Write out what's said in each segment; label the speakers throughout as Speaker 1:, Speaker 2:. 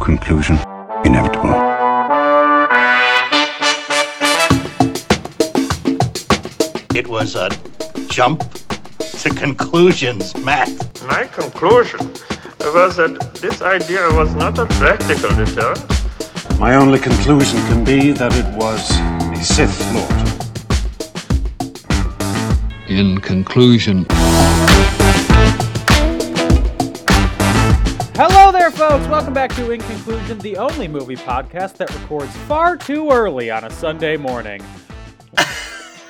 Speaker 1: Conclusion inevitable.
Speaker 2: It was a jump to conclusions, Matt.
Speaker 3: My conclusion was that this idea was not a practical deterrent.
Speaker 4: My only conclusion can be that it was a Sith Lord.
Speaker 5: In conclusion,
Speaker 6: Hello there, folks. Welcome back to In Conclusion, the only movie podcast that records far too early on a Sunday morning.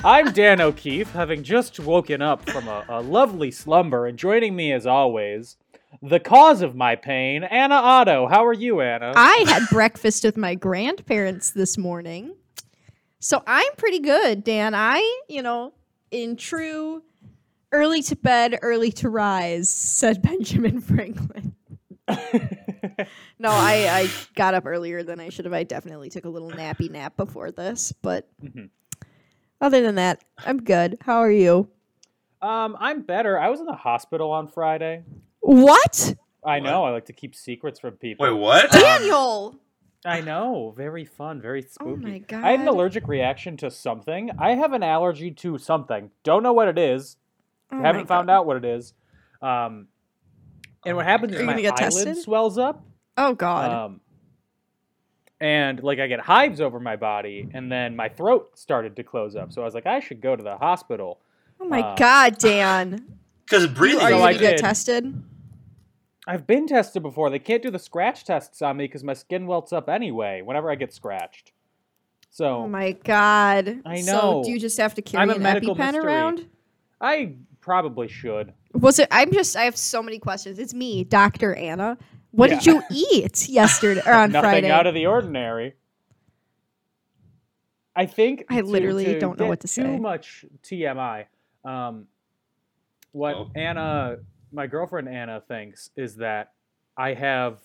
Speaker 6: I'm Dan O'Keefe, having just woken up from a, a lovely slumber, and joining me as always, the cause of my pain, Anna Otto. How are you, Anna?
Speaker 7: I had breakfast with my grandparents this morning. So I'm pretty good, Dan. I, you know, in true early to bed, early to rise, said Benjamin Franklin. no, I, I got up earlier than I should have. I definitely took a little nappy nap before this, but
Speaker 6: Mhm.
Speaker 7: other than that, I'm good. How are you?
Speaker 6: um, I'm better. I was in the hospital on Friday.
Speaker 7: What?
Speaker 6: I know. I like to keep secrets from people.
Speaker 8: Wait, what?
Speaker 6: Uh,
Speaker 7: Daniel!
Speaker 6: I know. Very fun. Very spooky.
Speaker 7: Oh my
Speaker 6: I had an
Speaker 7: God.
Speaker 6: allergic reaction to something. I have an allergy to something. Don't know what it is.
Speaker 7: Oh my
Speaker 6: Haven't found
Speaker 7: God. Oh,
Speaker 6: out what it is. Um, and what happens
Speaker 7: Are
Speaker 6: is
Speaker 7: you
Speaker 6: my
Speaker 7: gonna get
Speaker 6: eyelid
Speaker 7: tested?
Speaker 6: swells up.
Speaker 7: Oh, God.
Speaker 6: Um, and like I get hives over my body, and then my throat started to close up. So I was like, I should go to the hospital.
Speaker 7: oh, my
Speaker 6: uh,
Speaker 7: God, Dan.
Speaker 8: Because
Speaker 7: You-
Speaker 8: breathing.
Speaker 7: are you
Speaker 6: so
Speaker 7: going
Speaker 6: I
Speaker 7: to get
Speaker 6: did.
Speaker 7: tested?
Speaker 6: I've been tested before. They can't do the scratch tests on me because my skin welts up anyway whenever I get scratched. So
Speaker 7: Oh my god!
Speaker 6: I know.
Speaker 7: So do you just have to carry
Speaker 6: I'm a
Speaker 7: an
Speaker 6: medical
Speaker 7: EpiPen
Speaker 6: mystery.
Speaker 7: around?
Speaker 6: I probably should.
Speaker 7: Was it? I'm just. I have so many questions. It's me, Doctor Anna. What did you eat yesterday or on
Speaker 6: nothing
Speaker 7: Friday?
Speaker 6: out of the ordinary. I think
Speaker 7: I
Speaker 6: to-
Speaker 7: literally
Speaker 6: to
Speaker 7: don't know
Speaker 6: get
Speaker 7: what to
Speaker 6: Too
Speaker 7: say.
Speaker 6: much TMI. Um, what
Speaker 8: Oh.
Speaker 6: Anna, my girlfriend Anna, thinks is that I have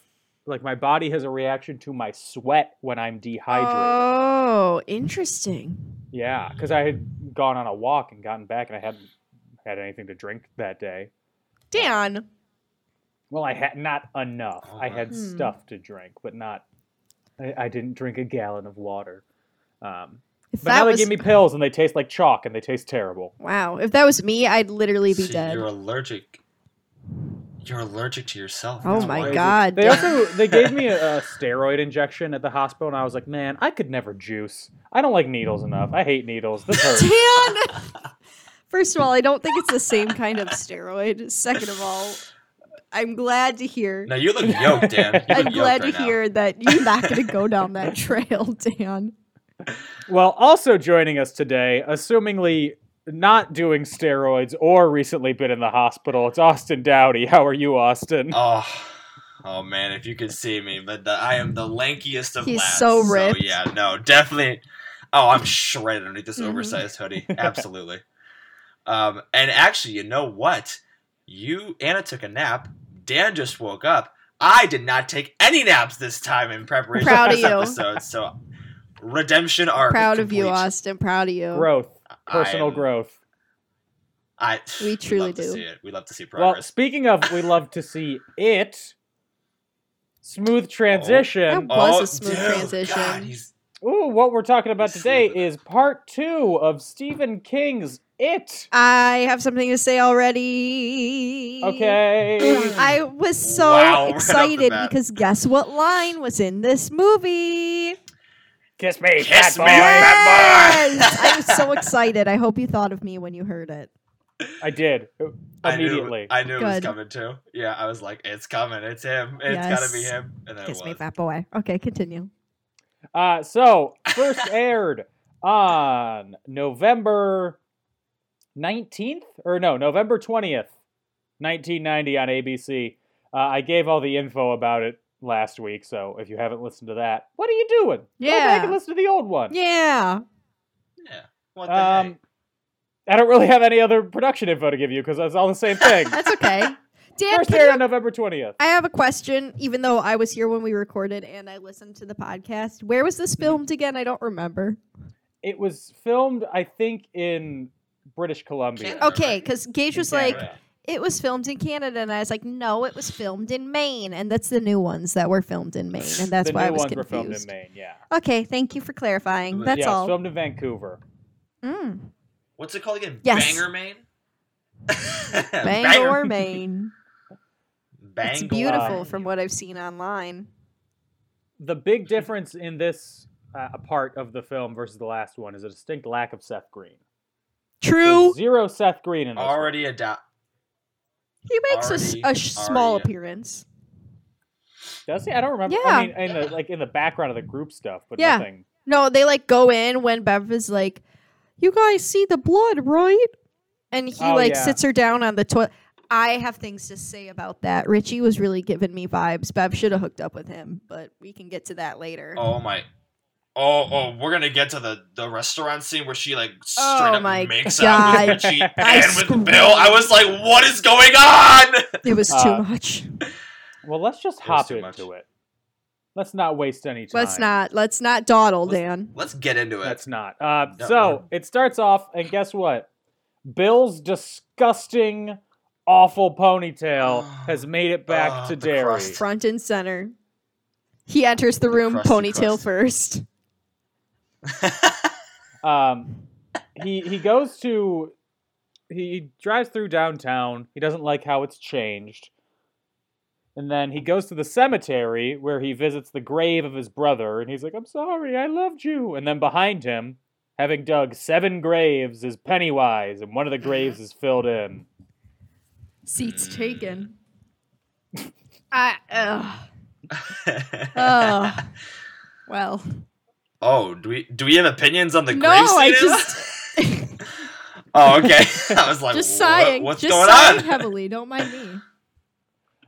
Speaker 6: like my body has a reaction to my sweat when I'm dehydrated.
Speaker 7: oh, interesting.
Speaker 6: Yeah, because I had gone on a walk and gotten back, and I hadn't had anything to drink that day.
Speaker 7: Dan,
Speaker 6: Well, I had not enough. I had
Speaker 7: Hmm.
Speaker 6: stuff to drink, but not. I, I didn't drink a gallon of water. Um,
Speaker 7: if
Speaker 6: But
Speaker 7: that
Speaker 6: now they
Speaker 7: was
Speaker 6: give me pills and they taste like chalk and they taste terrible.
Speaker 7: wow, if that was me, I'd literally be
Speaker 8: See,
Speaker 7: dead.
Speaker 8: You're allergic. You're allergic to yourself.
Speaker 7: Oh
Speaker 8: That's
Speaker 7: my
Speaker 8: why.
Speaker 7: god!
Speaker 6: They
Speaker 7: Dan.
Speaker 6: also they gave me a, a steroid injection at the hospital and I was like, man, I could never juice. I don't like needles enough. I hate needles. This hurts.
Speaker 7: Dan. First of all, I don't think it's the same kind of steroid. Second of all, I'm glad to hear.
Speaker 8: Now you look yoked, Dan. You look
Speaker 7: I'm
Speaker 8: yoked
Speaker 7: glad
Speaker 8: right
Speaker 7: to
Speaker 8: now.
Speaker 7: hear that you're not going to go down that trail, Dan.
Speaker 6: well, also joining us today, assumingly not doing steroids or recently been in the hospital, it's Austin Dowdy. How are you, Austin?
Speaker 8: Oh, oh man, if you could see me, but the, I am the lankiest of
Speaker 7: He's
Speaker 8: lads.
Speaker 7: so ripped.
Speaker 8: yeah, no, definitely. Oh, I'm shredded underneath this
Speaker 7: Mhm.
Speaker 8: oversized hoodie. Absolutely. um, and actually, you know what? You Anna took a nap. Dan just woke up. I did not take any naps this time in preparation
Speaker 7: Proud
Speaker 8: for
Speaker 7: of
Speaker 8: this
Speaker 7: you.
Speaker 8: episode. So, redemption arc.
Speaker 7: Proud of you,
Speaker 8: complete.
Speaker 7: Austin. Proud of you.
Speaker 6: growth. Personal
Speaker 8: I'm-
Speaker 6: growth.
Speaker 8: I
Speaker 7: We
Speaker 8: we'd
Speaker 7: truly
Speaker 8: love to
Speaker 7: do.
Speaker 8: see it. We love to see
Speaker 6: Well,
Speaker 8: progress.
Speaker 6: speaking of we love to see it. Smooth transition.
Speaker 7: That was
Speaker 8: Oh,
Speaker 7: a smooth
Speaker 8: dude,
Speaker 7: transition.
Speaker 8: God, he's-
Speaker 6: Ooh, what we're talking about
Speaker 8: Just
Speaker 6: today
Speaker 8: slither.
Speaker 6: is part two of Stephen King's It.
Speaker 7: I have something to say already.
Speaker 6: Okay.
Speaker 7: I was so
Speaker 8: Wow, right off the
Speaker 7: excited
Speaker 8: bat.
Speaker 7: because guess what line was in this movie?
Speaker 6: Kiss me, fat
Speaker 8: Kiss me,
Speaker 6: boy.
Speaker 8: fat boy!
Speaker 7: Yes! I was so excited. I hope you thought of me when you heard it.
Speaker 6: I did.
Speaker 8: I knew-
Speaker 6: Immediately.
Speaker 8: I knew, it was
Speaker 7: Good.
Speaker 8: coming too. Yeah, I was like, it's coming. It's him. It's gotta be
Speaker 7: Yes.
Speaker 8: him. And then
Speaker 7: Kiss
Speaker 8: it
Speaker 7: me,
Speaker 8: was.
Speaker 7: fat boy. Okay, continue.
Speaker 6: Uh, so, first aired on November 19th, or no, November 20th, 1990 on ABC. Uh, I gave all the info about it last week, so if you haven't listened to that, what are you doing? Go back
Speaker 7: Yeah.
Speaker 6: and listen to the old one.
Speaker 7: Yeah.
Speaker 8: Yeah. What the
Speaker 6: Um,
Speaker 8: heck?
Speaker 6: I don't really have any other production info to give you because it's all the same thing.
Speaker 7: That's okay. Dan,
Speaker 6: First
Speaker 7: can
Speaker 6: aired
Speaker 7: you-
Speaker 6: on November 20th.
Speaker 7: I have a question, even though I was here when we recorded and I listened to the podcast. Where was
Speaker 8: Mm-hmm.
Speaker 7: this filmed again? I don't remember.
Speaker 6: It was filmed, I think, in British Columbia.
Speaker 8: Canada.
Speaker 7: Oh, Okay, because Gage was like,
Speaker 8: Yeah.
Speaker 7: it was filmed in Canada. And I was like, no, it was filmed in Maine. And that's the new ones that were filmed in Maine. And that's
Speaker 6: the
Speaker 7: why
Speaker 6: new
Speaker 7: I was
Speaker 6: ones
Speaker 7: confused.
Speaker 6: were filmed in Maine. Yeah,
Speaker 7: Okay, thank you for clarifying. That's
Speaker 6: yeah,
Speaker 7: all.
Speaker 6: it's filmed in Vancouver.
Speaker 7: Mm.
Speaker 8: What's it called again?
Speaker 7: Yes.
Speaker 8: Banger Maine?
Speaker 7: Bangor, Maine.
Speaker 8: Bangor.
Speaker 7: It's beautiful from what I've seen online.
Speaker 6: The big difference in this uh, part of the film versus the last one is a distinct lack of Seth Green.
Speaker 7: True.
Speaker 6: Zero Seth Green in this. one.
Speaker 8: Already adopt.
Speaker 7: He makes a s- a,
Speaker 8: Already-
Speaker 7: sh- small
Speaker 8: already-
Speaker 7: appearance.
Speaker 6: Does he? I don't remember.
Speaker 7: Yeah.
Speaker 6: I mean, in the like in the background of the group stuff, but
Speaker 7: Yeah.
Speaker 6: nothing.
Speaker 7: No, they like go in when Bev is like, "You guys see the blood, right?" And he
Speaker 6: Oh,
Speaker 7: like
Speaker 6: yeah.
Speaker 7: sits her down on the toilet. I have things to say about that. Richie was really giving me vibes. Bev should have hooked up with him, but we can get to that later.
Speaker 8: Oh my. Oh, oh, we're gonna get to the the restaurant scene where she like straight
Speaker 7: Oh
Speaker 8: up
Speaker 7: my
Speaker 8: makes out
Speaker 7: God.
Speaker 8: with Richie
Speaker 7: I
Speaker 8: and with
Speaker 7: screamed.
Speaker 8: Bill. I was like, what is going on?
Speaker 7: It was
Speaker 6: Uh,
Speaker 7: too much.
Speaker 6: Well, let's just
Speaker 8: was
Speaker 6: hop
Speaker 8: too
Speaker 6: into
Speaker 8: much.
Speaker 6: it. Let's not waste any time.
Speaker 7: Let's not. Let's not dawdle,
Speaker 8: Let's-
Speaker 7: Dan.
Speaker 8: Let's get into it.
Speaker 6: Let's not. Uh,
Speaker 8: No,
Speaker 6: so it starts off, and guess what? Bill's disgusting, awful ponytail has made it back
Speaker 8: Ah,
Speaker 6: to
Speaker 8: the
Speaker 6: Derry.
Speaker 8: crust.
Speaker 7: Front and center. He enters the room,
Speaker 8: crusty
Speaker 7: ponytail
Speaker 8: crust.
Speaker 7: first.
Speaker 6: Um, he he goes to he drives through downtown. He doesn't like how it's changed. And then he goes to the cemetery where he visits the grave of his brother and he's like, "I'm sorry, I loved you." And then behind him, having dug seven graves, is Pennywise and one of the graves is filled in.
Speaker 7: Seats taken. I. Ugh.
Speaker 8: oh.
Speaker 7: Oh. Well.
Speaker 8: Oh, do we do we have opinions on the
Speaker 7: no,
Speaker 8: grave
Speaker 7: I
Speaker 8: scene?
Speaker 7: just.
Speaker 8: Oh, okay. I was like,
Speaker 7: just
Speaker 8: "What-
Speaker 7: sighing.
Speaker 8: What's
Speaker 7: just
Speaker 8: going
Speaker 7: sighing
Speaker 8: on?
Speaker 7: heavily. Don't mind me.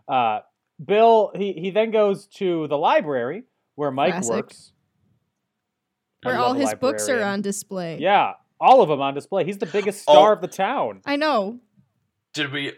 Speaker 6: Uh, Bill he he then goes to the library where Mike
Speaker 7: Classic.
Speaker 6: works. I
Speaker 7: Where
Speaker 6: love
Speaker 7: all
Speaker 6: a
Speaker 7: his books are
Speaker 6: librarian.
Speaker 7: on display.
Speaker 6: Yeah, all of them on display. He's the biggest star
Speaker 8: Oh.
Speaker 6: of the town.
Speaker 7: I know.
Speaker 8: Did we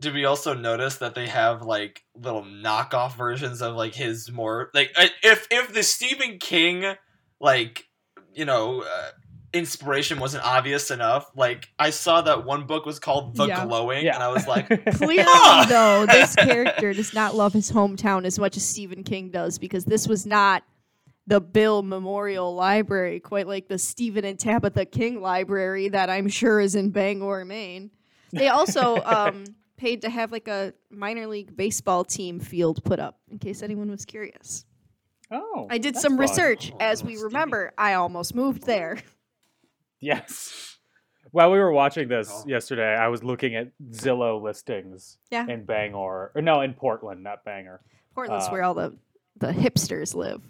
Speaker 8: did we also notice that they have like little knockoff versions of like his more like I- if if the Stephen King like you know uh, inspiration wasn't obvious enough like I saw that one book was called The
Speaker 7: Yeah.
Speaker 8: Glowing
Speaker 6: Yeah.
Speaker 8: and I was like
Speaker 7: Clearly,
Speaker 8: Ah!
Speaker 7: though, this character does not love his hometown as much as Stephen King does because this was not the Bill Memorial Library, quite like the Stephen and Tabitha King Library that I'm sure is in Bangor, Maine. They also um, paid to have like a minor league baseball team field put up in case anyone was curious.
Speaker 6: Oh,
Speaker 7: I did
Speaker 6: that's
Speaker 7: some
Speaker 6: fun.
Speaker 7: research.
Speaker 8: Oh,
Speaker 7: As
Speaker 8: little
Speaker 7: we
Speaker 8: Stevie.
Speaker 7: remember, I almost moved there.
Speaker 6: Yes. While we were watching this
Speaker 8: Oh.
Speaker 6: yesterday, I was looking at Zillow listings
Speaker 7: Yeah.
Speaker 6: in Bangor, or no, in Portland, not Bangor.
Speaker 7: Portland's
Speaker 6: Uh,
Speaker 7: where all the, the hipsters live.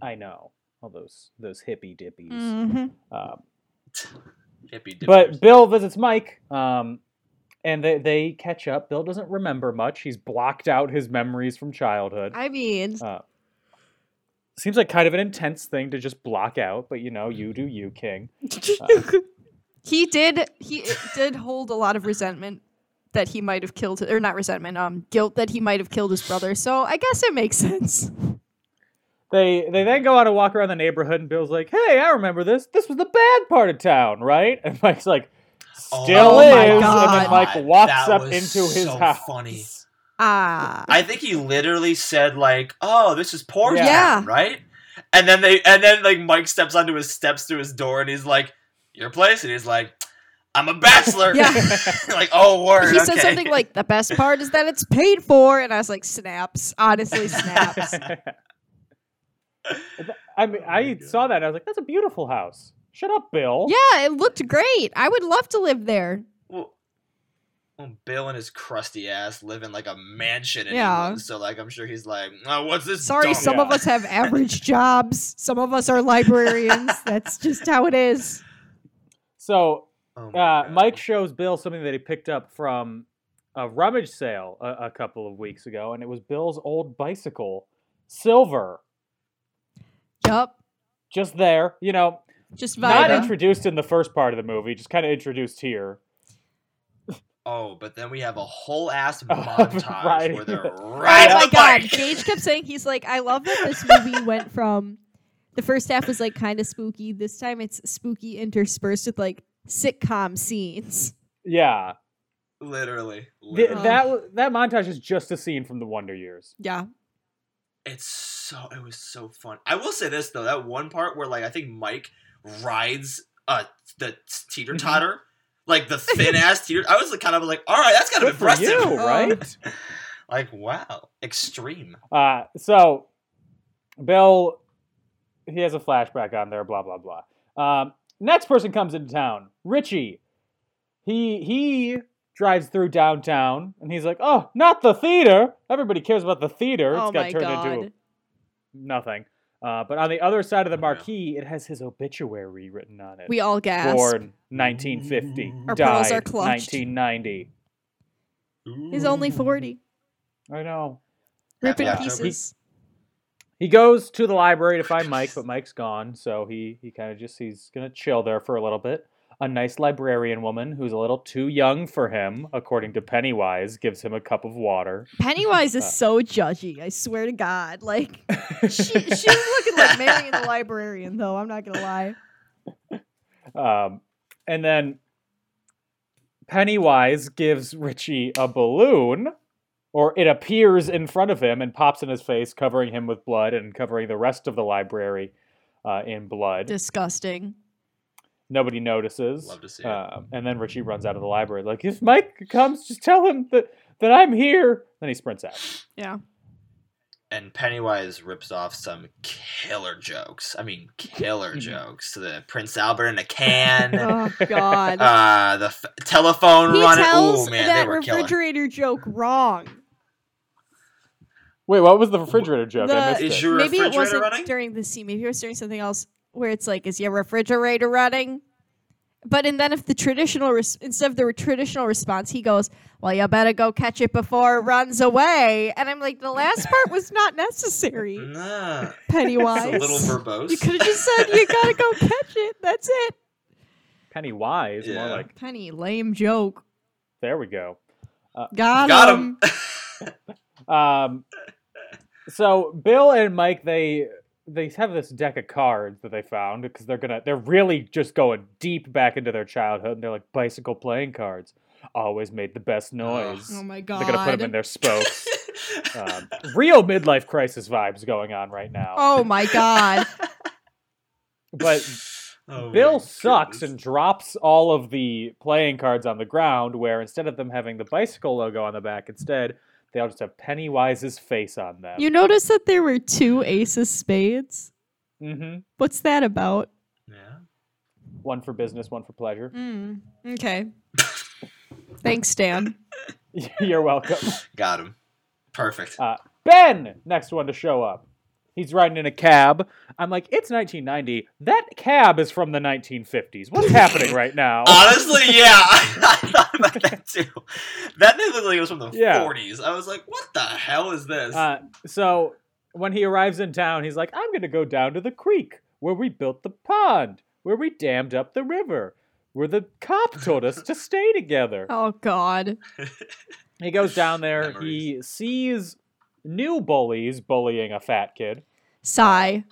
Speaker 6: I know all those those hippie dippies.
Speaker 7: Mm-hmm.
Speaker 6: Um,
Speaker 8: hippy
Speaker 6: but Bill visits Mike, um, and they they catch up. Bill doesn't remember much. He's blocked out his memories from childhood.
Speaker 7: I mean,
Speaker 6: Uh, seems like kind of an intense thing to just block out, but you know, you do you, King.
Speaker 7: he did he did hold a lot of resentment that he might have killed or not resentment, um, guilt that he might have killed his brother. So I guess it makes sense.
Speaker 6: They they then go on a walk around the neighborhood, and Bill's like, "Hey, I remember this. This was the bad part of town, right?" And Mike's like,
Speaker 8: Oh
Speaker 6: "Still
Speaker 7: my
Speaker 6: is." And then
Speaker 7: God.
Speaker 6: Mike walks
Speaker 8: That
Speaker 6: up
Speaker 8: was
Speaker 6: into his
Speaker 8: so
Speaker 6: house.
Speaker 8: funny.
Speaker 7: Ah,
Speaker 8: I think he literally said like, "Oh, this is poor
Speaker 6: Yeah.
Speaker 7: Yeah.
Speaker 8: town, right?" And then they and then like Mike steps onto his steps to his door and he's like, "Your place?" And he's like, "I'm a bachelor."
Speaker 7: Yeah.
Speaker 8: like, "Oh, word."
Speaker 7: he said
Speaker 8: okay."
Speaker 7: something like, "The best part is that it's paid for," and I was like, "Snaps, honestly, snaps."
Speaker 6: I mean, I saw that. And I was like, "That's a beautiful house." Shut up, Bill.
Speaker 7: yeah, it looked great. I would love to live there.
Speaker 8: Well, well, Bill and his crusty ass living like a mansion in
Speaker 7: Yeah.
Speaker 8: England, so like I'm sure he's like, "Oh, what's this?"
Speaker 7: Sorry,
Speaker 8: dump?"
Speaker 7: some of
Speaker 6: Yeah.
Speaker 7: us have average jobs. Some of us are librarians. That's just how it is.
Speaker 6: So
Speaker 8: Oh my
Speaker 6: uh,
Speaker 8: God.
Speaker 6: Mike shows Bill something that he picked up from a rummage sale a, a couple of weeks ago, and it was Bill's old bicycle, silver,
Speaker 7: Yup.
Speaker 6: just there. You know,
Speaker 7: Just
Speaker 6: not
Speaker 7: vibing.
Speaker 6: introduced in the first part of the movie, just kind of introduced here.
Speaker 8: Oh, but then we have a whole ass
Speaker 6: Of
Speaker 8: montage
Speaker 6: riding
Speaker 8: where they're
Speaker 6: the-
Speaker 8: right
Speaker 7: oh
Speaker 8: on
Speaker 7: my
Speaker 8: the
Speaker 7: god,
Speaker 8: bike.
Speaker 7: Gage kept saying he's like, I love that this movie went from the first half was like kind of spooky. This time it's spooky interspersed with like sitcom scenes.
Speaker 6: Yeah.
Speaker 8: Literally.
Speaker 6: Th-
Speaker 8: literally.
Speaker 6: that w- that montage is just a scene from the Wonder Years.
Speaker 7: Yeah.
Speaker 8: It's so it was so fun. I will say this though, that one part where like I think Mike rides uh the teeter
Speaker 6: Mm-hmm.
Speaker 8: totter, like the thin ass teeter. I was like, kind of like, all right, that's kind
Speaker 6: Good
Speaker 8: of
Speaker 6: for
Speaker 8: impressive.
Speaker 6: you, right?
Speaker 7: Um,
Speaker 8: Like wow, extreme.
Speaker 6: Uh, so, Bill, he has a flashback on there. Blah blah blah. Um, next person comes into town, Richie. He he drives through downtown, and he's like, "Oh, not the theater! Everybody cares about the theater. It's
Speaker 7: oh
Speaker 6: got
Speaker 7: my
Speaker 6: turned
Speaker 7: god.
Speaker 6: into nothing." Uh, but on the other side of the
Speaker 8: Yeah.
Speaker 6: marquee, it has his obituary written on it.
Speaker 7: we all gasp.
Speaker 6: Born 1950,
Speaker 7: Our
Speaker 6: died
Speaker 7: pearls are clutched.
Speaker 6: 1990.
Speaker 7: He's only forty.
Speaker 6: I know.
Speaker 7: Ripping
Speaker 8: Yeah.
Speaker 7: pieces.
Speaker 6: He goes to the library to find Mike, but Mike's gone, so he he kind of just he's gonna chill there for a little bit. A nice librarian woman who's a little too young for him, according to Pennywise, gives him a cup of water.
Speaker 7: Pennywise is
Speaker 6: Uh.
Speaker 7: so judgy. I swear to God. Like she, she's looking like Marion the librarian, though. I'm not gonna lie.
Speaker 6: Um, and then Pennywise gives Richie a balloon, or it appears in front of him and pops in his face, covering him with blood and covering the rest of the library uh, in blood.
Speaker 7: Disgusting.
Speaker 6: Nobody notices.
Speaker 8: Love to see it.
Speaker 6: Um, and then Richie runs out of the library. Like, if Mike comes, just tell him that, that I'm here. Then he sprints out.
Speaker 7: Yeah.
Speaker 8: and Pennywise rips off some killer jokes. I mean, killer
Speaker 6: Mhm.
Speaker 8: jokes. The Prince Albert in a can.
Speaker 7: Oh God.
Speaker 8: uh, the f- telephone
Speaker 7: he
Speaker 8: running.
Speaker 7: tells
Speaker 8: Oh man,
Speaker 7: that
Speaker 8: they were killer.
Speaker 7: refrigerator joke wrong.
Speaker 6: Wait, what was the refrigerator joke? I
Speaker 7: The-
Speaker 6: missed
Speaker 8: Is
Speaker 6: it.
Speaker 8: your
Speaker 7: maybe it
Speaker 8: refrigerator
Speaker 7: wasn't
Speaker 8: running?
Speaker 7: during the scene. Maybe it was during something else where it's like, is your refrigerator running? But and then if the traditional res- instead of the traditional response, he goes, "Well, you better go catch it before it runs away." And I'm like, the last part was not necessary,
Speaker 8: Nah,
Speaker 7: Pennywise.
Speaker 8: it's a little verbose.
Speaker 7: you could have just said, "You gotta go catch it." That's it.
Speaker 6: Pennywise, more
Speaker 8: Yeah.
Speaker 6: like,
Speaker 7: Penny, lame joke.
Speaker 6: there we go.
Speaker 7: Got,
Speaker 8: Got
Speaker 7: him.
Speaker 8: him.
Speaker 6: Um, so Bill and Mike, they they have this deck of cards that they found because they're gonna they're really just going deep back into their childhood. And they're like bicycle playing cards, always made the best noise.
Speaker 7: Oh my god.
Speaker 6: they're gonna put them in their spokes. um, real midlife crisis vibes going on right now.
Speaker 7: Oh my god.
Speaker 6: But
Speaker 8: Oh my
Speaker 6: Bill sucks
Speaker 8: goodness.
Speaker 6: and drops all of the playing cards on the ground, where instead of them having the bicycle logo on the back, instead they all just have Pennywise's face on them.
Speaker 7: you notice that there were two ace of spades?
Speaker 6: hmm
Speaker 7: What's that about?
Speaker 8: Yeah.
Speaker 6: One for business, one for pleasure.
Speaker 7: Mm, okay. Thanks, Dan.
Speaker 6: You're welcome.
Speaker 8: Got him. Perfect.
Speaker 6: Uh, ben, next one to show up. He's riding in a cab. I'm like, it's 1990. That cab is from the 1950s. What's happening right now?
Speaker 8: Uh, Honestly, yeah, I, thought about that too. That thing looked like it was from the
Speaker 6: Yeah.
Speaker 8: 40s. I was like, what the hell is this?
Speaker 6: Uh, so when he arrives in town, he's like, I'm going to go down to the creek where we built the pond, where we dammed up the river, where the cop told us to stay together.
Speaker 7: Oh God.
Speaker 6: He goes down there. He
Speaker 8: Memories.
Speaker 6: sees new bullies bullying a fat kid.
Speaker 7: Sigh.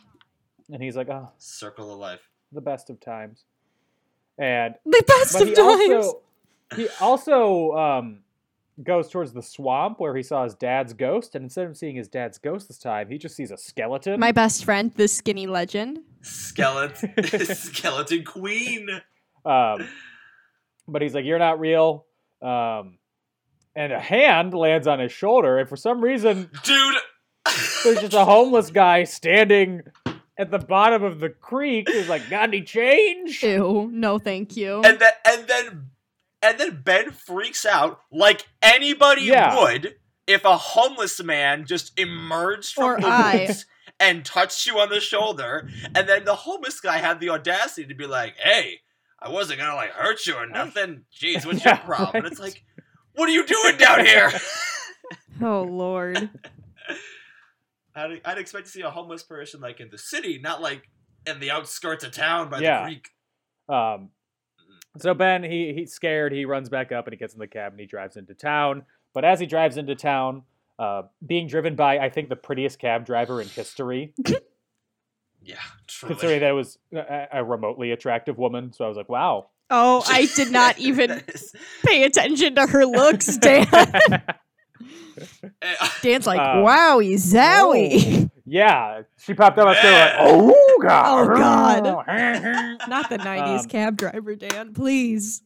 Speaker 6: And he's like, oh,
Speaker 8: Circle of life.
Speaker 6: the best of times. And
Speaker 7: The best
Speaker 6: but
Speaker 7: of
Speaker 6: he
Speaker 7: times.
Speaker 6: also he also um, goes towards the swamp where he saw his dad's ghost, and instead of seeing his dad's ghost this time, he just sees a skeleton.
Speaker 7: My best friend, the skinny legend.
Speaker 8: Skeleton, skeleton queen.
Speaker 6: Um, but he's like, "You're not real." Um, and a hand lands on his shoulder, and for some reason,
Speaker 8: Dude,
Speaker 6: there's just a homeless guy standing at the bottom of the creek. He's like, "Got any change?"
Speaker 7: Ew. No, thank you.
Speaker 8: and then and then and then Ben freaks out like anybody
Speaker 6: Yeah.
Speaker 8: would if a homeless man just emerged from
Speaker 7: Or
Speaker 8: the
Speaker 7: I.
Speaker 8: woods and touched you on the shoulder, and then the homeless guy had the audacity to be like, "Hey, I wasn't gonna like hurt you or nothing. Jeez, what's your
Speaker 6: Yeah,
Speaker 8: problem?" And it's
Speaker 6: right.
Speaker 8: like, "What are you doing down here?"
Speaker 7: Oh Lord.
Speaker 8: I'd, I'd expect to see a homeless person like in the city, not like in the outskirts of town by
Speaker 6: Yeah.
Speaker 8: the creek.
Speaker 6: Um, so Ben, he he's scared. He runs back up and he gets in the cab and he drives into town. But as he drives into town, uh, being driven by I think the prettiest cab driver in history,
Speaker 8: Yeah, truly.
Speaker 6: considering that it was a, a remotely attractive woman. So I was like, wow,
Speaker 7: Oh, I did not even
Speaker 8: That is-
Speaker 7: pay attention to her looks, Dan.
Speaker 8: eh,
Speaker 7: Dan's like,
Speaker 6: Uh,
Speaker 7: wowie,
Speaker 6: Oh.
Speaker 7: zowie.
Speaker 6: yeah, she popped up. I still like, oh god,
Speaker 7: Oh, God.
Speaker 6: god.
Speaker 7: Not the 90s
Speaker 6: Um,
Speaker 7: cab driver, Dan, please.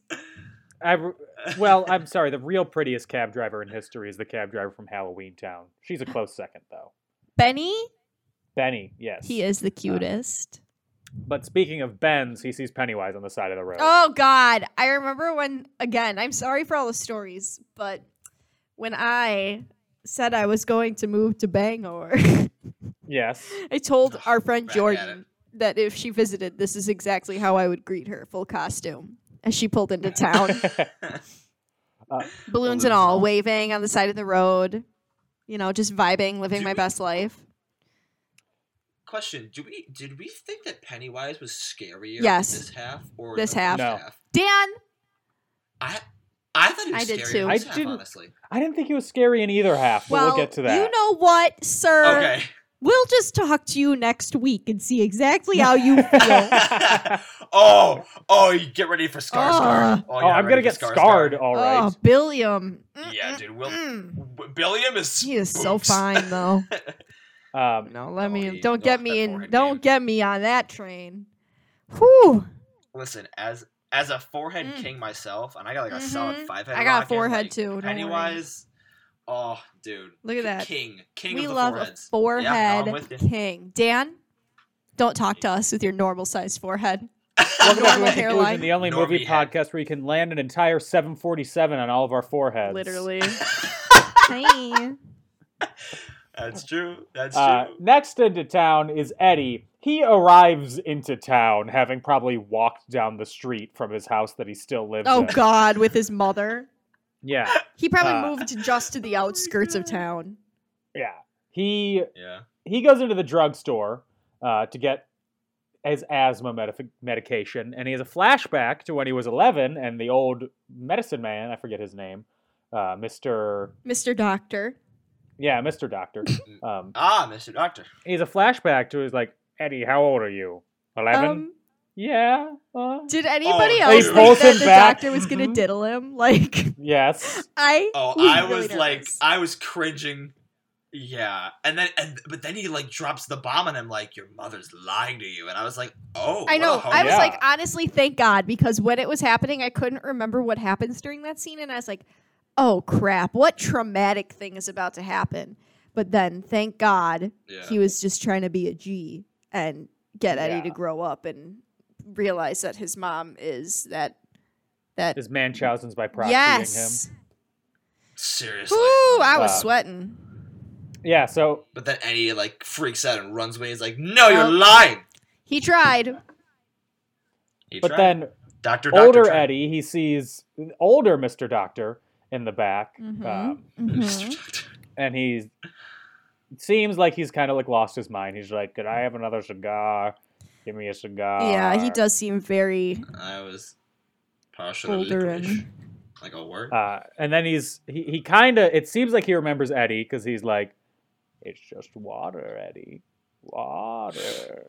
Speaker 6: I, re- well, I'm sorry. The real prettiest cab driver in history is the cab driver from Halloween Town. She's a close second, though.
Speaker 7: Benny,
Speaker 6: Benny, yes.
Speaker 7: he is the cutest.
Speaker 6: But speaking of Ben's, he sees Pennywise on the side of the road.
Speaker 7: Oh God! I remember when again. I'm sorry for all the stories, but when I said I was going to move to Bangor,
Speaker 6: Yes.
Speaker 7: I told our friend
Speaker 8: Back at
Speaker 7: Jordan that if she visited, this is exactly how I would greet her, full costume, as she pulled into town, balloons and all, waving on the side of the road. You know, just vibing, living
Speaker 8: Do
Speaker 7: my
Speaker 8: we-
Speaker 7: best life.
Speaker 8: Question: Do we did we think that Pennywise was scarier?
Speaker 7: Yes.
Speaker 8: This half or
Speaker 7: This
Speaker 8: the
Speaker 7: half.
Speaker 8: first
Speaker 6: No.
Speaker 8: half?
Speaker 7: Dan,
Speaker 8: I I thought he was
Speaker 7: I did
Speaker 8: scarier
Speaker 7: too.
Speaker 8: this
Speaker 6: I
Speaker 8: half,
Speaker 6: didn't-
Speaker 8: honestly.
Speaker 6: I didn't think he was scary in either half, but
Speaker 7: well,
Speaker 6: we'll get to that.
Speaker 7: you know what, sir?
Speaker 8: Okay.
Speaker 7: We'll just talk to you next week and see exactly how you feel.
Speaker 8: oh, oh, you get ready for scar scar.
Speaker 6: oh, I'm gonna get scarred, all right.
Speaker 7: Oh, Billiam. Mm,
Speaker 8: Yeah,
Speaker 7: mm,
Speaker 8: dude. Will
Speaker 7: mm.
Speaker 8: W- Billiam is.
Speaker 7: He is so
Speaker 8: spooks.
Speaker 7: fine though.
Speaker 6: Um,
Speaker 7: No, let
Speaker 8: Oh,
Speaker 7: me
Speaker 8: he-
Speaker 7: don't
Speaker 8: no,
Speaker 7: get
Speaker 8: that
Speaker 7: me in
Speaker 8: forehead
Speaker 7: don't
Speaker 8: game.
Speaker 7: get me on that train. Whew.
Speaker 8: Listen, as as a forehead
Speaker 7: Mm.
Speaker 8: king myf, and I got like a solid
Speaker 7: Mhm.
Speaker 8: five head.
Speaker 7: I got a
Speaker 8: lock in,
Speaker 7: forehead
Speaker 8: like,
Speaker 7: too, don't worry.
Speaker 8: Pennywise. Oh, dude.
Speaker 7: Look at that.
Speaker 8: King, king
Speaker 7: We
Speaker 8: of the
Speaker 7: love
Speaker 8: foreheads.
Speaker 7: a
Speaker 8: Yeah, no,
Speaker 7: forehead
Speaker 8: I'm with you.
Speaker 7: king. Dan, don't talk to us with your normal sized forehead.
Speaker 6: Welcome back to
Speaker 7: Normal
Speaker 6: Wicked Conclusion,
Speaker 7: hairline.
Speaker 6: the only movie
Speaker 8: Normie head.
Speaker 6: podcast where you can land an entire 747 on all of our foreheads.
Speaker 7: Literally. Hi.
Speaker 8: That's true. That's
Speaker 6: Uh,
Speaker 8: true.
Speaker 6: next into town is Eddie. He arrives into town having probably walked down the street from his house that he still lives
Speaker 7: Oh
Speaker 6: in.
Speaker 7: god, with his mother.
Speaker 6: Yeah,
Speaker 7: He probably
Speaker 6: Uh,
Speaker 7: moved just to the outskirts of town.
Speaker 6: yeah. He
Speaker 8: Yeah.
Speaker 6: he goes into the drugstore uh, to get his asthma medif- medication, and he has a flashback to when he was 11 and the old medicine man, I forget his name, uh, Mr.
Speaker 7: Mr. Doctor.
Speaker 6: Yeah, Mr. Doctor. Um,
Speaker 8: Ah, Mr. Doctor.
Speaker 6: he has a flashback to his like, Eddie, how old are you? 11?
Speaker 7: Um,
Speaker 6: yeah. Uh,
Speaker 7: did anybody
Speaker 8: They
Speaker 7: else think
Speaker 8: pulls
Speaker 7: that
Speaker 6: him
Speaker 7: the
Speaker 6: back.
Speaker 7: doctor was gonna
Speaker 6: Mhm.
Speaker 7: diddle him? Like
Speaker 6: yes.
Speaker 7: I
Speaker 8: Mm-hmm. Oh,
Speaker 7: was
Speaker 8: I
Speaker 7: really
Speaker 8: was like,
Speaker 7: nervous.
Speaker 8: I was cringing. Yeah, and then and but then he like drops the bomb and I'm like, your mother's lying to you, and I was like,
Speaker 7: I
Speaker 8: oh, what a
Speaker 7: know.
Speaker 8: hoe.
Speaker 7: I was
Speaker 6: Yeah.
Speaker 7: like, honestly, thank God, because when it was happening, I couldn't remember what happens during that scene, and I was like, oh crap, what traumatic thing is about to happen? But then, thank God,
Speaker 8: Yeah.
Speaker 7: he was just trying to be a G and get Eddie to
Speaker 6: Yeah.
Speaker 7: grow up and realize that his mom is that that
Speaker 6: Is Munchausen's by proxy
Speaker 7: yes. Ooh,
Speaker 8: seriously.
Speaker 7: I was
Speaker 6: Wow.
Speaker 7: sweating.
Speaker 6: him? Yeah, so
Speaker 8: But then Eddie like freaks out and runs away. He's like, no, you're
Speaker 7: Well-
Speaker 8: lying.
Speaker 7: He tried.
Speaker 8: He
Speaker 6: but
Speaker 8: tried.
Speaker 6: then
Speaker 8: Doctor
Speaker 6: older
Speaker 8: tried.
Speaker 6: Eddie, he sees older Mr. Doctor in the back.
Speaker 7: Mhm.
Speaker 6: Um,
Speaker 8: Mr. Doctor.
Speaker 6: and he seems like he's kind of like lost his mind. He's like, "Could I have another cigar? Give me a cigar."
Speaker 7: yeah,
Speaker 6: Uh,
Speaker 7: he does seem very
Speaker 8: I was partially
Speaker 7: older
Speaker 8: licorice.
Speaker 7: and
Speaker 8: like a word.
Speaker 6: Uh, and then he's he, he kind of it seems like he remembers Eddie because he's like, "It's just water, Eddie, water."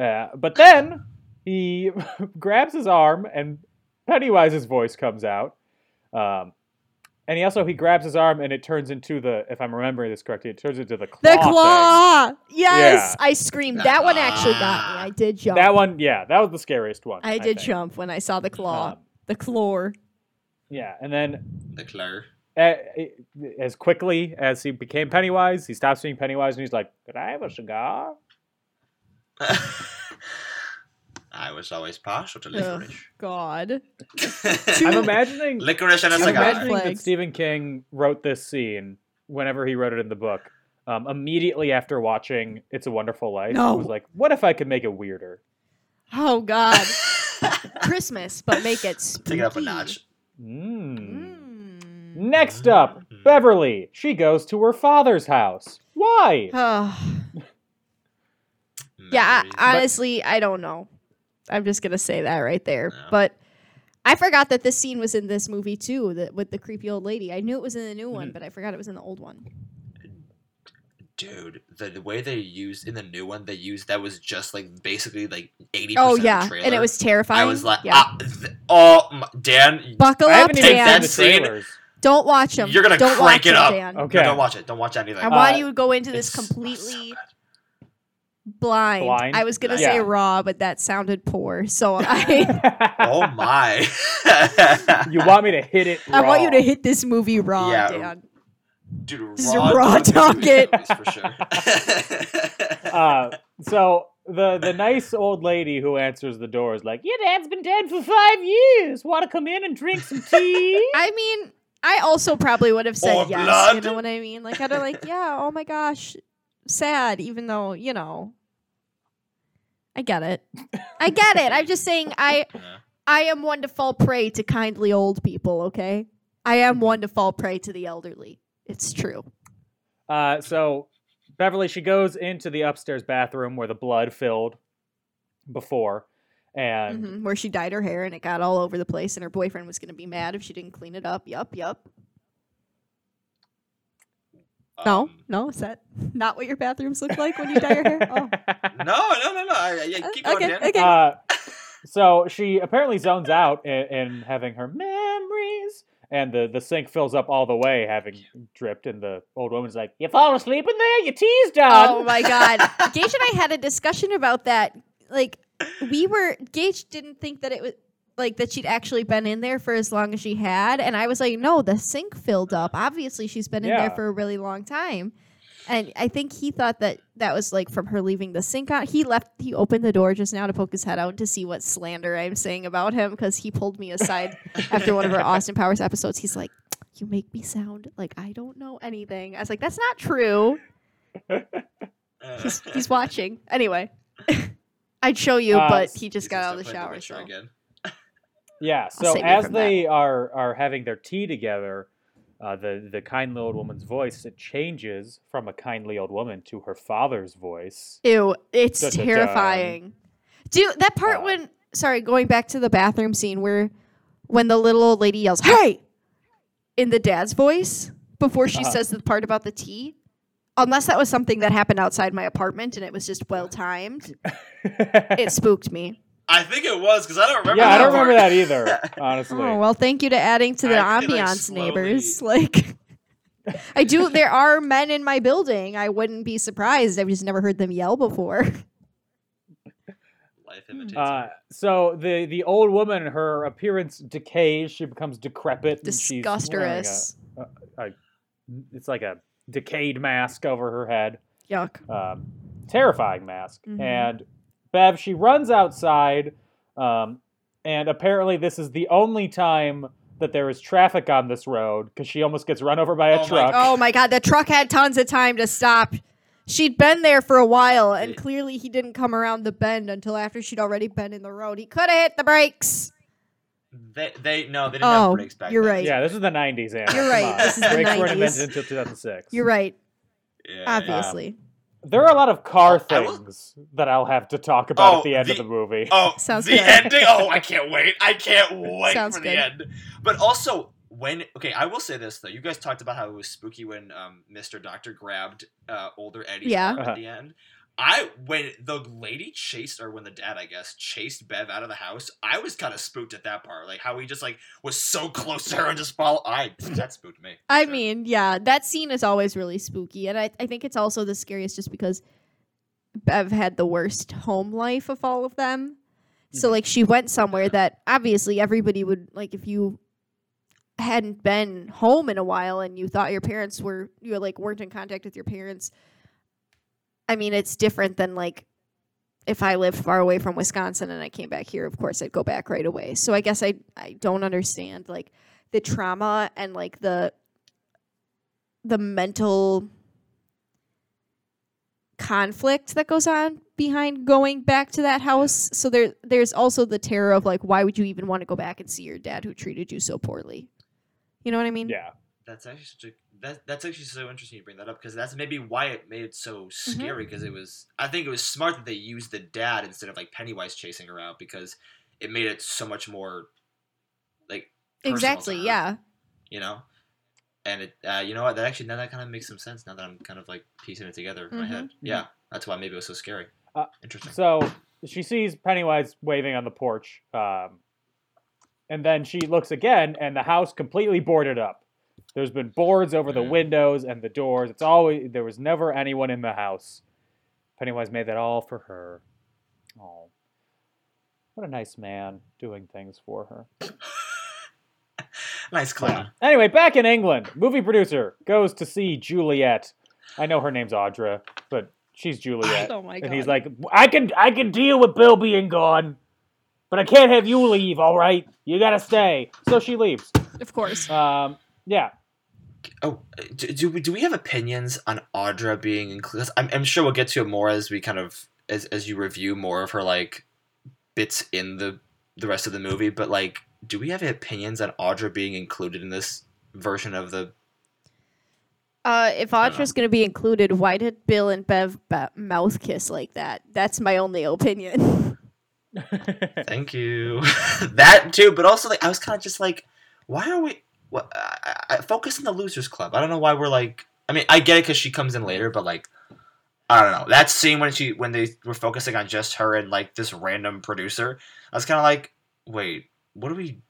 Speaker 6: Uh, but then he grabs his arm and Pennywise's voice comes out. Um, and he also he grabs his arm and it turns into the if I'm remembering this correctly, it turns into the claw.
Speaker 7: The
Speaker 6: thing.
Speaker 7: claw. Yes, I screamed.
Speaker 8: The
Speaker 7: That one
Speaker 8: claw.
Speaker 7: actually got me. I did jump.
Speaker 6: That one, yeah, that was the scariest one.
Speaker 7: I did
Speaker 6: think.
Speaker 7: jump when I saw the claw.
Speaker 6: Um,
Speaker 7: the claw.
Speaker 6: Yeah, and then
Speaker 8: The Claire.
Speaker 6: uh, as quickly as he became Pennywise, he stops being Pennywise and he's like, "Could I have a cigar?"
Speaker 8: I was always partial to
Speaker 7: Ugh,
Speaker 8: licorice.
Speaker 7: God.
Speaker 6: I'm
Speaker 7: Two-
Speaker 6: imagining,
Speaker 8: licorice and a
Speaker 7: Two
Speaker 6: I'm
Speaker 8: cigar.
Speaker 7: red-
Speaker 6: imagining that
Speaker 7: Flags.
Speaker 6: Stephen King wrote this scene whenever he wrote it in the book. Um, immediately after watching "It's a Wonderful Life,"
Speaker 7: No.
Speaker 6: he was like, "What if I could make it weirder?"
Speaker 7: Oh God. Christmas, but make it spooky.
Speaker 8: Take it up a notch.
Speaker 6: Mm.
Speaker 7: Mm.
Speaker 6: Next up, Beverly. She goes to her father's house. Why?
Speaker 7: Oh. Yeah,
Speaker 8: Memories.
Speaker 7: I, honestly, I don't know. I'm just gonna say that right there.
Speaker 8: Yeah.
Speaker 7: But I forgot that this scene was in this movie
Speaker 8: Mm-hmm.
Speaker 7: too, that with the creepy old lady. I knew it was in the new one, but I forgot it was in the old one.
Speaker 8: dude, the, the way they used in the new one, they used that was just like basically like eighty.
Speaker 7: Oh yeah, and it was terrifying.
Speaker 8: I was like,
Speaker 7: yeah.
Speaker 8: ah, th- oh, my, Dan,
Speaker 7: buckle
Speaker 6: I
Speaker 7: up,
Speaker 6: haven't even
Speaker 8: Take
Speaker 6: seen
Speaker 8: that
Speaker 7: Dan.
Speaker 6: the
Speaker 8: scene.
Speaker 6: trailers.
Speaker 7: Don't watch them.
Speaker 8: you're gonna
Speaker 7: Don't
Speaker 8: crank
Speaker 7: watch
Speaker 8: it
Speaker 7: 'em,
Speaker 8: up.
Speaker 7: Dan.
Speaker 6: Okay.
Speaker 8: No, don't watch it. Don't watch anything.
Speaker 7: I want
Speaker 6: Uh,
Speaker 7: you to go into this
Speaker 8: it's so- so
Speaker 7: completely
Speaker 8: good.
Speaker 7: blind.
Speaker 6: Blind?
Speaker 7: I was gonna
Speaker 6: Yeah.
Speaker 7: say raw, but that sounded poor. So I,
Speaker 8: oh my!
Speaker 6: you want me to hit it?
Speaker 7: I want you
Speaker 6: raw.
Speaker 7: to hit this movie raw,
Speaker 8: Yeah.
Speaker 7: Dan.
Speaker 8: Dude,
Speaker 7: This is raw
Speaker 8: dog is
Speaker 7: dogged.
Speaker 8: movies for sure.
Speaker 6: Uh, so the the nice old lady who answers the door is like, "Your dad's been dead for five years. Want to come in and drink some tea?"
Speaker 7: I mean, I also probably would have said
Speaker 8: Or
Speaker 7: yes. You
Speaker 8: blood?
Speaker 7: know what I mean? Like I'd have like, yeah. Oh my gosh, sad. Even though you know, I get it. I get it. I'm just saying. I
Speaker 8: Yeah.
Speaker 7: I am one to fall prey to kindly old people. Okay, I am one to fall prey to the elderly. It's true.
Speaker 6: Uh, so Beverly, she goes into the upstairs bathroom where the blood filled before, and
Speaker 7: hmm Where she dyed her hair and it got all over the place, and her boyfriend was going to be mad if she didn't clean it up. Yup, yup. no,
Speaker 8: Um,
Speaker 7: no, is that not what your bathrooms look like when you dye your hair? Oh.
Speaker 8: no, no, no, no. I, I- yeah,
Speaker 7: Uh,
Speaker 8: keep going,
Speaker 7: okay,
Speaker 8: Dan.
Speaker 7: okay.
Speaker 6: Uh, so she apparently zones out in, in having her memories, and the, the sink fills up all the way, having dripped. And the old woman's like, "You fall asleep in there? Your tea's done."
Speaker 7: Oh my god. Gage and I had a discussion about that. Like we were Gage didn't think that it was like that she'd actually been in there for as long as she had and I was like, "No, the sink filled up. Obviously she's been in
Speaker 6: Yeah.
Speaker 7: there for a really long time." And I think he thought that that was like from her leaving the sink out. He left he opened the door just now to poke his head out to see what slander I'm saying about him cuz he pulled me aside after one of our Austin Powers episodes. He's like, "You make me sound like I don't know anything." I was like, "That's not true."
Speaker 8: Uh,
Speaker 7: he's, he's watching. Anyway, I'd show you,
Speaker 6: Uh,
Speaker 7: but
Speaker 6: s-
Speaker 7: he just
Speaker 8: Jesus,
Speaker 7: got
Speaker 8: I
Speaker 7: out of the
Speaker 8: played The
Speaker 7: shower.
Speaker 8: Witcher
Speaker 7: so.
Speaker 8: again.
Speaker 6: Yeah.
Speaker 7: save
Speaker 6: So
Speaker 7: you
Speaker 6: as
Speaker 7: from that.
Speaker 6: they are are having their tea together, uh, the the kindly old woman's voice it changes from a kindly old woman to her father's voice.
Speaker 7: Ew, it's
Speaker 6: Dun, dun, dun.
Speaker 7: terrifying. Dude, that part
Speaker 6: Uh,
Speaker 7: when sorry, going back to the bathroom scene where when the little old lady yells, "Hey!" in the dad's voice before she
Speaker 6: Uh-huh.
Speaker 7: says the part about the tea. Unless that was something that happened outside my apartment and it was just well timed, it spooked me.
Speaker 8: I think it was because I don't remember.
Speaker 6: yeah, I
Speaker 8: that
Speaker 6: don't remember
Speaker 8: part.
Speaker 6: that either. Honestly.
Speaker 7: Oh well, thank you to adding to the
Speaker 8: I feel like
Speaker 7: ambiance,
Speaker 8: slowly-
Speaker 7: neighbors. Like, I do. There are men in my building. I wouldn't be surprised. I've just never heard them yell before.
Speaker 8: Life
Speaker 7: Hmm.
Speaker 8: imitates
Speaker 6: Uh, so the the old woman, her appearance decays. She becomes decrepit. and she's wearing
Speaker 7: Disgusterous.
Speaker 6: A, a, it's like a decayed mask over her head.
Speaker 7: Yuck.
Speaker 6: um, terrifying mask.
Speaker 7: Mhm.
Speaker 6: And Bev, she runs outside, um, and apparently this is the only time that there is traffic on this road because she almost gets run over by a
Speaker 8: Oh my
Speaker 6: truck.
Speaker 8: God.
Speaker 7: Oh my god, the truck had tons of time to stop. She'd been there for a while, and clearly he didn't come around the bend until after she'd already been in the road. He could have hit the brakes.
Speaker 8: They, they no, they didn't
Speaker 7: Oh,
Speaker 8: have brakes back.
Speaker 7: you're
Speaker 8: then.
Speaker 7: right.
Speaker 6: Yeah, this is the '90s, Anna.
Speaker 7: You're right,
Speaker 6: Come on.
Speaker 7: this is the
Speaker 6: Brakes weren't
Speaker 7: 90s.
Speaker 6: invented until 2006.
Speaker 7: You're right,
Speaker 8: Yeah,
Speaker 7: obviously.
Speaker 6: There are a lot of car
Speaker 8: I will-
Speaker 6: things that I'll have to talk about at
Speaker 8: Oh,
Speaker 6: the end of
Speaker 8: the-
Speaker 6: the movie.
Speaker 8: Oh,
Speaker 7: Sounds
Speaker 8: the
Speaker 7: good.
Speaker 8: ending. Oh, I can't wait. I can't wait
Speaker 7: Sounds
Speaker 8: for
Speaker 7: good.
Speaker 8: the end. But also, when okay, I will say this though. You guys talked about how it was spooky when um, Mr. Doctor grabbed uh, older Eddie's
Speaker 7: Yeah.
Speaker 8: arm
Speaker 6: Uh-huh.
Speaker 8: at the end. I when the lady chased, or when the dad, I guess, chased Bev out of the house. I was kind of spooked at that part, like how he just like was so close to her and just follow. I that spooked me.
Speaker 7: I
Speaker 8: Sure.
Speaker 7: mean, yeah, that scene is always really spooky. And I, I think it's also the scariest just because Bev had the worst home life of all of them. So, like, she went somewhere that obviously everybody would, like, if you hadn't been home in a while and you thought your parents were, you like, weren't in contact with your parents. I mean, it's different than, like, if I lived far away from Wisconsin and I came back here, of course I'd go back right away. So I guess I I don't understand like the trauma and like the the mental conflict that goes on behind going back to that house. So there there's also the terror of like why would you even want to go back and see your dad who treated you so poorly? You know what I mean?
Speaker 6: yeah.
Speaker 8: That's actually such a, that, that's actually so interesting you bring that up because that's maybe why it made it so scary
Speaker 7: Mm-hmm.
Speaker 8: because it was I think it was smart that they used the dad instead of like Pennywise chasing her out because it made it so much more like personal to
Speaker 7: Exactly,
Speaker 8: her,
Speaker 7: yeah.
Speaker 8: you know and it uh, you know what that actually now that kind of makes some sense now that I'm kind of like piecing it together in my
Speaker 7: Mhm.
Speaker 8: head. Yeah, that's why maybe it was so scary.
Speaker 6: Uh,
Speaker 8: Interesting.
Speaker 6: So she sees Pennywise waving on the porch, um, and then she looks again, and the house completely boarded up. There's been boards over the
Speaker 8: Yeah.
Speaker 6: windows and the doors. It's always there was never anyone in the house. Pennywise made that all for her. Oh, what a nice man doing things for her.
Speaker 8: nice clown.
Speaker 6: Anyway, back in England, movie producer goes to see Juliet. I know her name's Audra, but she's Juliet.
Speaker 7: Oh my god.
Speaker 6: and he's like, I can I can deal with Bill being gone, but I can't have you leave. All right, you gotta stay. So she leaves.
Speaker 7: of course.
Speaker 6: Um, yeah,
Speaker 8: Oh, uh, do, do we do we have opinions on Audra being included? I'm, I'm sure we'll get to it more as we kind of as as you review more of her like bits in the the rest of the movie. But like, do we have opinions on Audra being included in this version of the?
Speaker 7: Uh, if
Speaker 8: I don't
Speaker 7: Audra's going to be included, why did Bill and Bev ba- mouth kiss like that? That's my only
Speaker 8: Oh.
Speaker 7: opinion.
Speaker 8: Thank you. that too, but also like I was kind of just like, why are we? What I, I, I- focus on the losers club. I don't know why we're like. I mean, I get it because she comes in later, but like, I don't know. That scene when she when they were focusing on just her and like this random producer, I was kind of like, wait, what are we?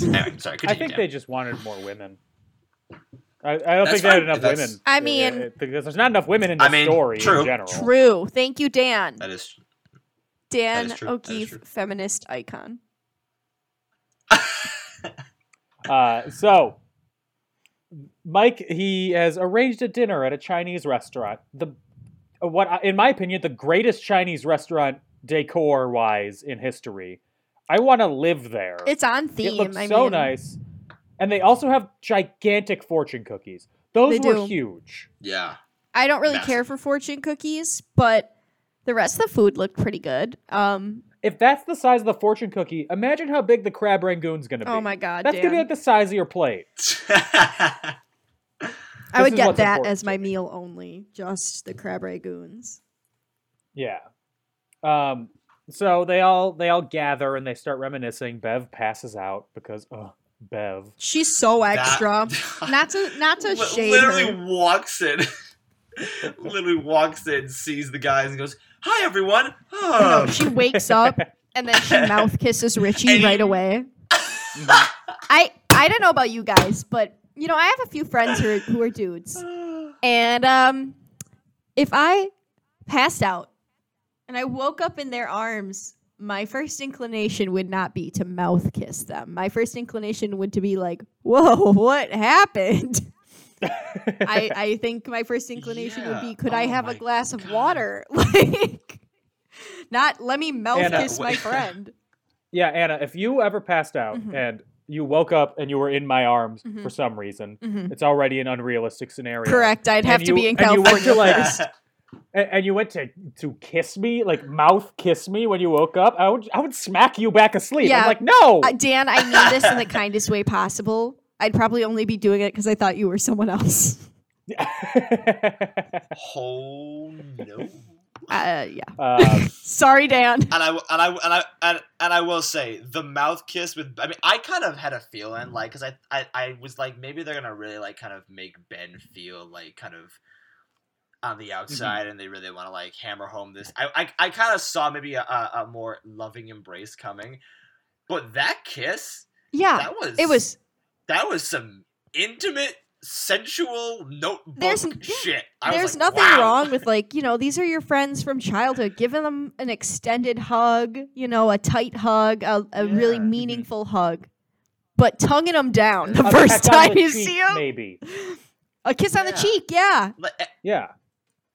Speaker 8: Anyway, sorry.
Speaker 6: I
Speaker 8: Continue,
Speaker 6: think
Speaker 8: Dan.
Speaker 6: they just wanted more women. I, I don't
Speaker 8: That's
Speaker 6: think they had
Speaker 8: fine.
Speaker 6: enough
Speaker 8: That's-
Speaker 6: women.
Speaker 7: I mean-
Speaker 6: because there's not enough women in the
Speaker 8: I mean,
Speaker 6: story
Speaker 8: true.
Speaker 6: in general.
Speaker 7: True. Thank you, Dan.
Speaker 8: That is.
Speaker 7: Dan
Speaker 8: true. That is
Speaker 7: O'Keefe,
Speaker 8: true.
Speaker 7: feminist icon.
Speaker 6: Uh, so, Mike, he has arranged a dinner at a Chinese restaurant. The uh, what, I- in my opinion, the greatest Chinese restaurant decor wise in history. I want to live there.
Speaker 7: It's on theme.
Speaker 6: it looks
Speaker 7: I
Speaker 6: so
Speaker 7: mean,
Speaker 6: nice, and they also have gigantic fortune cookies. Those
Speaker 7: They
Speaker 6: were
Speaker 7: do.
Speaker 6: huge.
Speaker 8: Yeah.
Speaker 7: I don't really
Speaker 8: Massive.
Speaker 7: care for fortune cookies, but the rest of the food looked pretty good. Um.
Speaker 6: If that's the size of the fortune cookie, imagine how big the crab rangoon's gonna be.
Speaker 7: Oh my god,
Speaker 6: That's
Speaker 7: Dan.
Speaker 6: gonna be like the size of your plate.
Speaker 7: I
Speaker 6: this
Speaker 7: would
Speaker 6: is
Speaker 7: get
Speaker 6: what's
Speaker 7: that
Speaker 6: important
Speaker 7: as my
Speaker 6: to me.
Speaker 7: meal only, just the crab ragoons.
Speaker 6: Yeah. Um. So they all they all gather and they start reminiscing. Bev passes out because oh, Bev.
Speaker 7: She's so
Speaker 8: That-
Speaker 7: extra. not to not to
Speaker 8: Li-
Speaker 7: shade
Speaker 8: literally
Speaker 7: her.
Speaker 8: walks in literally walks in sees the guys and goes hi everyone
Speaker 7: No,
Speaker 8: oh.
Speaker 7: she wakes up and then she mouth kisses Richie
Speaker 8: And he-
Speaker 7: right away. I I don't know about you guys, but you know I have a few friends who are, who are dudes, and um, if I passed out and I woke up in their arms, my first inclination would not be to mouth kiss them. My first inclination would to be like, "Whoa, what happened?" I, I think my first inclination would
Speaker 8: Yeah.
Speaker 7: be, could I
Speaker 8: Oh
Speaker 7: have
Speaker 8: my
Speaker 7: a glass of
Speaker 8: God.
Speaker 7: water? Like, not let me mouth
Speaker 6: Anna,
Speaker 7: kiss my
Speaker 8: wait.
Speaker 7: friend.
Speaker 6: Yeah, Anna. If you ever passed out
Speaker 7: Mhm.
Speaker 6: and you woke up and you were in my arms
Speaker 7: Mhm.
Speaker 6: for some reason,
Speaker 7: Mhm.
Speaker 6: it's already an unrealistic scenario.
Speaker 7: Correct. I'd have
Speaker 6: And
Speaker 7: to
Speaker 6: you-
Speaker 7: be in
Speaker 6: and you went
Speaker 7: California
Speaker 6: to, like-
Speaker 7: first.
Speaker 6: And, and you went to to kiss me, like mouth kiss me when you woke up. I would I would smack you back asleep.
Speaker 7: Yeah.
Speaker 6: I'm like, no.
Speaker 7: Uh, Dan, I mean this in the kindest way possible. I'd probably only be doing it because I thought you were someone else.
Speaker 8: oh no and
Speaker 7: Uh, yeah.
Speaker 6: um,
Speaker 7: Sorry, Dan.
Speaker 8: I and I and I and, and I will say the mouth kiss with I mean I kind of had a feeling like because I, I I was like maybe they're gonna really like kind of make Ben feel like kind of on
Speaker 7: Mm-hmm.
Speaker 8: the outside and they really want to like hammer home this I I, I kind of saw maybe a, a, a more loving embrace coming but that kiss
Speaker 7: Yeah,
Speaker 8: that was
Speaker 7: it was.
Speaker 8: that was some intimate, sensual notebook
Speaker 7: There's- yeah.
Speaker 8: shit. I was
Speaker 7: There's
Speaker 8: like,
Speaker 7: nothing
Speaker 8: wow.
Speaker 7: wrong with like you know these are your friends from childhood. Give them an extended hug, you know, a tight hug, a, a really
Speaker 8: Yeah.
Speaker 7: meaningful hug. But tonguing them down the
Speaker 6: a
Speaker 7: first
Speaker 6: peck on
Speaker 7: time
Speaker 6: the
Speaker 7: you
Speaker 6: cheek,
Speaker 7: see them,
Speaker 6: maybe.
Speaker 7: a kiss on the
Speaker 8: Yeah.
Speaker 7: cheek, yeah.
Speaker 8: Like, eh,
Speaker 6: Yeah.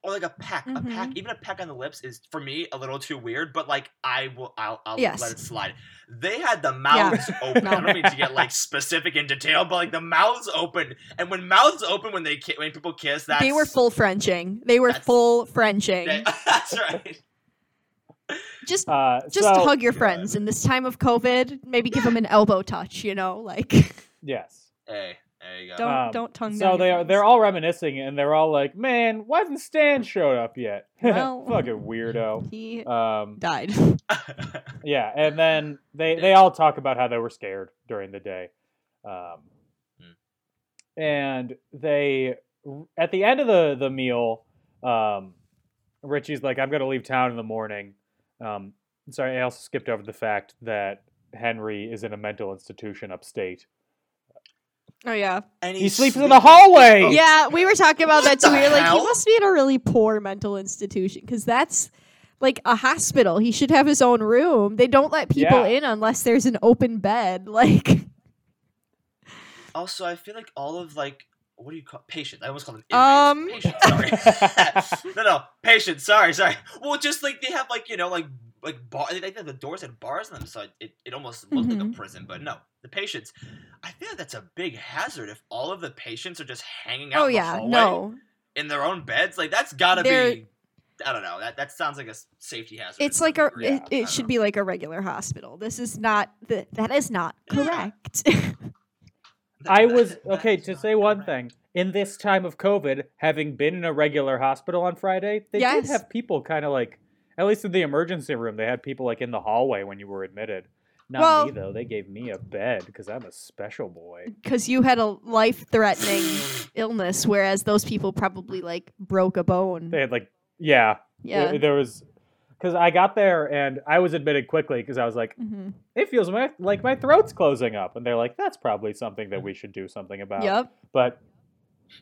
Speaker 8: or like a peck, a peck.
Speaker 7: Mhm.
Speaker 8: Even a peck on the lips is for me a little too weird. But like, I will, I'll, I'll
Speaker 7: Yes.
Speaker 8: let it slide. They had the mouths open. I don't mean to get like specific in detail, but like the mouths open, and when mouths open, when they ki- when people kiss, that's
Speaker 7: they were full Frenching. They were
Speaker 8: that's-
Speaker 7: full Frenching.
Speaker 8: that- that's right.
Speaker 7: just
Speaker 6: Uh,
Speaker 7: just
Speaker 6: so-
Speaker 7: hug your
Speaker 8: God.
Speaker 7: friends in this time of COVID. Maybe give them an elbow touch, you know, like
Speaker 6: Yes.
Speaker 8: Hey, there you go.
Speaker 7: don't
Speaker 6: Um,
Speaker 7: don't tongue down.
Speaker 6: So
Speaker 7: your
Speaker 6: they are
Speaker 7: friends.
Speaker 6: they're all reminiscing and they're all like, "Man, why hasn't Stan showed up yet?"
Speaker 7: Well-
Speaker 6: Fucking weirdo.
Speaker 7: he
Speaker 6: Um,
Speaker 7: died.
Speaker 6: yeah, and then they they all talk about how they were scared during the day. Um,
Speaker 8: Mm.
Speaker 6: and they at the end of the the meal, um, Richie's like, "I'm gonna leave town in the morning." Um, sorry, I also skipped over the fact that Henry is in a mental institution upstate.
Speaker 7: Oh yeah.
Speaker 8: And
Speaker 6: He sleeps in the hallway.
Speaker 7: Yeah, we were talking about that
Speaker 8: What
Speaker 7: too.
Speaker 8: the
Speaker 7: We were like, he
Speaker 8: hell?
Speaker 7: must be in a really poor mental institution because that's like a hospital. He should have his own room. They don't let people
Speaker 6: Yeah.
Speaker 7: in unless there's an open bed. Like,
Speaker 8: Also, I feel like all of like what do you call patients? I almost called them
Speaker 7: Um.
Speaker 8: inmates. Patients, sorry. no, no, patients. Sorry, sorry. Well, just like they have like you know like like bar. I think the doors had bars on them, so it, it almost looked like a
Speaker 7: Mhm.
Speaker 8: prison. But no, the patients. I feel like that's a big hazard if all of the patients are just hanging out.
Speaker 7: oh
Speaker 8: in the
Speaker 7: yeah,
Speaker 8: hallway
Speaker 7: no,
Speaker 8: In their own beds, like that's gotta
Speaker 7: They're-
Speaker 8: be. I don't know. That that sounds like a s- safety hazard.
Speaker 7: it's
Speaker 8: to
Speaker 7: like a.
Speaker 8: degree.
Speaker 6: Yeah,
Speaker 7: It, it should be like a regular hospital. This is not the, That is not
Speaker 8: Yeah.
Speaker 7: correct.
Speaker 6: I
Speaker 8: That-
Speaker 6: was
Speaker 8: that
Speaker 6: okay
Speaker 8: is
Speaker 6: to
Speaker 8: not
Speaker 6: say one
Speaker 8: correct.
Speaker 6: thing. In this time of COVID, having been in a regular hospital on Friday, they did
Speaker 7: Yes.
Speaker 6: have people kind of like, at least in the emergency room, they had people like in the hallway when you were admitted. Not me
Speaker 7: Well- Mm-hmm.
Speaker 6: though. They gave me a bed because I'm a special boy.
Speaker 7: Because you had a life-threatening illness, whereas those people probably like broke a bone.
Speaker 6: They had like, yeah,
Speaker 7: yeah.
Speaker 6: there- there was because I got there and I was admitted quickly because I was like,
Speaker 7: hmm
Speaker 6: it feels my, like my throat's closing up, and they're like, that's probably something
Speaker 7: Mm.
Speaker 6: that we should do something about.
Speaker 7: Yep.
Speaker 6: but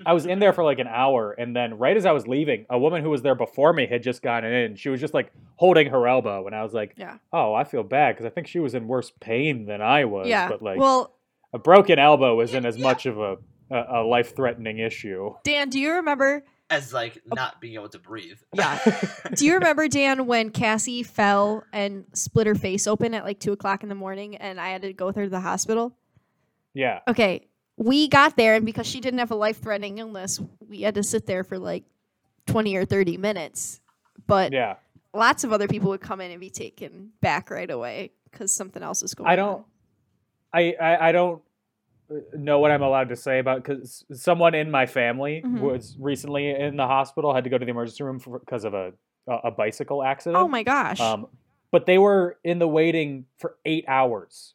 Speaker 6: I was in there for like an hour, and then right as I was leaving, a woman who was there before me had just gotten in. She was just like holding her elbow, and I was like,
Speaker 7: Yeah.
Speaker 6: "Oh, I feel bad because I think she was in worse pain than I was."
Speaker 7: Yeah.
Speaker 6: but like
Speaker 7: well,
Speaker 6: a broken elbow isn't as much of a a, a life threatening issue.
Speaker 7: Dan, do you remember?
Speaker 8: as like
Speaker 7: Oh.
Speaker 8: not being able to breathe.
Speaker 7: Yeah. Do you remember Dan when Cassie fell and split her face open at like two o'clock in the morning, and I had to go with her to the hospital?
Speaker 6: Yeah,
Speaker 7: Okay, we got there, and because she didn't have a life-threatening illness, we had to sit there for like twenty or thirty minutes. But
Speaker 6: yeah.
Speaker 7: lots of other people would come in and be taken back right away because something else was going.
Speaker 6: I don't, I, I I don't uh, know what I'm allowed to say about because someone in my family
Speaker 7: Mhm.
Speaker 6: was recently in the hospital, had to go to the emergency room because of a a a bicycle
Speaker 7: On.
Speaker 6: accident.
Speaker 7: Oh my gosh!
Speaker 6: Um, but they were in the waiting for eight hours,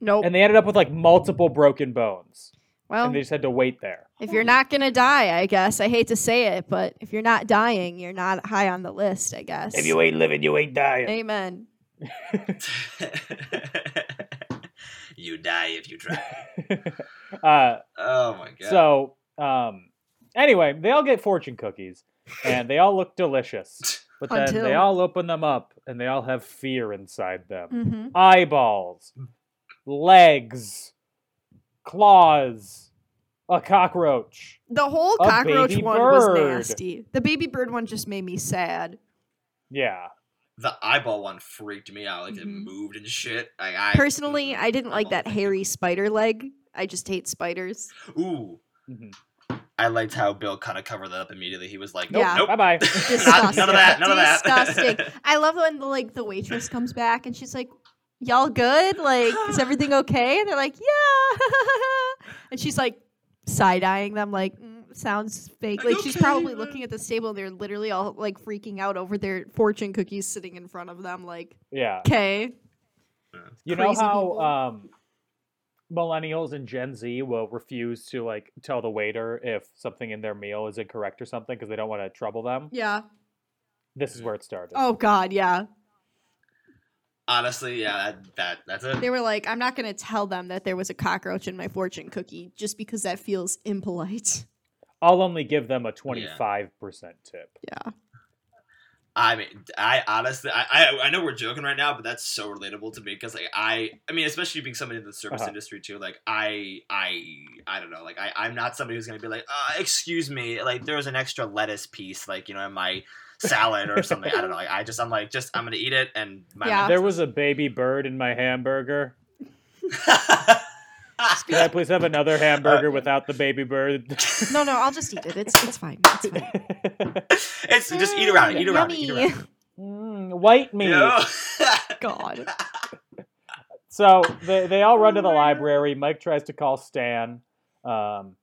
Speaker 7: nope.
Speaker 6: and they ended up with like multiple broken bones,
Speaker 7: well,
Speaker 6: and they just had to wait there.
Speaker 7: if you're not gonna die, I guess I hate to say it, but if you're not dying, you're not high on the list. I guess.
Speaker 6: ain't living, you ain't dying.
Speaker 7: Amen.
Speaker 8: you die if you try.
Speaker 6: uh,
Speaker 8: Oh my god.
Speaker 6: So, um, anyway, they all get fortune cookies, and they all look delicious. But then they
Speaker 7: Until-
Speaker 6: all open them up, and they all have fear inside them.
Speaker 7: Mm-hmm.
Speaker 6: eyeballs, legs, claws, a cockroach.
Speaker 7: The whole
Speaker 6: A
Speaker 7: cockroach
Speaker 6: baby
Speaker 7: one
Speaker 6: bird.
Speaker 7: was nasty. The baby bird one just made me sad.
Speaker 6: Yeah.
Speaker 8: the eyeball one freaked me out. Like it
Speaker 7: Mhm.
Speaker 8: moved and shit. Like I Mm-hmm.
Speaker 7: Personally, I didn't like that
Speaker 8: Eyeball.
Speaker 7: hairy spider leg. I just hate spiders.
Speaker 8: Ooh.
Speaker 6: Mhm.
Speaker 8: I liked how Bill kind of covered that up immediately. He was like,
Speaker 7: Nope, Yeah.
Speaker 8: "Nope,
Speaker 6: Bye bye.
Speaker 8: Not- none of that. None of that."
Speaker 7: Disgusting. I love when the, like the waitress comes back and she's like, "Y'all good? Like, is everything okay?" And they're like, "Yeah." and she's like side eyeing them, like mm, sounds fake. Like she's
Speaker 8: Okay.
Speaker 7: probably looking at the table and they're literally all like freaking out over their fortune cookies sitting in front of them. Like,
Speaker 6: yeah.
Speaker 7: okay,
Speaker 6: You know
Speaker 7: Crazy
Speaker 6: how
Speaker 7: people.
Speaker 6: um, millennials and Gen Z will refuse to like tell the waiter if something in their meal is incorrect or something because they don't want to trouble them.
Speaker 7: yeah.
Speaker 6: This is where it started.
Speaker 7: Oh God, yeah.
Speaker 8: honestly, yeah, that, that that's it."
Speaker 7: They were like, I'm not going to tell them that there was a cockroach in my fortune cookie just because that feels impolite.
Speaker 6: I'll only give them a twenty-five percent tip.
Speaker 8: I mean, I honestly, I, I I know we're joking right now, but that's so relatable to me because like I, I mean, especially being somebody in the service
Speaker 6: Uh-huh.
Speaker 8: industry too. Like I, I, I don't know. Like I, I'm not somebody who's gonna be like, uh, excuse me, like there was an extra lettuce piece, like you know, in my salad or something. I don't know. Like I just, I'm like, just I'm gonna eat it and my
Speaker 7: Yeah.
Speaker 6: There was a baby bird in my hamburger. Can I
Speaker 8: yeah.
Speaker 6: please have another hamburger without the baby bird?
Speaker 7: No, no, I'll just eat it. It's it's fine. It's fine.
Speaker 8: it's just eat around it, eat around it, eat
Speaker 7: Yummy.
Speaker 8: around it.
Speaker 6: Mm, white meat.
Speaker 8: You know?
Speaker 7: God.
Speaker 6: So they, they all run to the library. Mike tries to call Stan. Um,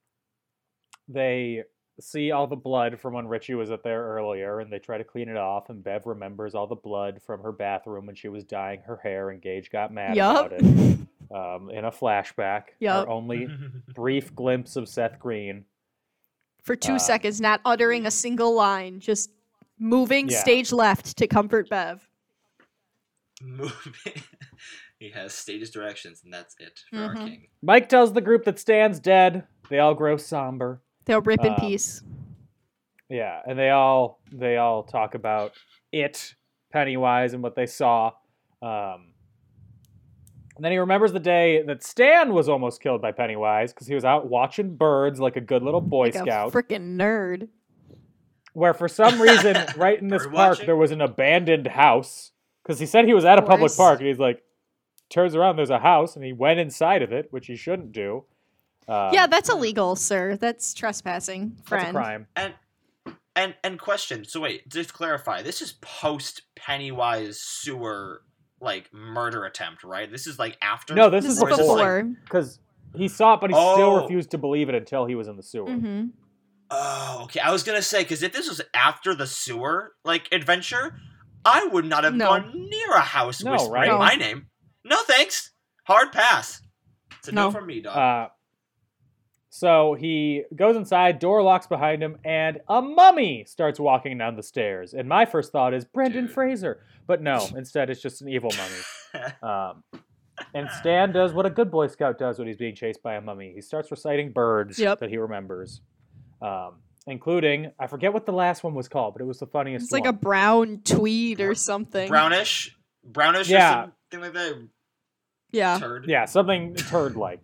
Speaker 6: they see all the blood from when Richie was up there earlier, and they try to clean it off. And Bev remembers all the blood from her bathroom when she was dyeing her hair, and Gage got mad about
Speaker 7: Yup.
Speaker 6: it. um, in a flashback.
Speaker 7: Yup.
Speaker 6: Our only brief glimpse of Seth Green.
Speaker 7: for two
Speaker 6: Uh,
Speaker 7: seconds, not uttering a single line, just moving
Speaker 6: Yeah.
Speaker 7: stage left to comfort Bev.
Speaker 8: Moving. he has stage directions, and that's it for our
Speaker 7: Mhm.
Speaker 8: king.
Speaker 6: Mike tells the group that stands dead. They all grow somber.
Speaker 7: They'll rip in
Speaker 6: Um,
Speaker 7: peace.
Speaker 6: Yeah, and they all they all talk about it, Pennywise, and what they saw. Um, and then he remembers the day that Stan was almost killed by Pennywise because he was out watching birds like a good little boy
Speaker 7: Like
Speaker 6: scout.
Speaker 7: a freaking nerd.
Speaker 6: where for some reason, right in this
Speaker 8: Bird
Speaker 6: park,
Speaker 8: watching?
Speaker 6: there was an abandoned house because he said he was at a public
Speaker 7: course.
Speaker 6: park and he's like, turns around, there's a house, and he went inside of it, which he shouldn't do. Um,
Speaker 7: yeah, that's illegal, sir. That's trespassing, friend.
Speaker 6: that's a crime.
Speaker 8: And and and question. So wait, just to clarify. This is post Pennywise sewer like murder attempt, right? This is like after.
Speaker 6: No, this
Speaker 7: This is
Speaker 6: Or it's like-
Speaker 7: before.
Speaker 6: because he saw it, but he
Speaker 8: Oh.
Speaker 6: still refused to believe it until he was in the sewer.
Speaker 7: hmm
Speaker 8: Oh, okay. I was gonna say because if this was after the sewer like adventure, I would not have
Speaker 7: No.
Speaker 8: gone near a house
Speaker 6: No,
Speaker 8: whispering
Speaker 6: right?
Speaker 7: No.
Speaker 8: my name. No thanks. Hard pass. It's a no,
Speaker 7: No.
Speaker 8: from me, dog.
Speaker 6: Uh, so he goes inside, door locks behind him, and a mummy starts walking down the stairs. And my first thought is Brendan
Speaker 8: Dude.
Speaker 6: Fraser, but no, instead it's just an evil mummy. Um, and Stan does what a good Boy Scout does when he's being chased by a mummy. He starts reciting birds
Speaker 7: Yep.
Speaker 6: that he remembers, um, including I forget what the last one was called, but it was the funniest.
Speaker 7: It's like a
Speaker 6: one.
Speaker 7: brown tweed or something.
Speaker 8: brownish, brownish,
Speaker 6: Yeah.
Speaker 8: or something like that.
Speaker 7: yeah.
Speaker 8: Turd,
Speaker 6: yeah, something turd like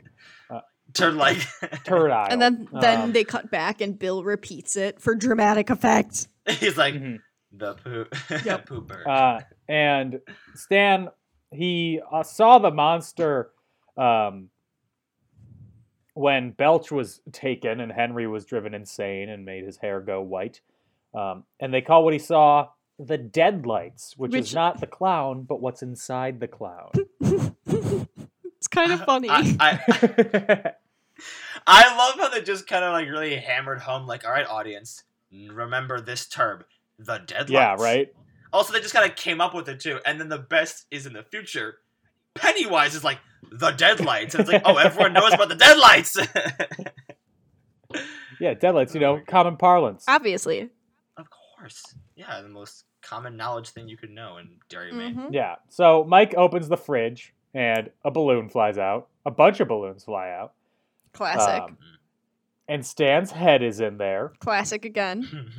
Speaker 8: turd like.
Speaker 6: turd eye.
Speaker 7: And then then
Speaker 6: Um,
Speaker 7: they cut back and Bill repeats it for dramatic effect.
Speaker 8: He's like
Speaker 6: Mhm.
Speaker 8: the poop,
Speaker 7: Yep.
Speaker 8: poop bird.
Speaker 6: Uh, and Stan, he uh, saw the monster um, when Belch was taken and Henry was driven insane and made his hair go white. Um, and they call what he saw the deadlights, which, is
Speaker 7: Which-
Speaker 6: not the clown, but what's inside the clown.
Speaker 7: it's kind of funny.
Speaker 8: I, I, I love how they just kind of like really hammered home, like, all right, audience, remember this term, the deadlights.
Speaker 6: yeah, right?
Speaker 8: Also, they just kind of came up with it too. And then the best is in the future. Pennywise is like the deadlights. And it's like, oh, everyone knows about the deadlights.
Speaker 6: Yeah, deadlights, you
Speaker 8: Oh
Speaker 6: know,
Speaker 8: my God.
Speaker 6: common parlance.
Speaker 7: Um, Obviously.
Speaker 8: of course, yeah, the most common knowledge thing you could know in Dairy Maine.
Speaker 7: Mhm.
Speaker 6: Yeah. So Mike opens the fridge and a balloon flies out. A bunch of balloons fly out.
Speaker 7: Classic.
Speaker 6: Um, and Stan's head is in there.
Speaker 7: Classic again.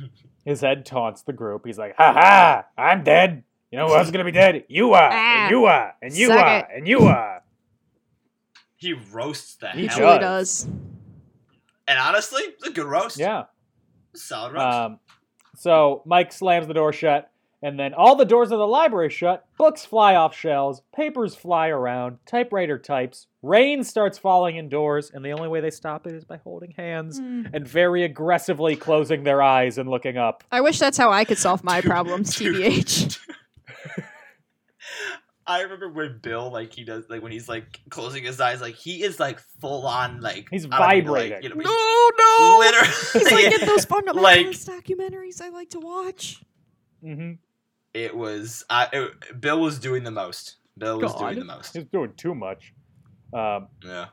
Speaker 6: His head taunts the group. He's like, "Ha ha! I'm dead. You know who else is gonna be dead? You are,
Speaker 7: Ah,
Speaker 6: and you are, and you
Speaker 7: suck
Speaker 6: are,
Speaker 7: it."
Speaker 6: and you are."
Speaker 8: he roasts the
Speaker 6: He
Speaker 8: hell.
Speaker 7: Truly
Speaker 6: does.
Speaker 7: does.
Speaker 8: And honestly, it's a good roast.
Speaker 6: Yeah.
Speaker 8: solid roast.
Speaker 6: Um, so Mike slams the door shut, and then all the doors of the library shut. Books fly off shelves, papers fly around, typewriter types. Rain starts falling indoors, and the only way they stop it is by holding hands
Speaker 7: Mm.
Speaker 6: and very aggressively closing their eyes and looking up.
Speaker 7: I wish that's how I could solve my problems,
Speaker 8: dude.
Speaker 7: TBH.
Speaker 8: I remember when Bill, like he does, like when he's like closing his eyes, like he is like full on, like
Speaker 6: He's
Speaker 8: I don't know, like,
Speaker 6: vibrating.
Speaker 8: you know, he's
Speaker 7: no, no. He's
Speaker 8: literally,
Speaker 7: like in those fundamentalist
Speaker 8: Like-
Speaker 7: documentaries I like to watch.
Speaker 6: hmm
Speaker 8: it was. I, it, Bill was doing the most. Bill was doing
Speaker 7: God.
Speaker 8: the most.
Speaker 6: He's doing too much. Um,
Speaker 8: Yeah.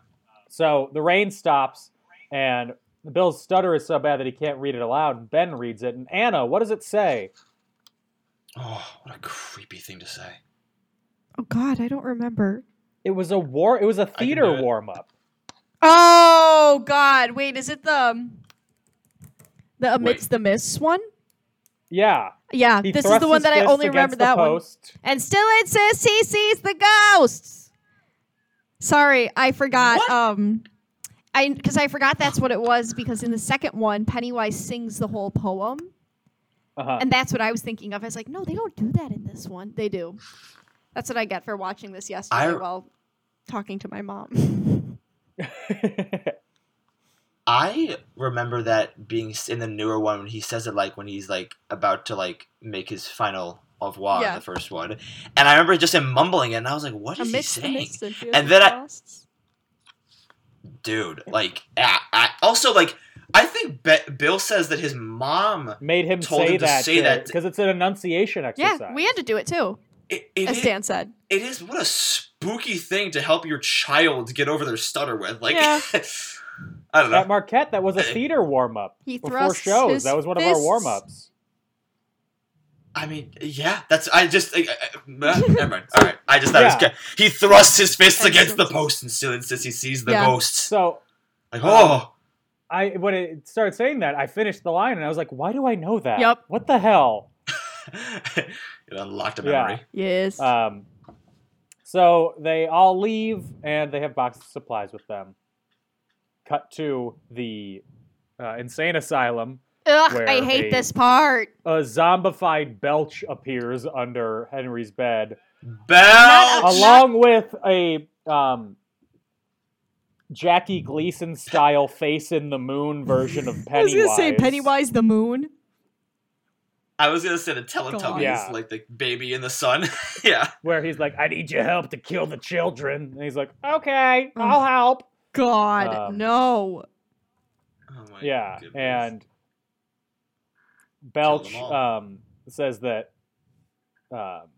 Speaker 6: So the rain stops, and Bill's stutter is so bad that he can't read it aloud. And Ben reads it. And Anna, what does it say?
Speaker 8: Oh, what a creepy thing to say.
Speaker 7: Oh God, I don't remember.
Speaker 6: It was a war. It was a
Speaker 8: can
Speaker 6: theater
Speaker 8: do it.
Speaker 6: warm up.
Speaker 7: Oh God, wait, is it the um, the amidst
Speaker 8: Wait.
Speaker 7: the mists one?
Speaker 6: Yeah,
Speaker 7: Yeah,
Speaker 6: he
Speaker 7: Uh, this is
Speaker 6: thrusts
Speaker 7: the one
Speaker 6: his
Speaker 7: that I
Speaker 6: fist
Speaker 7: only remember
Speaker 6: against the
Speaker 7: that one.
Speaker 6: post.
Speaker 7: And still, it says he sees the ghosts. Sorry, I forgot.
Speaker 8: What?
Speaker 7: Um, I because I forgot that's what it was because in the second one, Pennywise sings the whole poem,
Speaker 6: Uh-huh.
Speaker 7: and that's what I was thinking of. I was like, no, they don't do that in this one. They do. That's what I get for watching this yesterday
Speaker 8: I-
Speaker 7: while talking to my mom.
Speaker 8: I remember that being s- in the newer one when he says it like when he's like about to like make his final au revoir in
Speaker 7: Yeah.
Speaker 8: the first one, and I remember just him mumbling it, and I was like, "What is he
Speaker 7: Amidst the
Speaker 8: saying?"
Speaker 7: mists and fears
Speaker 8: And
Speaker 7: of
Speaker 8: then
Speaker 7: the
Speaker 8: I-
Speaker 7: ghosts.
Speaker 8: dude like I, I also like i think Be- bill says that his mom
Speaker 6: Made him
Speaker 8: Told
Speaker 6: say
Speaker 8: him to
Speaker 6: that
Speaker 8: say that.
Speaker 6: because it's an enunciation
Speaker 7: Yeah,
Speaker 6: exercise.
Speaker 7: we had to do it too.
Speaker 8: It, it
Speaker 7: as
Speaker 8: is-
Speaker 7: Dan said.
Speaker 8: it is what a spooky thing to help your child get over their stutter with. Like,
Speaker 7: Yeah.
Speaker 8: I don't know.
Speaker 6: At Marquette, that was a theater warm up.
Speaker 7: He
Speaker 6: Before
Speaker 7: thrusts
Speaker 6: shows,
Speaker 7: his
Speaker 6: that was one of our
Speaker 7: fists.
Speaker 6: warm ups.
Speaker 8: I mean, yeah, that's. I just. I, I, uh, never mind. All right. I just thought it was. He thrusts his fists against the post and still insists he sees the
Speaker 7: Yeah.
Speaker 8: ghosts.
Speaker 6: So
Speaker 8: Like, oh,
Speaker 6: I when it started saying that, I finished the line and I was like, why do I know that?
Speaker 7: Yep.
Speaker 6: What the hell?
Speaker 8: it unlocked a
Speaker 6: Yeah.
Speaker 8: memory.
Speaker 7: Yes.
Speaker 6: Um, so they all leave and they have boxes of supplies with them. Cut to the uh, insane asylum.
Speaker 7: Ugh,
Speaker 6: where
Speaker 7: I hate
Speaker 6: they-
Speaker 7: this part.
Speaker 6: A zombified Belch appears under Henry's bed,
Speaker 8: Bell.
Speaker 6: along with a um, Jackie Gleason style face in the moon version of Pennywise.
Speaker 7: the moon.
Speaker 8: I was gonna say the
Speaker 7: on.
Speaker 8: Teletubbies,
Speaker 6: Yeah.
Speaker 8: like the baby in the sun. yeah.
Speaker 6: where he's like, "I need your help to kill the children," and he's like, "Okay, I'll help."
Speaker 7: God,
Speaker 6: Um,
Speaker 7: no.
Speaker 8: Oh my
Speaker 6: yeah
Speaker 8: goodness.
Speaker 6: and belch
Speaker 8: all.
Speaker 6: um, says that um,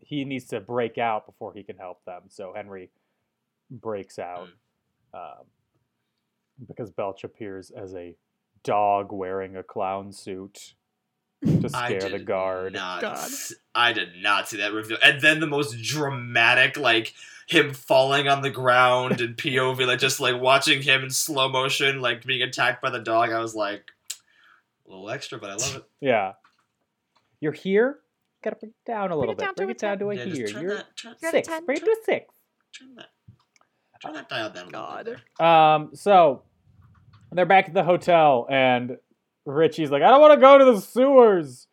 Speaker 6: he needs to break out before he can help them so henry breaks out
Speaker 8: Hmm.
Speaker 6: um, because belch appears as a dog wearing a clown suit to
Speaker 8: I
Speaker 6: scare the
Speaker 8: did
Speaker 6: guard
Speaker 8: Not,
Speaker 7: God.
Speaker 8: I did not see that reveal. And then the most dramatic, like him falling on the ground and POV, like just like watching him in slow motion, like being attacked by the dog. I was like, a little extra, but I love it.
Speaker 6: yeah you're here gotta bring it down a little
Speaker 7: it
Speaker 6: bit
Speaker 7: down to
Speaker 6: bring
Speaker 7: a
Speaker 6: it down to a
Speaker 8: Yeah,
Speaker 6: here
Speaker 8: just turn
Speaker 6: you're
Speaker 8: that, turn,
Speaker 7: You're at a
Speaker 6: six
Speaker 7: 10,
Speaker 6: bring it
Speaker 7: turn-
Speaker 6: to a six
Speaker 8: turn that, turn that dial down a little
Speaker 7: God.
Speaker 8: bit. There.
Speaker 6: Um, so they're back at the hotel, and Richie's like, I don't want to go to the sewers.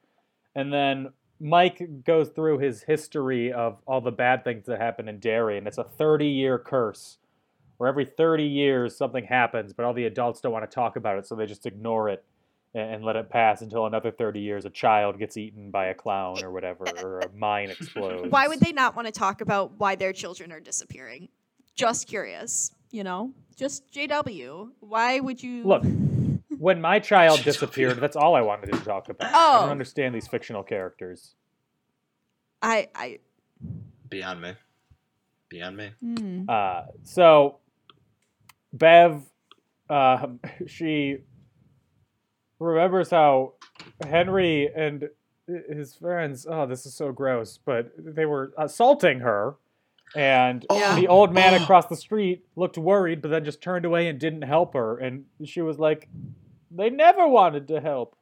Speaker 6: And then Mike goes through his history of all the bad things that happened in Derry, and it's a 30 year curse where every 30 years something happens, but all the adults don't want to talk about it, so they just ignore it and, and let it pass until another 30 years a child gets eaten by a clown or whatever, or a mine explodes.
Speaker 7: Why would they not want to talk about why their children are disappearing? Just curious, you know? Just JW. Why would you
Speaker 6: Look, when my child disappeared, that's all I wanted to talk about. I don't
Speaker 7: Oh.
Speaker 6: understand these fictional characters.
Speaker 7: I I
Speaker 8: Beyond me. Beyond me.
Speaker 7: mm.
Speaker 6: Uh, so, Bev, um, she remembers how Henry and i- his friends, oh, this is so gross, but they were assaulting her. And
Speaker 7: Yeah.
Speaker 6: the old man across the street looked worried, but then just turned away and didn't help her. And she was like, they never wanted to help.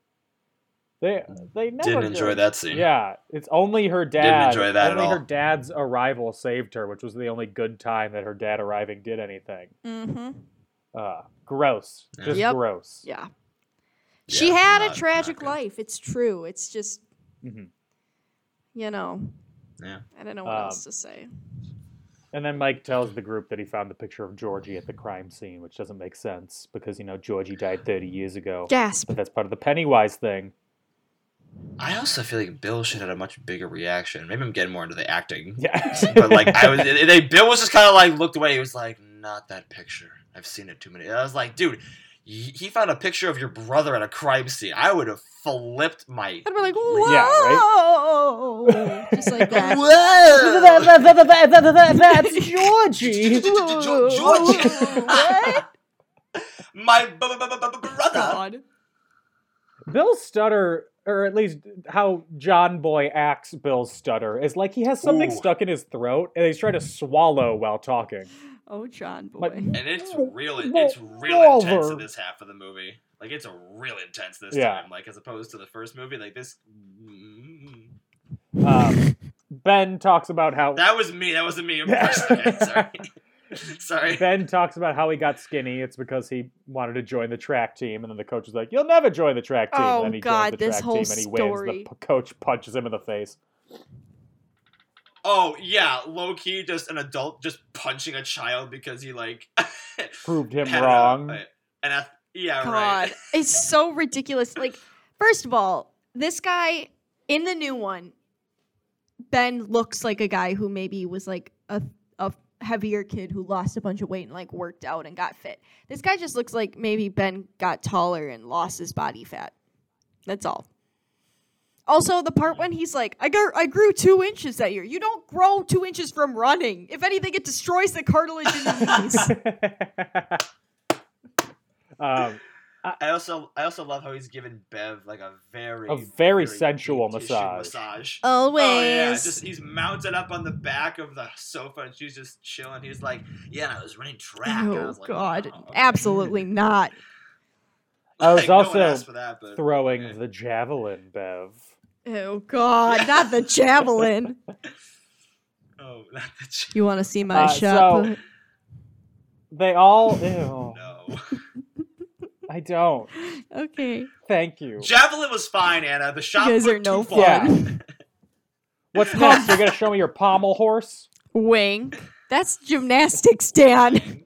Speaker 6: They, they never
Speaker 8: Didn't enjoy
Speaker 6: did."
Speaker 8: that scene.
Speaker 6: Yeah, it's only her dad.
Speaker 8: enjoy that at
Speaker 6: only her
Speaker 8: all.
Speaker 6: dad's arrival saved her, which was the only good time that her dad arriving did anything.
Speaker 7: hmm
Speaker 6: Uh, gross,
Speaker 8: Yeah.
Speaker 6: just
Speaker 7: Yep.
Speaker 6: gross.
Speaker 7: Yeah.
Speaker 8: Yeah,
Speaker 7: She had
Speaker 8: not-
Speaker 7: a
Speaker 8: not
Speaker 7: tragic
Speaker 8: good.
Speaker 7: life. It's true. It's just
Speaker 6: Mhm.
Speaker 7: you know.
Speaker 8: Yeah.
Speaker 7: I don't know what
Speaker 6: Um,
Speaker 7: else to say.
Speaker 6: And then Mike tells the group that he found the picture of Georgie at the crime scene, which doesn't make sense because you know Georgie died 30 years ago.
Speaker 7: Gasp.
Speaker 6: But that's part of the Pennywise thing.
Speaker 8: I also feel like Bill should have had a much bigger reaction. Maybe I'm getting more into the acting.
Speaker 6: Yeah.
Speaker 8: but like I was, they, they- Bill was just kind of like looked away. He was like, "Not that picture. I've seen it too many." And I was like, "Dude, he, he found a picture of your brother at a crime scene. I would have flipped my."
Speaker 7: I'd be like, whoa,
Speaker 6: Yeah, right?
Speaker 7: just like that.
Speaker 8: Whoa!
Speaker 6: that's Georgie.
Speaker 8: George- George- my b- b- b- b- b- brother.
Speaker 7: God.
Speaker 6: Bill Stutter, or at least how John Boy acts Bill Stutter, is like he has something
Speaker 8: Ooh.
Speaker 6: stuck in his throat and he's trying to swallow while talking.
Speaker 7: Oh, John boy.
Speaker 6: But-
Speaker 8: And it's real. It's real intense in this half of the movie. Like it's real intense this
Speaker 6: Yeah.
Speaker 8: time. Like as opposed to the first movie. Like this. mm,
Speaker 6: Um, ben talks about how
Speaker 8: That was me. That wasn't me. impressing it. Sorry. Sorry.
Speaker 6: Ben talks about how he got skinny. It's because he wanted to join the track team, and then the coach was like, "You'll never join the track team."
Speaker 7: Oh,
Speaker 6: and then he joins
Speaker 7: God,
Speaker 6: the
Speaker 7: this
Speaker 6: track
Speaker 7: whole
Speaker 6: team, and he wins. The
Speaker 7: story.
Speaker 6: p- coach punches him in the face.
Speaker 8: Oh yeah, low key, just an adult just punching a child because he like
Speaker 6: Proved him
Speaker 8: had a-
Speaker 6: wrong.
Speaker 8: a- an ath- yeah,
Speaker 7: God,
Speaker 8: right.
Speaker 7: it's so ridiculous. Like, first of all, this guy in the new one, Ben looks like a guy who maybe was like a a heavier kid who lost a bunch of weight and like worked out and got fit. This guy just looks like maybe Ben got taller and lost his body fat. That's all. Also, the part when he's like, I grew, I grew two inches that year. You don't grow two inches from running. If anything, it destroys the cartilage in your knees.
Speaker 6: um,
Speaker 8: I also I also love how he's given Bev like a very
Speaker 6: A very
Speaker 8: deep
Speaker 6: sensual
Speaker 8: tissue
Speaker 6: massage.
Speaker 8: massage.
Speaker 7: Always.
Speaker 8: Oh yeah, just he's mounted up on the back of the sofa and she's just chilling. He's like, yeah, and I was running track. I
Speaker 7: oh,
Speaker 8: was like,
Speaker 7: God.
Speaker 8: "Wow, okay."
Speaker 7: Absolutely not.
Speaker 6: I was
Speaker 8: Like, no one
Speaker 6: also
Speaker 8: asked for that, but-
Speaker 6: throwing
Speaker 8: okay.
Speaker 6: the javelin, Bev.
Speaker 7: Oh, God. Not the javelin.
Speaker 8: Oh, not the ch-
Speaker 7: You want to see my
Speaker 6: Uh,
Speaker 7: shop?
Speaker 6: so- They all. Ew.
Speaker 8: no.
Speaker 6: I don't.
Speaker 7: okay.
Speaker 6: Thank you.
Speaker 8: Javelin was fine, Anna. The shot
Speaker 7: guys
Speaker 8: put
Speaker 7: are no
Speaker 8: too
Speaker 7: fun.
Speaker 8: far.
Speaker 6: Yeah. What's next? You're gonna show me your pommel horse?
Speaker 7: Wink. That's gymnastics, Dan.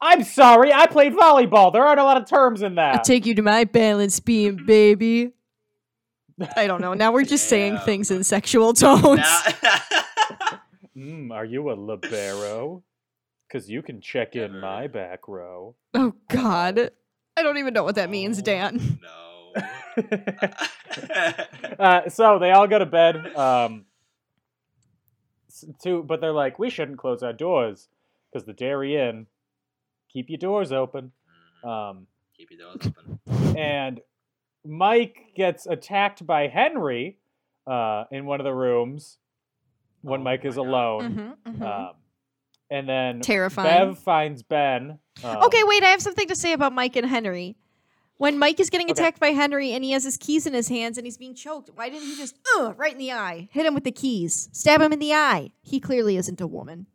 Speaker 6: I'm sorry. I played volleyball. There aren't a lot of terms in
Speaker 7: I
Speaker 6: that.
Speaker 7: take you to my balance beam, baby. I don't know. Now we're just saying
Speaker 8: Yeah.
Speaker 7: things in sexual tones.
Speaker 8: Now-
Speaker 6: Mm, are you a libero? Because you can check in my back row.
Speaker 7: Oh God. I don't even know what that means,
Speaker 8: Oh,
Speaker 7: Dan.
Speaker 8: No.
Speaker 6: uh, so they all go to bed. Um, s- to but they're like, we shouldn't close our doors because the Dairy Inn keep your doors open. Um,
Speaker 8: Keep your doors open.
Speaker 6: and Mike gets attacked by Henry uh, in one of the rooms when
Speaker 8: Oh
Speaker 6: Mike is
Speaker 8: my God.
Speaker 6: alone.
Speaker 8: mm-hmm.
Speaker 6: Um, and then
Speaker 7: Mm-hmm, Terrifying.
Speaker 6: Bev finds Ben. um,
Speaker 7: okay, wait. I have something to say about Mike and Henry. When Mike is getting
Speaker 6: Okay.
Speaker 7: attacked by Henry and he has his keys in his hands and he's being choked, why didn't he just uh, right in the eye? Hit him with the keys. Stab him in the eye. He clearly isn't a woman.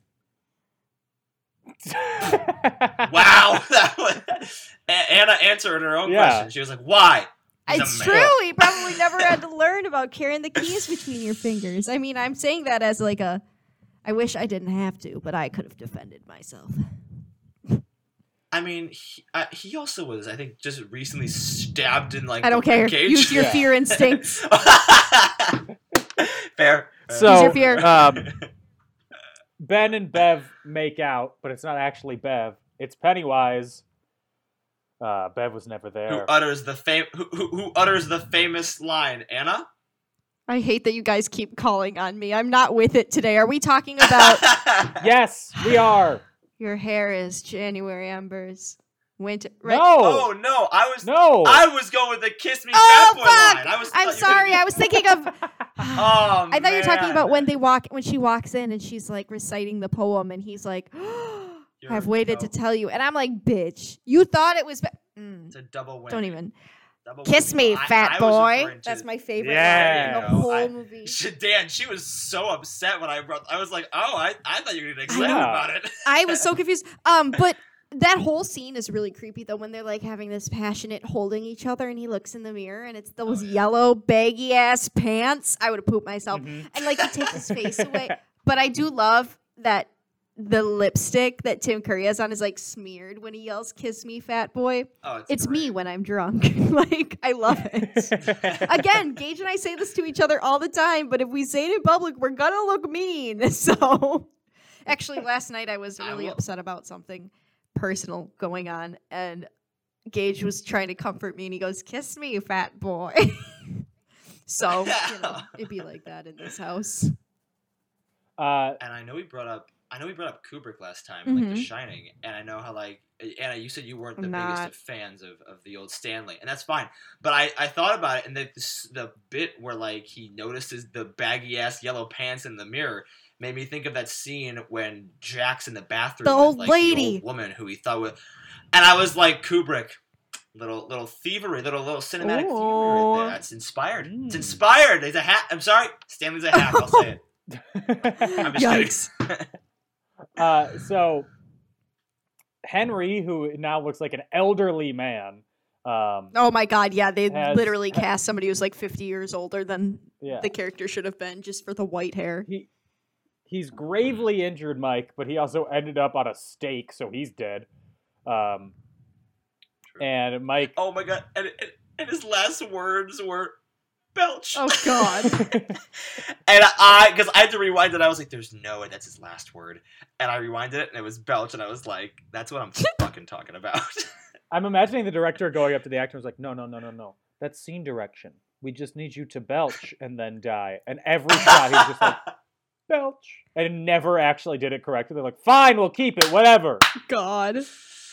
Speaker 8: Wow. That was- A- Anna answered her own
Speaker 6: Yeah.
Speaker 8: question. She was like, why? He's a
Speaker 7: It's
Speaker 8: man.
Speaker 7: true. He probably never had to learn about carrying the keys between your fingers. I mean, I'm saying that as like a. I wish I didn't have to, but I could have defended myself.
Speaker 8: I mean, he, I, he also was, I think, just recently stabbed in like
Speaker 7: I don't
Speaker 8: the
Speaker 7: care.
Speaker 8: ribcage.
Speaker 7: Use your
Speaker 6: Yeah.
Speaker 7: fear instincts.
Speaker 8: Fair.
Speaker 6: So,
Speaker 7: Use your fear.
Speaker 6: um, Ben and Bev make out, but it's not actually Bev. It's Pennywise. Uh, Bev was never
Speaker 8: who
Speaker 6: there.
Speaker 8: utters the fam- who, who, who utters the famous line, Anna?
Speaker 7: I hate that you guys keep calling on me. I'm not with it today. Are we talking about
Speaker 6: yes, we are.
Speaker 7: your hair is January embers? Winter. Right?
Speaker 6: No,
Speaker 8: Oh no, I was
Speaker 6: no.
Speaker 8: I was going with the kiss me
Speaker 7: Oh,
Speaker 8: fat boy
Speaker 7: fuck!
Speaker 8: line. I was
Speaker 7: I'm
Speaker 8: thought you were
Speaker 7: sorry.
Speaker 8: gonna-
Speaker 7: I was thinking of.
Speaker 8: Oh,
Speaker 7: I thought you were talking
Speaker 8: man.
Speaker 7: about when they walk, when she walks in and she's like reciting the poem, and he's like,
Speaker 8: You're
Speaker 7: "I've
Speaker 8: a
Speaker 7: waited to
Speaker 8: dope.
Speaker 7: tell you," and I'm like, "Bitch, you thought it was." Ba- Mm,
Speaker 8: It's a double win.
Speaker 7: don't even
Speaker 8: Double
Speaker 7: kiss
Speaker 8: whammy.
Speaker 7: me,
Speaker 8: I-
Speaker 7: fat
Speaker 8: I was
Speaker 7: boy.
Speaker 8: referring to-
Speaker 7: That's my favorite
Speaker 6: Yeah.
Speaker 7: line in the
Speaker 8: You know,
Speaker 7: whole
Speaker 8: I-
Speaker 7: movie.
Speaker 8: She- Dan, she was so upset when I brought. I was like, oh, I, I thought you were gonna get excited
Speaker 6: know.
Speaker 8: about it.
Speaker 7: I was so confused. Um, but that whole scene is really creepy though when they're like having this passionate holding each other and he looks in the mirror and it's those yellow baggy ass pants. I would have pooped myself.
Speaker 6: Mhm.
Speaker 7: And like he takes his face away. But I do love that the lipstick that Tim Curry has on is like smeared when he yells "Kiss me, fat boy."
Speaker 8: Oh,
Speaker 7: It's
Speaker 8: great.
Speaker 7: me when I'm drunk. like I love it. Again, Gage and I say this to each other all the time, but if we say it in public, we're gonna look mean. So, actually, last night I was
Speaker 8: I
Speaker 7: really
Speaker 8: will-
Speaker 7: upset about something personal going on, and Gage was trying to comfort me, and he goes, "Kiss me, fat boy." so you know, it'd be like that in this house.
Speaker 6: Uh,
Speaker 8: And I know we brought up. I know we brought up Kubrick last time, like The
Speaker 7: Mhm.
Speaker 8: Shining, and I know how like Anna, you said you weren't the
Speaker 7: I'm
Speaker 8: biggest
Speaker 7: not.
Speaker 8: of fans of, of the old Stanley, and that's fine. But I, I thought about it, and the this, the bit where like he notices the baggy ass yellow pants in the mirror made me think of that scene when Jack's in the bathroom,
Speaker 7: The
Speaker 8: with,
Speaker 7: old
Speaker 8: like,
Speaker 7: lady.
Speaker 8: old woman who he thought was, and I was like Kubrick, little little thievery, little little cinematic thievery. Right
Speaker 7: Ooh.
Speaker 8: there. That's inspired. It's
Speaker 6: Mm.
Speaker 8: inspired. He's a hat. I'm sorry, Stanley's a hack. I'll say it. I'm just kidding.
Speaker 7: Yikes!
Speaker 6: uh, so Henry, who now looks like an elderly man, um,
Speaker 7: Oh my God! Yeah, they
Speaker 6: Has-
Speaker 7: literally cast somebody who's like 50 years older than
Speaker 6: yeah,
Speaker 7: the character should have been, just for the white hair.
Speaker 6: he he's gravely injured Mike, but he also ended up on a stake, so he's dead. Um, and Mike,
Speaker 8: Oh my god! And, and, and his last words were belch.
Speaker 7: Oh God!
Speaker 8: And I, because I had to rewind it, I was like, "There's no way that's his last word." And I rewinded it, and it was belch, and I was like, "That's what I'm fucking talking about."
Speaker 6: I'm imagining the director going up to the actor and was like, "No, no, no, no, no. That's scene direction. we just need you to belch and then die. And every shot he's just like, belch. And never actually did it correctly. They're like, fine, we'll keep it, whatever.
Speaker 7: God.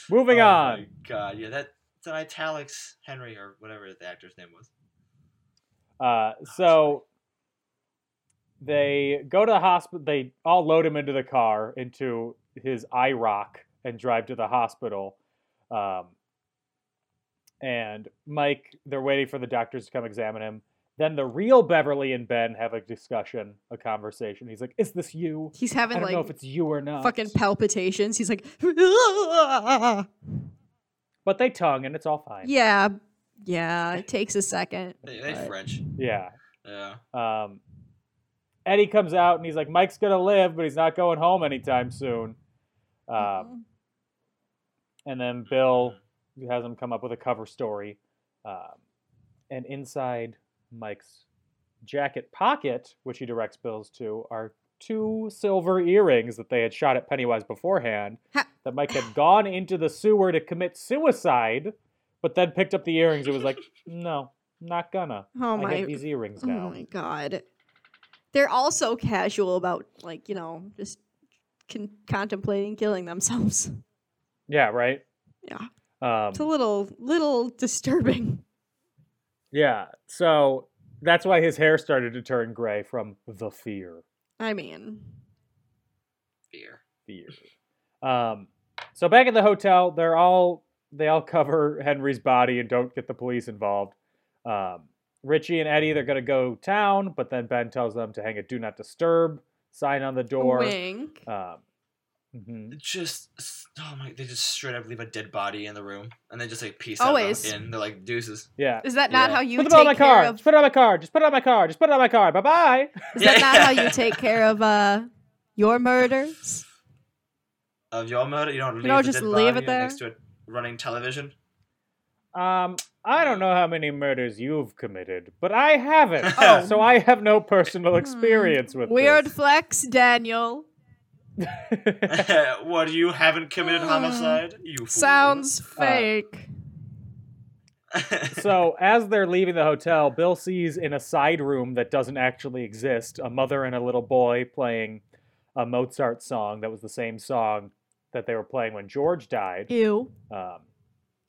Speaker 6: Moving
Speaker 8: oh
Speaker 6: on.
Speaker 8: My God, yeah, that it's an italics Henry or whatever the actor's name was.
Speaker 6: Uh, so they go to the hospital. They all load him into the car, into his IROC, and drive to the hospital. Um, and Mike, they're waiting for the doctors to come examine him. Then the real Beverly and Ben have a discussion, a conversation. He's like, "Is this you?
Speaker 7: He's
Speaker 6: I
Speaker 7: having
Speaker 6: don't know
Speaker 7: like
Speaker 6: if it's you or not."
Speaker 7: fucking palpitations. He's like,
Speaker 6: but they tongue, and it's all fine.
Speaker 7: yeah, yeah. It takes a second.
Speaker 8: They, they
Speaker 7: but-
Speaker 8: French.
Speaker 6: yeah.
Speaker 8: Yeah.
Speaker 6: Um, Eddie comes out and he's like, Mike's going to live, but he's not going home anytime soon. Um,
Speaker 7: Mm-hmm.
Speaker 6: And then Bill has him come up with a cover story. Um, and inside Mike's jacket pocket, which he directs Bill's to, are two silver earrings that they had shot at Pennywise beforehand
Speaker 7: Ha-
Speaker 6: that Mike had gone into the sewer to commit suicide, but then picked up the earrings and was like, no, not gonna.
Speaker 7: oh
Speaker 6: I
Speaker 7: my
Speaker 6: have these earrings
Speaker 7: Oh
Speaker 6: now.
Speaker 7: my god. They're also casual about like, you know, just con- contemplating killing
Speaker 6: Um,
Speaker 7: themselves.
Speaker 6: Yeah, right.
Speaker 7: Yeah.
Speaker 6: Um,
Speaker 7: It's a little little disturbing.
Speaker 6: yeah. So that's why his hair started to turn gray from the fear.
Speaker 7: I mean,
Speaker 8: Beer.
Speaker 6: Fear. Um, so back at the hotel, they're all they all cover Henry's body and don't get the police involved. Um, Richie and Eddie, they're gonna go town, but then Ben tells them to hang a do not disturb sign on the door.
Speaker 7: wink.
Speaker 6: Um, mhm.
Speaker 8: Just s- oh my, they just straight up leave a dead body in the room, and then just like peace
Speaker 7: Always.
Speaker 8: out in. They're like deuces.
Speaker 6: Yeah.
Speaker 7: Is that not
Speaker 8: yeah.
Speaker 7: how you
Speaker 6: Put
Speaker 7: take
Speaker 6: them on my
Speaker 7: care
Speaker 6: car.
Speaker 7: of
Speaker 6: Just put it on my car. Just put it on my car. Just put it on my car. Bye bye.
Speaker 7: Is that not how you take care of uh your murders?
Speaker 8: Of your murder, you don't leave
Speaker 7: don't
Speaker 8: the
Speaker 7: just
Speaker 8: dead
Speaker 7: leave
Speaker 8: body
Speaker 7: it there?
Speaker 8: next to a running television.
Speaker 6: Um, I don't know how many murders you've committed, but I haven't.
Speaker 8: Oh.
Speaker 6: So I have no personal experience with
Speaker 7: Weird
Speaker 6: this.
Speaker 7: flex, Daniel.
Speaker 8: what you haven't committed homicide? You fool.
Speaker 6: Uh,
Speaker 7: Ah. Sounds fake.
Speaker 6: so as they're leaving the hotel, Bill sees in a side room that doesn't actually exist a mother and a little boy playing a Mozart song that was the same song that they were playing when George died.
Speaker 7: Ew.
Speaker 6: Um,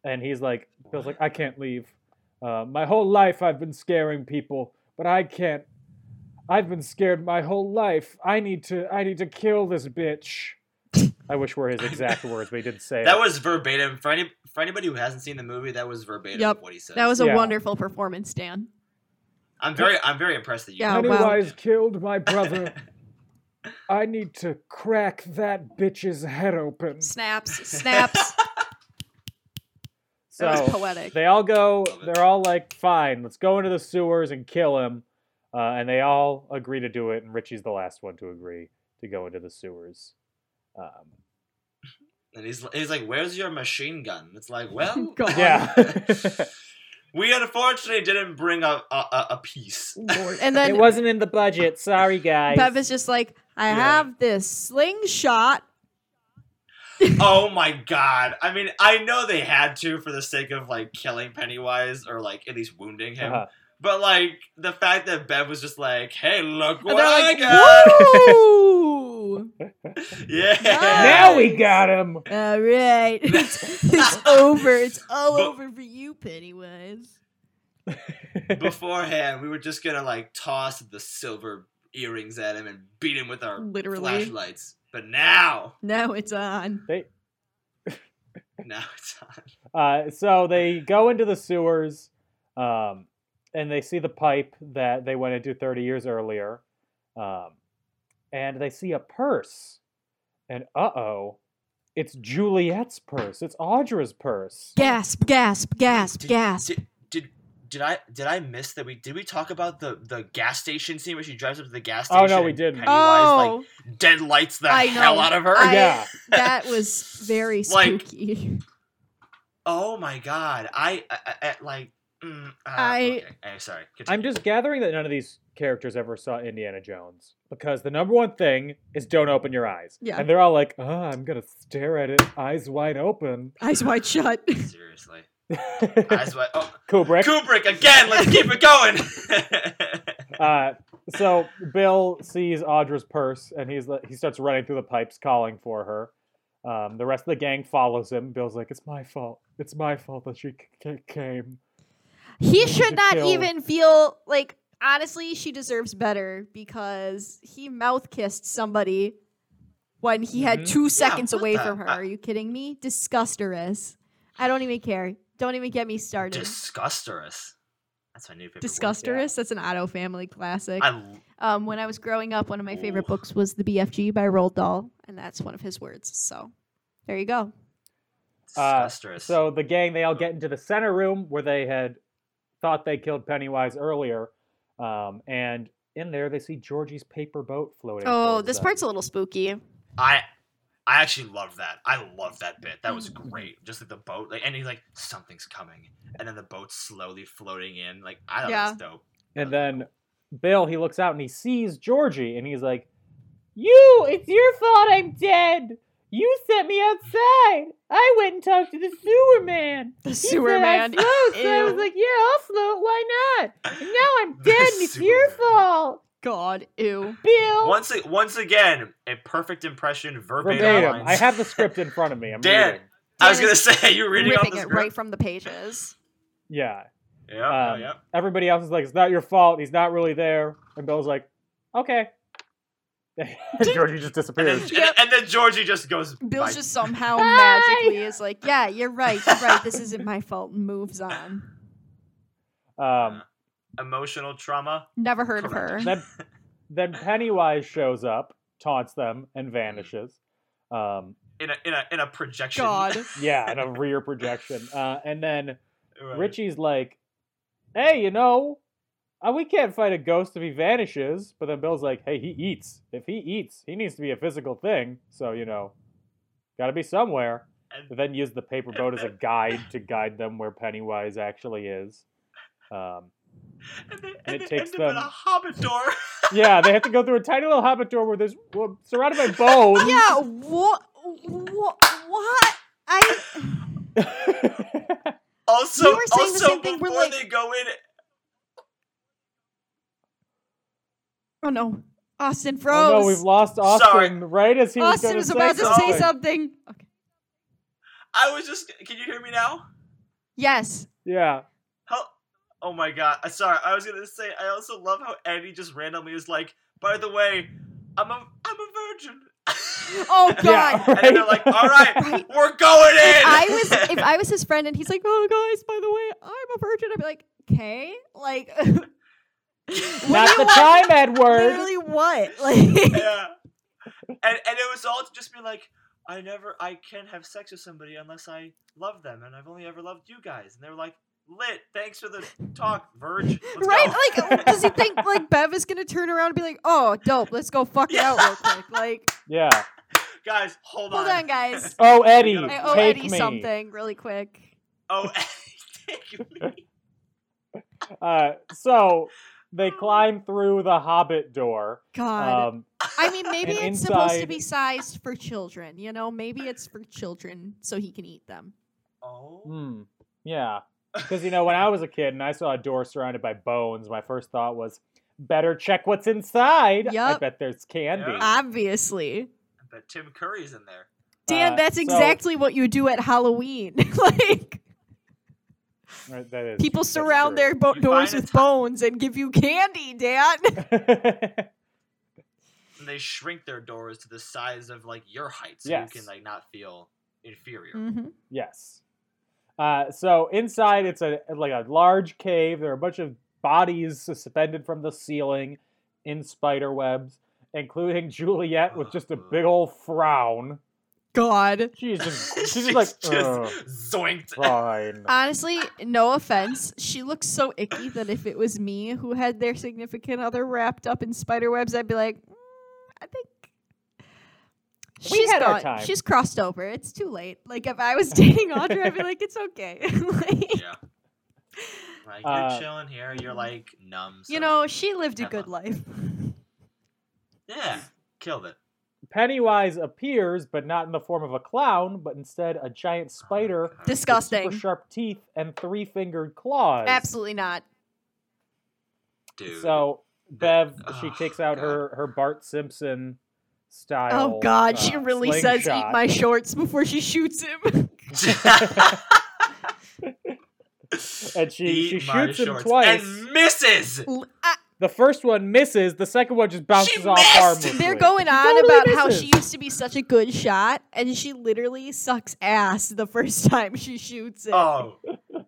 Speaker 6: and he's like, Bill's like, I can't leave. Uh, my whole life I've been scaring people, but I can't. I've been scared my whole life. I need to. I need to kill this bitch. I wish were his exact words, but he didn't say it.
Speaker 8: That was verbatim. For any for anybody who hasn't seen the movie, that was verbatim
Speaker 7: Yep.
Speaker 8: of what he said.
Speaker 7: That was a
Speaker 6: Yeah.
Speaker 7: wonderful performance, Dan.
Speaker 8: I'm very I'm very impressed that you.
Speaker 7: Yeah,
Speaker 8: did
Speaker 7: wow.
Speaker 8: that.
Speaker 6: Pennywise killed my brother. I need to crack that bitch's head open.
Speaker 7: Snaps, snaps.
Speaker 6: So
Speaker 7: that was poetic.
Speaker 6: They all go.
Speaker 8: Love it.
Speaker 6: They're all like, "Fine, let's go into the sewers and kill him," uh, and they all agree to do it. And Richie's the last one to agree to go into the sewers. Um,
Speaker 8: And he's he's like, "Where's your machine gun?" It's like, well,
Speaker 7: God.
Speaker 6: yeah,
Speaker 8: we unfortunately didn't bring a a, a, a piece.
Speaker 7: And then
Speaker 6: it wasn't in the budget. Sorry, guys.
Speaker 7: Bev is just like, I
Speaker 8: Yeah.
Speaker 7: have this slingshot.
Speaker 8: oh my god! I mean, I know they had to for the sake of like killing Pennywise or like at least wounding him.
Speaker 6: Uh-huh.
Speaker 8: But like the fact that Bev was just like, "Hey, look
Speaker 7: And
Speaker 8: what
Speaker 7: they're
Speaker 8: I
Speaker 7: like,
Speaker 8: got!"
Speaker 7: whoa!
Speaker 8: Yeah.
Speaker 6: Now we got him.
Speaker 7: all right. It's, it's over. It's all
Speaker 8: But-
Speaker 7: over for you, Pennywise.
Speaker 8: Beforehand, we were just gonna like toss the silver earrings at him and beat him with our
Speaker 7: Literally.
Speaker 8: flashlights. But now,
Speaker 7: Now it's on.
Speaker 6: They
Speaker 8: now it's on.
Speaker 6: Uh, so they go into the sewers, um, and they see the pipe that they went into 30 years earlier, um, and they see a purse, and uh oh, it's Juliet's purse. It's Audra's purse.
Speaker 7: Gasp, gasp, gasp,
Speaker 8: Did-
Speaker 7: gasp.
Speaker 8: Did, did did I did I miss that we did we talk about the the gas station scene where she drives up to the gas
Speaker 6: Oh, no,
Speaker 8: station?
Speaker 6: we
Speaker 8: and
Speaker 6: didn't.
Speaker 8: Pennywise,
Speaker 7: Oh.
Speaker 8: like dead lights the
Speaker 7: I
Speaker 8: hell
Speaker 7: know.
Speaker 8: out of her.
Speaker 7: I-
Speaker 6: yeah,
Speaker 7: That was very
Speaker 8: Like-
Speaker 7: spooky.
Speaker 8: oh my god! I, I, I, I- like. Mm, uh,
Speaker 7: I-
Speaker 8: okay. Eh, sorry.
Speaker 6: I'm
Speaker 8: continue.
Speaker 6: just gathering that none of these characters ever saw Indiana Jones because the number one thing is don't open your eyes.
Speaker 7: Yeah.
Speaker 6: And "Uh, they're all like, oh, I'm gonna stare at it eyes wide open.
Speaker 7: Eyes wide shut.
Speaker 8: seriously. Eyes wide. Oh,
Speaker 6: Kubrick.
Speaker 8: Kubrick again. Let's keep it going.
Speaker 6: Uh, so Bill sees Audra's purse, and he's he starts running through the pipes, calling for her. Um, the rest of the gang follows him. Bill's like, "It's my fault. It's my fault that she c- c- came."
Speaker 7: He should
Speaker 6: to
Speaker 7: not
Speaker 6: kill.
Speaker 7: even feel like honestly, she deserves better because he mouth kissed somebody when he had
Speaker 6: Mhm.
Speaker 7: two seconds
Speaker 8: what
Speaker 7: away
Speaker 8: the-
Speaker 7: from her.
Speaker 8: I-
Speaker 7: Are you kidding me? Disgusterous. I don't even care. Don't even get me started.
Speaker 8: Disgusterous. That's my new favorite.
Speaker 7: Disgusterous. That's an Otto family classic.
Speaker 8: Word. I
Speaker 7: Um, when I was growing up, one of my favorite
Speaker 8: Ooh.
Speaker 7: books was The BFG by Roald Dahl, and that's one of his words. So there you go.
Speaker 6: Uh,
Speaker 8: disgusterous.
Speaker 6: So the gang they all get into the center room where they had thought they killed Pennywise earlier, um, and in there they see Georgie's paper boat floating.
Speaker 7: Oh,
Speaker 6: towards
Speaker 7: this
Speaker 6: them.
Speaker 7: part's a little spooky.
Speaker 8: I I actually love that. I love that bit. That was great. Just like the boat, like and he's like something's coming, and then the boat's slowly floating in. Like I thought that was dope.
Speaker 6: And then Bill he looks out and he sees Georgie, and he's like, "You, it's your fault I'm dead. You sent me outside. I went and talked to the sewer man.
Speaker 7: The
Speaker 6: He
Speaker 7: sewer
Speaker 6: said
Speaker 7: man.
Speaker 6: I'd float, so I was
Speaker 7: Ew.
Speaker 6: like, "Yeah, I'll float. Why not? And now I'm
Speaker 8: The
Speaker 6: dead, and it's
Speaker 8: sewer
Speaker 6: your
Speaker 8: man.
Speaker 6: fault,
Speaker 7: God, ew.
Speaker 6: Bill."
Speaker 8: Once a- once again, a perfect impression verbatim.
Speaker 6: Verbatim.
Speaker 8: lines.
Speaker 6: I have the script in front of me. I'm
Speaker 8: Dan.
Speaker 6: reading.
Speaker 8: I was
Speaker 7: Dan
Speaker 8: gonna
Speaker 7: is
Speaker 8: say you're reading off
Speaker 7: Ripping
Speaker 8: the
Speaker 7: it
Speaker 8: script.
Speaker 7: right from the pages.
Speaker 6: Yeah.
Speaker 8: yeah,
Speaker 6: Um,
Speaker 8: yeah,
Speaker 6: Everybody else is like, "It's not your fault. He's not really there." And Bill's like, "Okay." Georgie just
Speaker 8: yeah. And then,
Speaker 6: disappears.
Speaker 8: and, then- and then Georgie just goes.
Speaker 7: Bill's
Speaker 8: "Bye."
Speaker 7: just somehow
Speaker 6: Bye.
Speaker 7: magically is like, yeah, you're right, you're right. This isn't my fault. and Moves on.
Speaker 6: Um,
Speaker 8: emotional trauma.
Speaker 7: Never heard of
Speaker 8: Correct.
Speaker 7: her.
Speaker 6: then, then Pennywise shows up, taunts them, and vanishes. Um,
Speaker 8: in a in a in a projection.
Speaker 7: God.
Speaker 6: yeah, and a rear projection. Uh, and then
Speaker 8: Right.
Speaker 6: Richie's like, "Hey, you know, uh, we can't fight a ghost if he vanishes." But then Bill's like, "Hey, he eats. If he eats, he needs to be a physical thing. So you know, got to be somewhere."
Speaker 8: And-
Speaker 6: But then use the paper boat as a guide to guide them where Pennywise actually is. Um,
Speaker 8: and, they,
Speaker 6: and
Speaker 8: and
Speaker 6: it
Speaker 8: they
Speaker 6: takes
Speaker 8: end up in
Speaker 6: them-
Speaker 8: a hobbit door.
Speaker 6: yeah, they have to go through a tiny little hobbit door where there's well, surrounded by bones.
Speaker 7: Yeah, what? What? What? I.
Speaker 8: Also,
Speaker 7: We were saying the
Speaker 8: also
Speaker 7: same thing, we're
Speaker 8: before
Speaker 7: like-
Speaker 8: they go in,
Speaker 7: Oh no. Austin froze.
Speaker 6: oh no, we've lost Austin
Speaker 8: Sorry.
Speaker 6: right as he
Speaker 7: Austin
Speaker 6: was,
Speaker 7: was
Speaker 6: gonna
Speaker 7: about to say something. Okay.
Speaker 8: I was just. Can you hear me now?
Speaker 7: Yes.
Speaker 6: Yeah.
Speaker 8: How? Oh my god! I sorry. I was gonna say. I also love how Eddie just randomly is like. By the way, I'm a I'm a virgin.
Speaker 7: Oh God.
Speaker 6: Yeah,
Speaker 8: And then they're like, "All right,
Speaker 7: Right.
Speaker 8: we're going in."
Speaker 7: If I was if I was his friend and he's like, oh guys, by the way, I'm a virgin. I'd be like, okay, like
Speaker 6: Not the
Speaker 7: Literally-
Speaker 6: time, Edward.
Speaker 7: literally what? Like,
Speaker 8: yeah. And and it was all to just be like, I never, I can't have sex with somebody unless I love them, and I've only ever loved you guys. And they were like, lit. Thanks for the talk, Verge. Let's
Speaker 7: right?
Speaker 8: go."
Speaker 7: Like, does he think like Bev is gonna turn around and be like, oh, dope, let's go fuck it out real quick? Like,
Speaker 6: Yeah.
Speaker 8: guys, hold on.
Speaker 7: hold on, guys.
Speaker 6: Oh, Eddie,
Speaker 8: I
Speaker 7: I owe
Speaker 6: take
Speaker 7: Eddie
Speaker 6: me.
Speaker 7: something really quick.
Speaker 8: Oh, take me.
Speaker 6: Uh, so they climb through the Hobbit door.
Speaker 7: God,
Speaker 6: Um,
Speaker 7: I mean, maybe
Speaker 6: and
Speaker 7: it's supposed to
Speaker 6: inside-
Speaker 7: be sized for children. You know, maybe it's for children so he can eat them.
Speaker 8: Oh.
Speaker 6: hmm, yeah, because you know when I was a kid and I saw a door surrounded by bones, my first thought was, "Better check what's inside." I
Speaker 7: Yup.
Speaker 6: bet there's candy.
Speaker 8: Yeah.
Speaker 7: Obviously.
Speaker 8: I bet Tim Curry's in there.
Speaker 7: Dan,
Speaker 6: Uh,
Speaker 7: that's
Speaker 6: so-
Speaker 7: exactly what you do at Halloween. like
Speaker 6: Right, that is-
Speaker 7: people
Speaker 6: that's
Speaker 7: surround their bo-
Speaker 8: You
Speaker 7: doors
Speaker 8: find a
Speaker 7: with bones and give you candy, Dan.
Speaker 6: true.
Speaker 8: And they shrink their doors to the size of like your height, so
Speaker 6: Yes.
Speaker 8: you can like not feel inferior.
Speaker 7: Mm.
Speaker 6: Yes. Uh, so inside, it's a like a large cave. There are a bunch of bodies suspended from the ceiling in spider webs, including Juliet with just a big old frown.
Speaker 7: God.
Speaker 6: She's just she's, just like uh, "Ugh,
Speaker 8: zoinked.
Speaker 6: fine.
Speaker 7: Honestly, no offense, she looks so icky that if it was me who had their significant other wrapped up in spider webs, I'd be like, "Mm, I think
Speaker 6: We
Speaker 7: she's
Speaker 6: had our
Speaker 7: gone.
Speaker 6: time."
Speaker 7: She's crossed over. It's too late. Like if I was dating Audrey, I'd be like, it's okay. Like,
Speaker 8: Yeah. Like you're
Speaker 6: Uh,
Speaker 8: chilling here, you're like numb. so-
Speaker 7: you know, she lived a
Speaker 8: Emma.
Speaker 7: good life.
Speaker 8: Yeah, killed it.
Speaker 6: Pennywise appears, but not in the form of a clown, but instead a giant spider
Speaker 7: Disgusting.
Speaker 6: with super sharp teeth and three fingered claws.
Speaker 7: Absolutely not.
Speaker 8: Dude.
Speaker 6: So Bev, she
Speaker 8: Oh,
Speaker 6: takes out her her Bart Simpson style.
Speaker 7: Oh God, she
Speaker 6: uh,
Speaker 7: really says
Speaker 6: slingshot.
Speaker 7: eat my shorts before she shoots him.
Speaker 6: And she, she
Speaker 8: Eat my
Speaker 6: shoots him
Speaker 8: shorts.
Speaker 6: twice.
Speaker 8: and misses.
Speaker 7: L- I-
Speaker 6: the first one misses. The second one just bounces off
Speaker 8: missed!
Speaker 6: harmlessly.
Speaker 7: They're going on
Speaker 6: totally
Speaker 7: about how
Speaker 6: misses.
Speaker 7: she used to be such a good shot, and she literally sucks ass the first time she shoots it.
Speaker 8: Oh.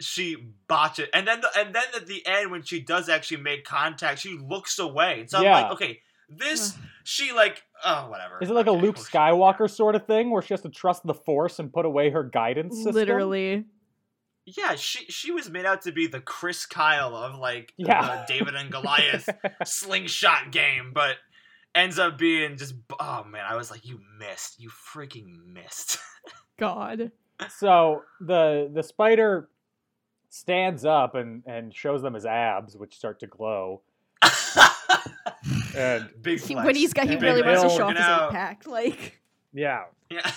Speaker 8: She botches, and then the, and then at the end when she does actually make contact, she looks away. And so I'm
Speaker 6: Yeah.
Speaker 8: like, okay, this she like oh whatever.
Speaker 6: Is it like a
Speaker 8: Okay,
Speaker 6: Luke
Speaker 8: well, she-
Speaker 6: Skywalker sort of thing where she has to trust the Force and put away her guidance system?
Speaker 7: literally.
Speaker 8: Yeah, she she was made out to be the Chris Kyle of like
Speaker 6: Yeah.
Speaker 8: the David and Goliath slingshot game, but ends up being just oh man, I was like, you missed, you freaking missed.
Speaker 7: God.
Speaker 6: so the the spider stands up and and shows them his abs, which start to glow. And
Speaker 8: Big
Speaker 7: He,
Speaker 8: flex.
Speaker 7: when he's got, he
Speaker 6: And
Speaker 7: really wants to
Speaker 6: Bill-
Speaker 7: show off
Speaker 8: Check it
Speaker 7: his
Speaker 8: out.
Speaker 7: impact. Like,
Speaker 6: yeah,
Speaker 8: Yeah.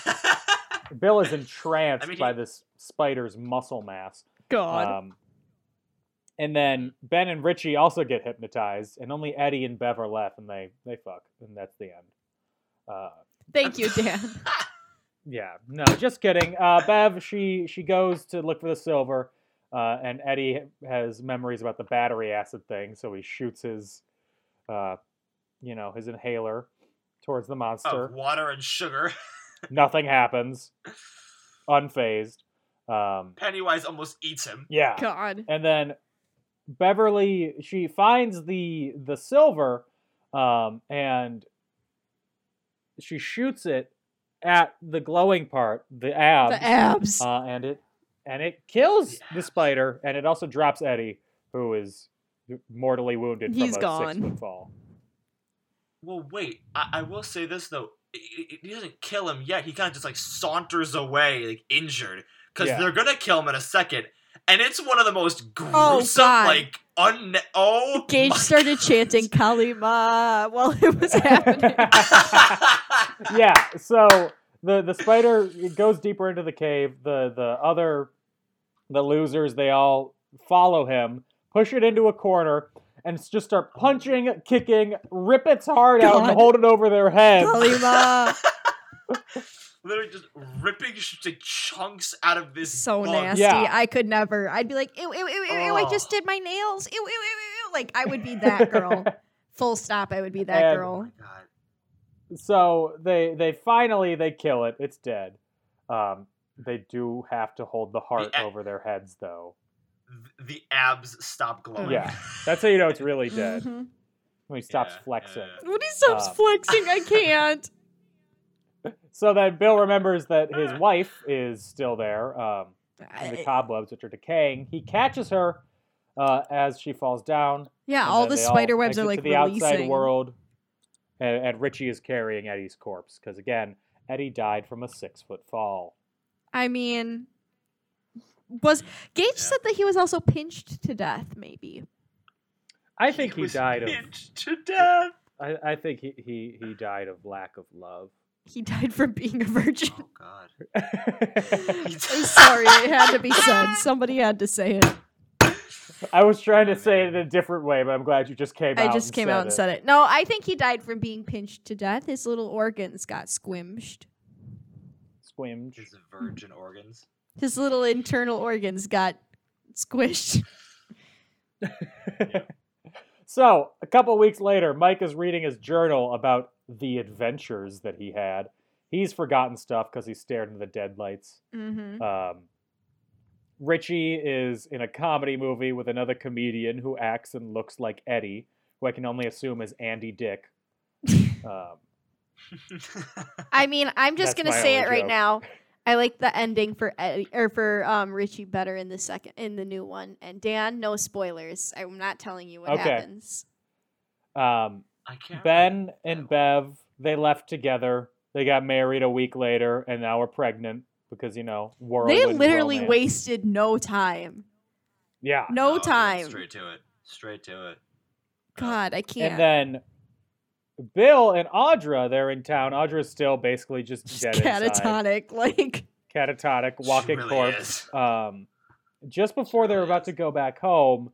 Speaker 6: Bill is entranced
Speaker 8: I mean,
Speaker 6: by
Speaker 8: he-
Speaker 6: this spider's muscle mass.
Speaker 7: God.
Speaker 6: Um, and then Ben and Richie also get hypnotized, and only Eddie and Bev are left, and they they fuck, and that's the end. Uh,
Speaker 7: Thank you, Dan.
Speaker 6: yeah, no, just kidding. Uh, Bev, she she goes to look for the silver, uh, and Eddie has memories about the battery acid thing, so he shoots his, uh, you know, his inhaler towards the monster.
Speaker 8: of water and sugar.
Speaker 6: Nothing happens. Unfazed. Um,
Speaker 8: Pennywise almost eats him.
Speaker 6: yeah.
Speaker 7: God.
Speaker 6: and then Beverly she finds the the silver um and she shoots it at the glowing part the abs,
Speaker 7: The abs.
Speaker 8: Um,
Speaker 6: Uh, and it and it kills the
Speaker 8: Yes.
Speaker 6: spider and it also drops Eddie who is mortally wounded
Speaker 7: He's
Speaker 6: from a
Speaker 7: gone.
Speaker 6: six foot fall
Speaker 8: Well, wait, I, I will say this though. I- I- He doesn't kill him yet. He kind of just like saunters away, like injured, because
Speaker 6: Yeah.
Speaker 8: they're gonna kill him in a second. And it's one of the most gruesome,
Speaker 7: Oh, God.
Speaker 8: like un. Oh,
Speaker 7: Gage
Speaker 8: my-
Speaker 7: started chanting Kalima while it was happening.
Speaker 6: yeah so the the spider it goes deeper into the cave the the other the losers they all follow him push it into a corner and s- just start punching kicking rip its heart out and
Speaker 7: God.
Speaker 6: hold it over their head
Speaker 7: Kalima.
Speaker 8: Literally just ripping sh- like, chunks out of this.
Speaker 7: so
Speaker 8: bug.
Speaker 7: nasty.
Speaker 6: Yeah.
Speaker 7: I could never. I'd be like, ew, ew, ew, ew, ew, I just
Speaker 8: Ugh.
Speaker 7: did my nails. Ew, ew, ew, ew, ew. Like, I would be that girl. Full stop, I would be that
Speaker 6: And-
Speaker 7: girl.
Speaker 8: Oh God.
Speaker 6: so they they finally they kill it it's dead um they do have to hold the heart
Speaker 8: a-
Speaker 6: over their heads though
Speaker 8: Th- The abs stop glowing.
Speaker 6: yeah that's how you know it's really dead
Speaker 7: Mhm.
Speaker 6: when he stops
Speaker 8: Yeah,
Speaker 6: flexing
Speaker 8: yeah.
Speaker 7: When he stops
Speaker 6: Um,
Speaker 7: flexing, I can't.
Speaker 6: so then bill remembers that his wife is still there um and the
Speaker 7: I-
Speaker 6: cobwebs, which are decaying. He catches her uh, as she falls down.
Speaker 7: yeah,
Speaker 6: and
Speaker 7: all
Speaker 6: then
Speaker 7: the
Speaker 6: they all
Speaker 7: spider webs are
Speaker 6: exit
Speaker 7: like
Speaker 6: to the outside
Speaker 7: releasing.
Speaker 6: world, and, and Richie is carrying Eddie's corpse because again, Eddie died from a six foot fall.
Speaker 7: I mean, was Gage said that he was also pinched to death? Maybe.
Speaker 6: I think he,
Speaker 8: was
Speaker 6: died of.
Speaker 8: pinched to death.
Speaker 6: I, I think he, he he died of lack of love.
Speaker 7: He died from being a virgin.
Speaker 8: Oh God.
Speaker 7: I'm sorry, it had to be said. Somebody had to say it.
Speaker 6: I was trying to say it in a different way, but I'm glad you just came.
Speaker 7: I
Speaker 6: out
Speaker 7: just
Speaker 6: and
Speaker 7: came
Speaker 6: said
Speaker 7: out and
Speaker 6: it.
Speaker 7: said it. No, I think he died from being pinched to death. His little organs got squished.
Speaker 6: Squimmed.
Speaker 8: His virgin organs.
Speaker 7: His little internal organs got squished.
Speaker 6: So, a couple weeks later, Mike is reading his journal about the adventures that he had. He's forgotten stuff because he stared into the deadlights.
Speaker 7: Mm-hmm.
Speaker 6: Um, Richie is in a comedy movie with another comedian who acts and looks like Eddie, who I can only assume is Andy Dick. Um,
Speaker 7: I mean, I'm just
Speaker 6: That's
Speaker 7: gonna
Speaker 6: my
Speaker 7: say
Speaker 6: only
Speaker 7: it right
Speaker 6: joke.
Speaker 7: now. I like the ending for Eddie, or for um, Richie better in the second in the new one. And Dan, no spoilers. I'm not telling you what
Speaker 6: Okay.
Speaker 7: happens.
Speaker 6: um,
Speaker 8: I can't.
Speaker 6: ben
Speaker 8: remember
Speaker 6: and
Speaker 8: that one.
Speaker 6: Bev, they left together. They got married a week later and now are pregnant because, you know, world.
Speaker 7: They literally wasted no time.
Speaker 6: Yeah.
Speaker 7: No
Speaker 8: dude,
Speaker 7: time.
Speaker 8: Straight to it. Straight to it.
Speaker 7: God, I can't.
Speaker 6: And then Bill and Audra, they're in town. Audra's still basically just
Speaker 7: She's
Speaker 6: dead inside.
Speaker 7: catatonic. Like,
Speaker 6: Catatonic,
Speaker 8: She
Speaker 6: walking
Speaker 8: really
Speaker 6: corpse.
Speaker 8: is.
Speaker 6: Um, just before they're about to go back home,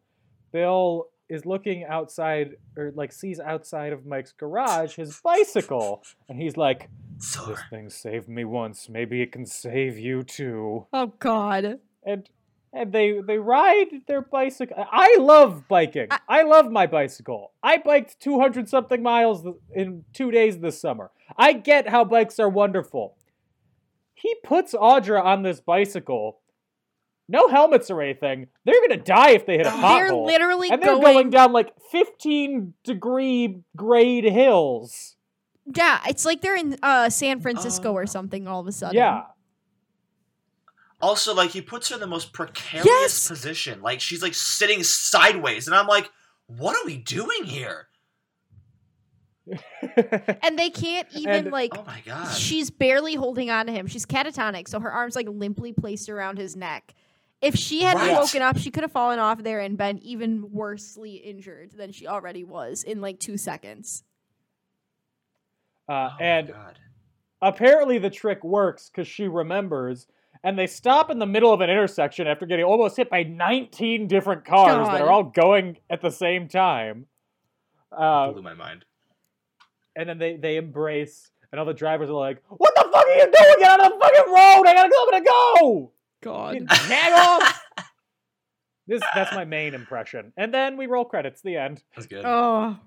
Speaker 6: Bill is looking outside, or like sees outside of Mike's garage his bicycle, and he's like,
Speaker 8: So
Speaker 6: "This thing saved me once. Maybe it can save you too."
Speaker 7: oh god.
Speaker 6: And and they they ride their bicycle. I love biking. I, love my bicycle. I biked two hundred something miles th- in two days this summer. I get how bikes are wonderful. He puts Audra on this bicycle. No helmets or anything. They're gonna die if they hit a
Speaker 7: They're
Speaker 6: pothole.
Speaker 7: literally
Speaker 6: and they're going,
Speaker 7: going
Speaker 6: down like fifteen degree grade hills.
Speaker 7: Yeah, it's like they're in uh, San Francisco or
Speaker 8: Oh.
Speaker 7: something all of a sudden.
Speaker 6: Yeah.
Speaker 8: also like he puts her in the most precarious
Speaker 7: Yes!
Speaker 8: position. Like she's like sitting sideways, and I'm like, what are we doing here?
Speaker 7: And they can't even
Speaker 6: And-
Speaker 7: like
Speaker 8: Oh my god.
Speaker 7: she's barely holding on to him. She's catatonic, so her arms like limply placed around his neck. If she hadn't
Speaker 8: Right.
Speaker 7: woken up, she could have fallen off there and been even worsely injured than she already was in like two seconds.
Speaker 6: uh,
Speaker 8: Oh my
Speaker 6: and
Speaker 8: God.
Speaker 6: apparently the trick works because she remembers and they stop in the middle of an intersection after getting almost hit by 19 different cars that
Speaker 7: God.
Speaker 6: are all going at the same time uh,
Speaker 8: blew my mind.
Speaker 6: and then they, they embrace and all the drivers are like what the fuck are you doing get out of the fucking road i gotta go i'm gonna go
Speaker 7: God.
Speaker 6: You nag off this that's my main impression and then we roll credits the end
Speaker 8: That's good.
Speaker 7: Oh.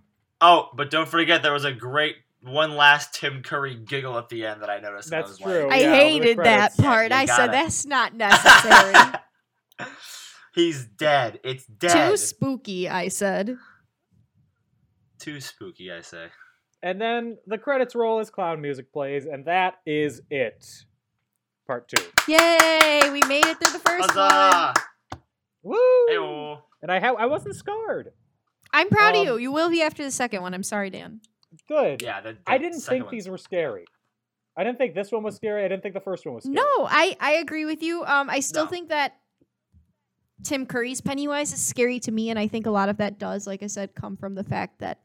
Speaker 8: Oh, but don't forget there was a great one last Tim Curry giggle at the end that I noticed. and I
Speaker 6: That's
Speaker 8: was like,
Speaker 6: true.
Speaker 7: I
Speaker 6: yeah, over the
Speaker 7: hated that
Speaker 6: credits.
Speaker 8: Yeah,
Speaker 7: part.
Speaker 8: you
Speaker 7: I said
Speaker 8: gotta-
Speaker 7: that's not necessary.
Speaker 8: He's dead. It's dead.
Speaker 7: Too spooky, I said.
Speaker 8: Too spooky, I say.
Speaker 6: and then the credits roll as clown music plays and that is it part two
Speaker 7: Yay, we made it through the first one.
Speaker 8: Huzzah!
Speaker 6: Woo!
Speaker 8: Ayo.
Speaker 6: And I ha- I wasn't scarred.
Speaker 7: I'm proud
Speaker 6: Um,
Speaker 7: of you. You will be after the second one. I'm sorry, Dan.
Speaker 6: Good.
Speaker 8: Yeah, that,
Speaker 6: I
Speaker 8: that
Speaker 6: didn't
Speaker 8: second
Speaker 6: think
Speaker 8: one-
Speaker 6: these were scary. I didn't think this one was scary. I didn't think the first one was scary.
Speaker 7: No, I I agree with you. Um, I still
Speaker 8: No.
Speaker 7: think that Tim Curry's Pennywise is scary to me, and I think a lot of that does, like I said, come from the fact that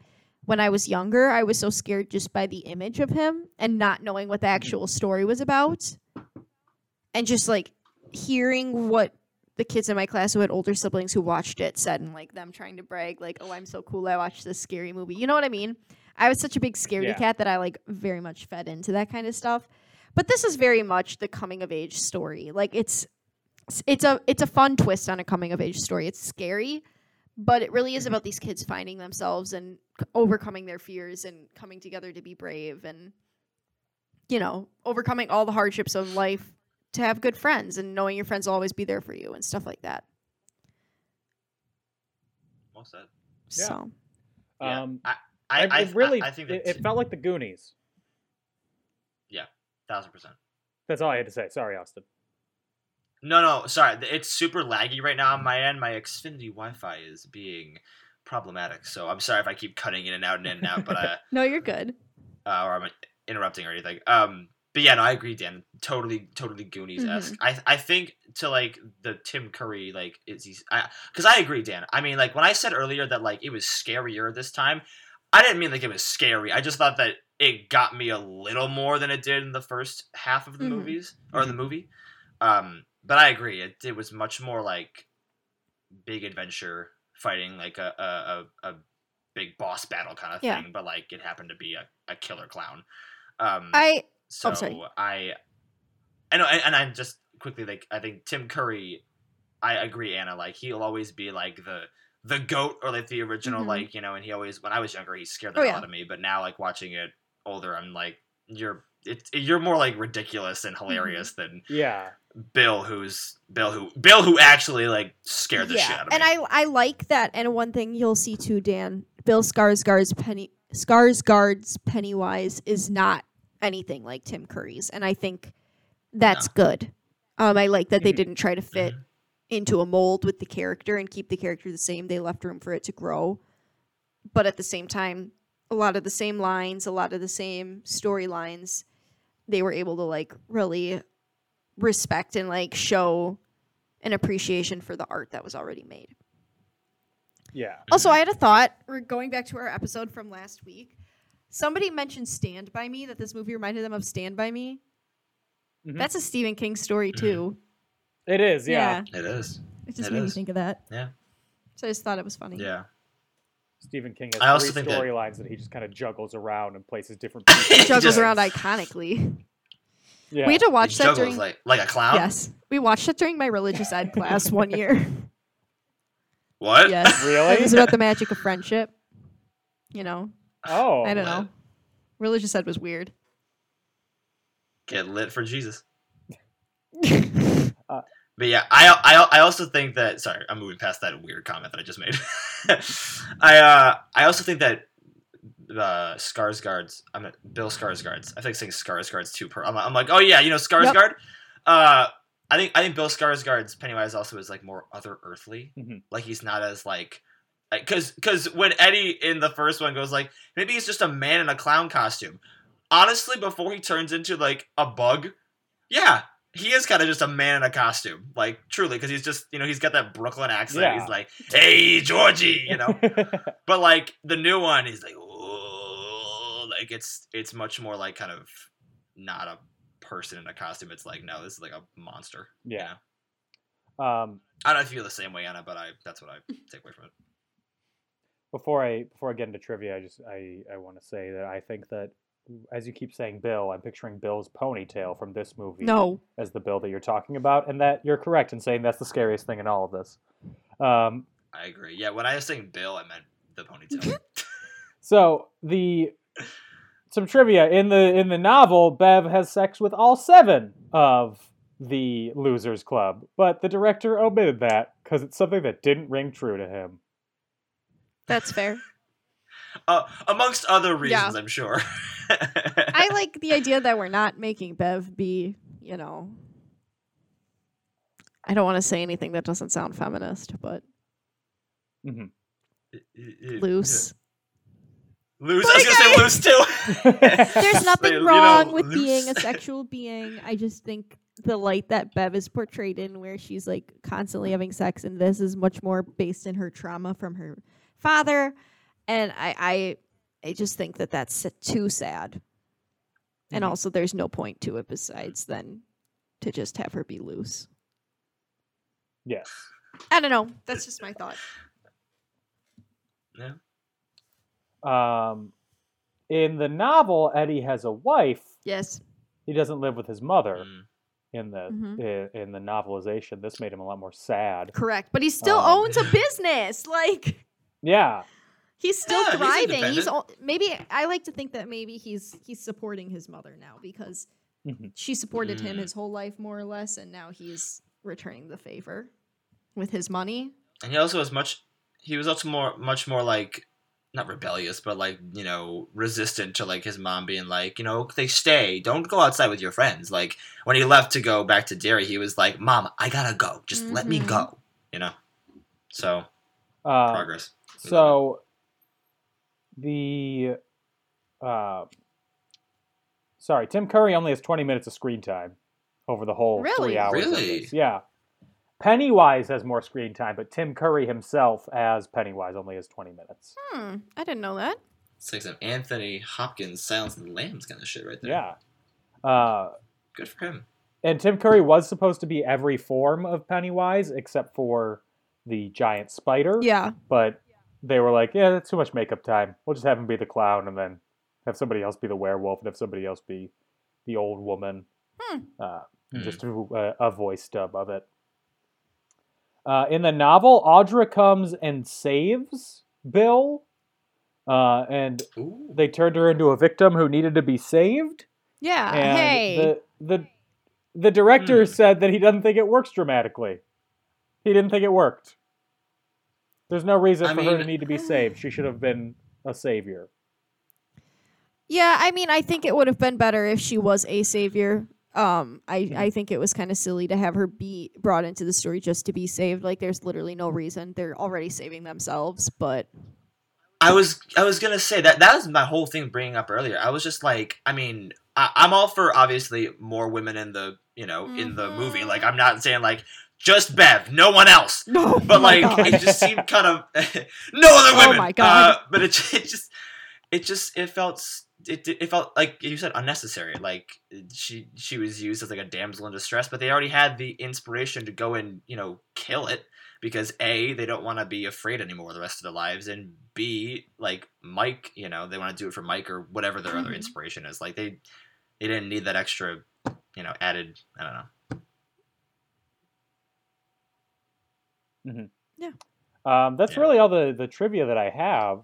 Speaker 7: when I was younger, I was so scared just by the image of him and not knowing what the actual story was about, and just like hearing what the kids in my class who had older siblings who watched it said, and like them trying to brag, like, "Oh, I'm so cool! I watched this scary movie." You know what I mean? I was such a big scaredy
Speaker 6: Yeah.
Speaker 7: cat that I like very much fed into that kind of stuff. But this is very much the coming of age story. Like it's it's a it's a fun twist on a coming of age story. It's scary, but it really is about these kids finding themselves and c- overcoming their fears and coming together to be brave and you know, overcoming all the hardships of life to have good friends and knowing your friends will always be there for you and stuff like that.
Speaker 8: Well said.
Speaker 6: Yeah.
Speaker 7: So,
Speaker 8: Yeah.
Speaker 6: Um,
Speaker 8: I, I,
Speaker 6: it-
Speaker 8: I,
Speaker 6: it really
Speaker 8: I, think
Speaker 6: it,
Speaker 8: that
Speaker 6: it felt like the Goonies.
Speaker 8: thousand percent.
Speaker 6: That's all I had to say. Sorry, Austin.
Speaker 8: No, no, sorry. th- It's super laggy right now on my end. My Xfinity Wi-Fi is being problematic, so I'm sorry if I keep cutting in and out and in and out, but uh,
Speaker 7: no, you're good.
Speaker 8: uh, or I'm interrupting or anything. Um, but yeah, no, I agree, Dan. Totally, totally Goonies esque. I I think to like the Tim Curry like is he? Because I, agree, Dan. I mean, like when I said earlier that like it was scarier this time, I didn't mean like it was scary. I just thought that it got me a little more than it did in the first half of the
Speaker 7: Mhm.
Speaker 8: movies or the movie. Um, but I agree. It it was much more like big adventure fighting like a a, a, a big boss battle kind of
Speaker 7: Yeah.
Speaker 8: thing but like it happened to be a, a killer clown um
Speaker 7: I
Speaker 8: so
Speaker 7: oh, sorry.
Speaker 8: i i know and, and i just quickly like i think tim curry i agree anna like he'll always be like the the goat or like the original
Speaker 7: Mhm.
Speaker 8: like you know and he always when i was younger he scared the
Speaker 7: Oh,
Speaker 8: hell
Speaker 7: yeah.
Speaker 8: out of me but now like watching it older i'm like you're it, you're more like ridiculous
Speaker 7: Mm-hmm.
Speaker 8: and hilarious than
Speaker 6: Yeah.
Speaker 8: Bill, who's Bill, who Bill, who actually like scared the shit out of
Speaker 7: and
Speaker 8: me.
Speaker 7: I I like that. And one thing you'll see too, Dan, Bill Skarsgård's Penny Skarsgård's Pennywise is not anything like Tim Curry's, and I think that's good. Um, I like that they
Speaker 8: Mm-hmm.
Speaker 6: Mhm.
Speaker 7: didn't try to fit into a mold with the character and keep the character the same. They left room for it to grow, but at the same time, a lot of the same lines, a lot of the same storylines, they were able to like really respect and like show an appreciation for the art that was already made.
Speaker 8: Mm-hmm.
Speaker 6: Yeah.
Speaker 7: Also, I had a thought. We're going back to our episode from last week. Somebody mentioned Stand By Me, that this movie reminded them of Stand By Me.
Speaker 8: Mm-hmm.
Speaker 6: Mhm.
Speaker 7: That's a Stephen King story, too.
Speaker 6: It is, yeah.
Speaker 8: It is.
Speaker 7: It just
Speaker 8: It
Speaker 7: made me
Speaker 8: is.
Speaker 7: think of that.
Speaker 8: Yeah.
Speaker 7: So I just thought it was funny.
Speaker 8: Yeah.
Speaker 6: Stephen King
Speaker 8: I also
Speaker 6: has three
Speaker 8: think that-
Speaker 6: storylines that... he just kind of juggles around and places different pieces.
Speaker 7: It juggles
Speaker 8: Just-
Speaker 7: around iconically.
Speaker 6: yeah.
Speaker 7: We had to watch
Speaker 8: He
Speaker 7: that during.
Speaker 8: juggles like like a clown.
Speaker 7: Yes. We watched it during my religious ed class one year.
Speaker 8: What?
Speaker 7: Yes.
Speaker 8: Oh,
Speaker 7: It was
Speaker 6: Really?
Speaker 7: about the magic of friendship. You know,
Speaker 6: Oh.
Speaker 7: I don't
Speaker 8: what?
Speaker 7: know. Religious ed was weird.
Speaker 8: Get lit for Jesus.
Speaker 7: That's
Speaker 8: But yeah, I, I I also think that sorry, I'm moving past that weird comment that I just made. I uh I also think that uh Skarsgård's I'm not- Bill Skarsgård's I think saying Skarsgård's too per I'm, I'm like oh yeah you know Skarsgård uh I think I think Bill Skarsgård's Pennywise also is like more other earthly
Speaker 6: Mhm.
Speaker 8: like he's not as like because because when Eddie in the first one goes like maybe he's just a man in a clown costume honestly before he turns into like a bug yeah he is kind of just a man in a costume, like truly, because he's just you know he's got that Brooklyn accent.
Speaker 6: Yeah.
Speaker 8: He's like, "Hey, Georgie," you know. but like the new one, he's like, "Oh," like it's it's much more like kind of not a person in a costume. It's like no, this is like a monster. you
Speaker 6: Yeah.
Speaker 8: know?
Speaker 6: um,
Speaker 8: I don't feel the same way, Anna, but I that's what I take away from it.
Speaker 6: before I before I get into trivia, I just I, I want to say that I think that as you keep saying Bill, I'm picturing Bill's ponytail from this movie
Speaker 7: no.
Speaker 6: as the Bill that you're talking about, and that you're correct in saying that's the scariest thing in all of this. Um,
Speaker 8: I agree. Yeah, when I was saying Bill, I meant the ponytail.
Speaker 7: Mm-hmm.
Speaker 6: so the some trivia in the in the novel, Bev has sex with all seven of the losers club, but the director omitted that because it's something that didn't ring true to him.
Speaker 7: That's fair.
Speaker 8: uh, amongst other
Speaker 7: Yeah.
Speaker 8: reasons, I'm sure.
Speaker 7: I like the idea that we're not making Bev be, you know. I don't want to say anything that doesn't sound feminist, but loose.
Speaker 8: Loose.
Speaker 7: But
Speaker 8: I was gonna say
Speaker 7: again-
Speaker 8: loose too.
Speaker 7: There's nothing
Speaker 8: you know,
Speaker 7: wrong with being a
Speaker 8: loose.
Speaker 7: sexual being. I just think the light that Bev is portrayed in, where she's like constantly having sex, and this is much more based in her trauma from her father. And I, I, I just think that that's s- too sad.
Speaker 8: Mm-hmm.
Speaker 7: And also, there's no point to it besides then to just have her be loose.
Speaker 6: Yes.
Speaker 7: I don't know. That's just my thought.
Speaker 6: Um, in the novel, Eddie has a wife.
Speaker 7: Yes.
Speaker 6: He doesn't live with his mother
Speaker 8: Mm.
Speaker 6: in the
Speaker 7: Mhm.
Speaker 6: i- in the novelization. This made him a lot more sad.
Speaker 7: Correct. But he still
Speaker 6: Um,
Speaker 7: owns a business. Like.
Speaker 6: Yeah,
Speaker 7: He's still
Speaker 8: Yeah, he's
Speaker 7: thriving. He's,
Speaker 8: independent.
Speaker 7: o maybe I like to think that maybe he's he's supporting his mother now because
Speaker 6: Mhm.
Speaker 7: she supported him
Speaker 8: Mm.
Speaker 7: his whole life more or less, and now he's returning the favor with his money.
Speaker 8: and he also was much he was also more much more like not rebellious but like you know resistant to like his mom being like you know they stay don't go outside with your friends like when he left to go back to dairy he was like mom i gotta go just let me
Speaker 7: Mhm.
Speaker 8: go you know so
Speaker 6: uh,
Speaker 8: progress We
Speaker 6: So the uh, sorry, Tim Curry only has 20 minutes of screen time over the whole
Speaker 7: Really?
Speaker 6: three hours. of
Speaker 8: Really?
Speaker 6: this. Yeah. Pennywise has more screen time, but Tim Curry himself as Pennywise only has 20 minutes.
Speaker 7: Hmm, I didn't know that.
Speaker 8: it's like some anthony hopkins silence of the lambs kind of shit right there
Speaker 6: Yeah. Uh,
Speaker 8: good for him
Speaker 6: and Tim Curry was supposed to be every form of Pennywise except for the giant spider.
Speaker 7: Yeah,
Speaker 6: But they were like, yeah, that's too much makeup time. We'll just have him be the clown and then have somebody else be the werewolf and have somebody else be the old woman.
Speaker 7: Hmm.
Speaker 6: Uh,
Speaker 8: Hmm.
Speaker 6: Just to, uh, a voice dub of it. Uh, in the novel, Audra comes and saves Bill. Uh, and
Speaker 8: Hmm. Ooh.
Speaker 6: they turned her into a victim who needed to be saved.
Speaker 7: yeah.
Speaker 6: And
Speaker 7: Uh, hey,
Speaker 6: the the the director
Speaker 8: Hmm.
Speaker 6: said that he doesn't think it works dramatically. He didn't think it worked. There's no reason
Speaker 8: I
Speaker 6: for her to
Speaker 8: mean-
Speaker 6: need to be
Speaker 7: uh,
Speaker 6: saved. She should have been a savior.
Speaker 7: yeah. I mean, I think it would have been better if she was a savior. Um, I I think it was kind of silly to have her be brought into the story just to be saved. Like, there's literally no reason. They're already saving themselves, but
Speaker 8: I was I was gonna say that that was my whole thing bringing up earlier. I was just like, I mean, I, I'm all for obviously more women in the you know in the movie. Like, I'm not saying like just Bev, no one else.
Speaker 7: no.
Speaker 8: But like, it just seemed kind of no
Speaker 7: Oh
Speaker 8: other women.
Speaker 7: my God.
Speaker 8: Uh, but it, it just it just it felt s- it, it felt like you said unnecessary like she she was used as like a damsel in distress but they already had the inspiration to go and you know kill it because a they don't want to be afraid anymore the rest of their lives and b like mike you know they want to do it for mike or whatever their other
Speaker 7: Mhm.
Speaker 8: inspiration is like they they didn't need that extra you know added i don't know
Speaker 6: Um, that's
Speaker 8: Yeah.
Speaker 6: really all the, the trivia that I have.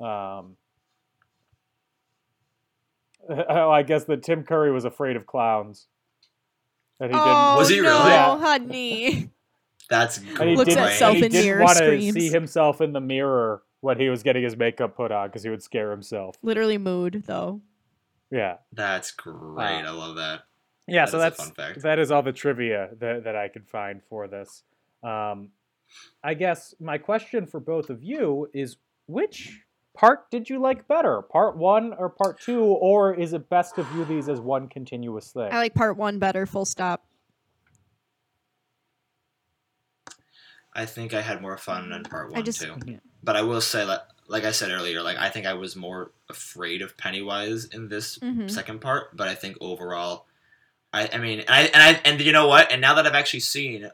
Speaker 6: Um, oh, I guess that Tim Curry was afraid of clowns. And he
Speaker 7: oh,
Speaker 8: Was he
Speaker 7: no,
Speaker 8: really?
Speaker 6: Yeah.
Speaker 7: honey.
Speaker 8: that's
Speaker 6: And he
Speaker 7: Looks
Speaker 6: didn't,
Speaker 7: at
Speaker 6: and
Speaker 7: self
Speaker 6: he
Speaker 7: in
Speaker 6: didn't
Speaker 7: mirror,
Speaker 6: wanna see
Speaker 7: screams.
Speaker 6: himself in the mirror when he was getting his makeup put on because he would scare himself.
Speaker 7: Literally mood though.
Speaker 6: Yeah.
Speaker 8: that's great i love that
Speaker 6: Yeah,
Speaker 8: That
Speaker 6: so
Speaker 8: is a
Speaker 6: that's
Speaker 8: fun fact.
Speaker 6: that is all the trivia that, that I could find for this. Um, I guess my question for both of you is which part did you like better? Part one or part two, or is it best to view these as one continuous thing?
Speaker 7: I like part one better, full stop.
Speaker 8: I think I had more fun in part
Speaker 7: I
Speaker 8: one
Speaker 7: just
Speaker 8: too. But I will say that, like I said earlier, like I think I was more afraid of Pennywise in this
Speaker 7: Mhm.
Speaker 8: second part. But I think overall, I, I mean, and I, and I and you know what? And now that I've actually seen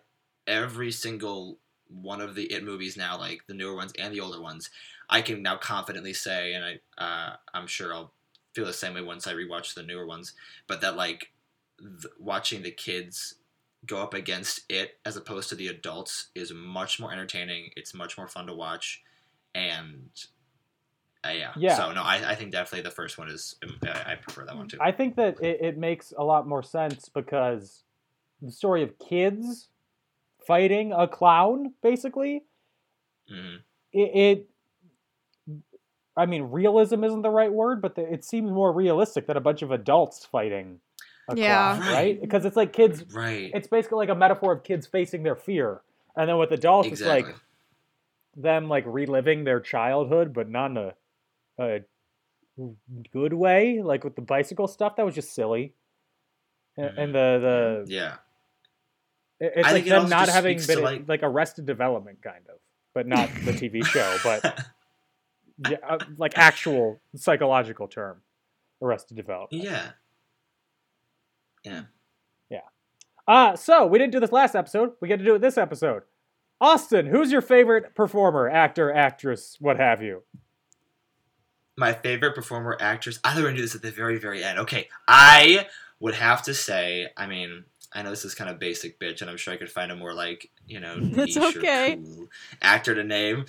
Speaker 8: every single one of the It movies now, like the newer ones and the older ones, I can now confidently say, and I uh, I'm sure I'll feel the same way once I rewatch the newer ones. But that like th- watching the kids go up against it as opposed to the adults is much more entertaining. It's much more fun to watch, and uh, yeah.
Speaker 6: Yeah.
Speaker 8: So no, I, I think definitely the first one is um, I, I prefer that one too.
Speaker 6: I think that it, it makes a lot more sense because the story of kids fighting a clown, basically,
Speaker 8: Mhm.
Speaker 6: it, it I mean, realism isn't the right word, but the, it seems more realistic than a bunch of adults fighting a
Speaker 7: Yeah.
Speaker 6: clown, right? Because it's like kids.
Speaker 8: Right.
Speaker 6: It's basically like a metaphor of kids facing their fear, and then with adults, it's like them like reliving their childhood, but not in a, a good way. Like with the bicycle stuff, that was just silly. And, and the
Speaker 8: yeah.
Speaker 6: the it's
Speaker 8: Mm-hmm. I
Speaker 6: like
Speaker 8: think it
Speaker 6: them
Speaker 8: also
Speaker 6: not
Speaker 8: just
Speaker 6: having
Speaker 8: speaks to,
Speaker 6: been like,
Speaker 8: like-
Speaker 6: Arrested Development, kind of, but not the TV show, but yeah, uh, like actual psychological term, Arrested Development.
Speaker 8: yeah.
Speaker 6: Uh, so we didn't do this last episode. We get to do it this episode. Austin, who's your favorite performer, actor, actress, what have you?
Speaker 8: my favorite performer actress. I thought we were gonna do this at the very, very end. Okay, I would have to say. I mean, I know this is kind of basic, bitch, and I'm sure I could find a more like you know
Speaker 7: That's
Speaker 8: niche or
Speaker 7: okay.
Speaker 8: cool actor to name.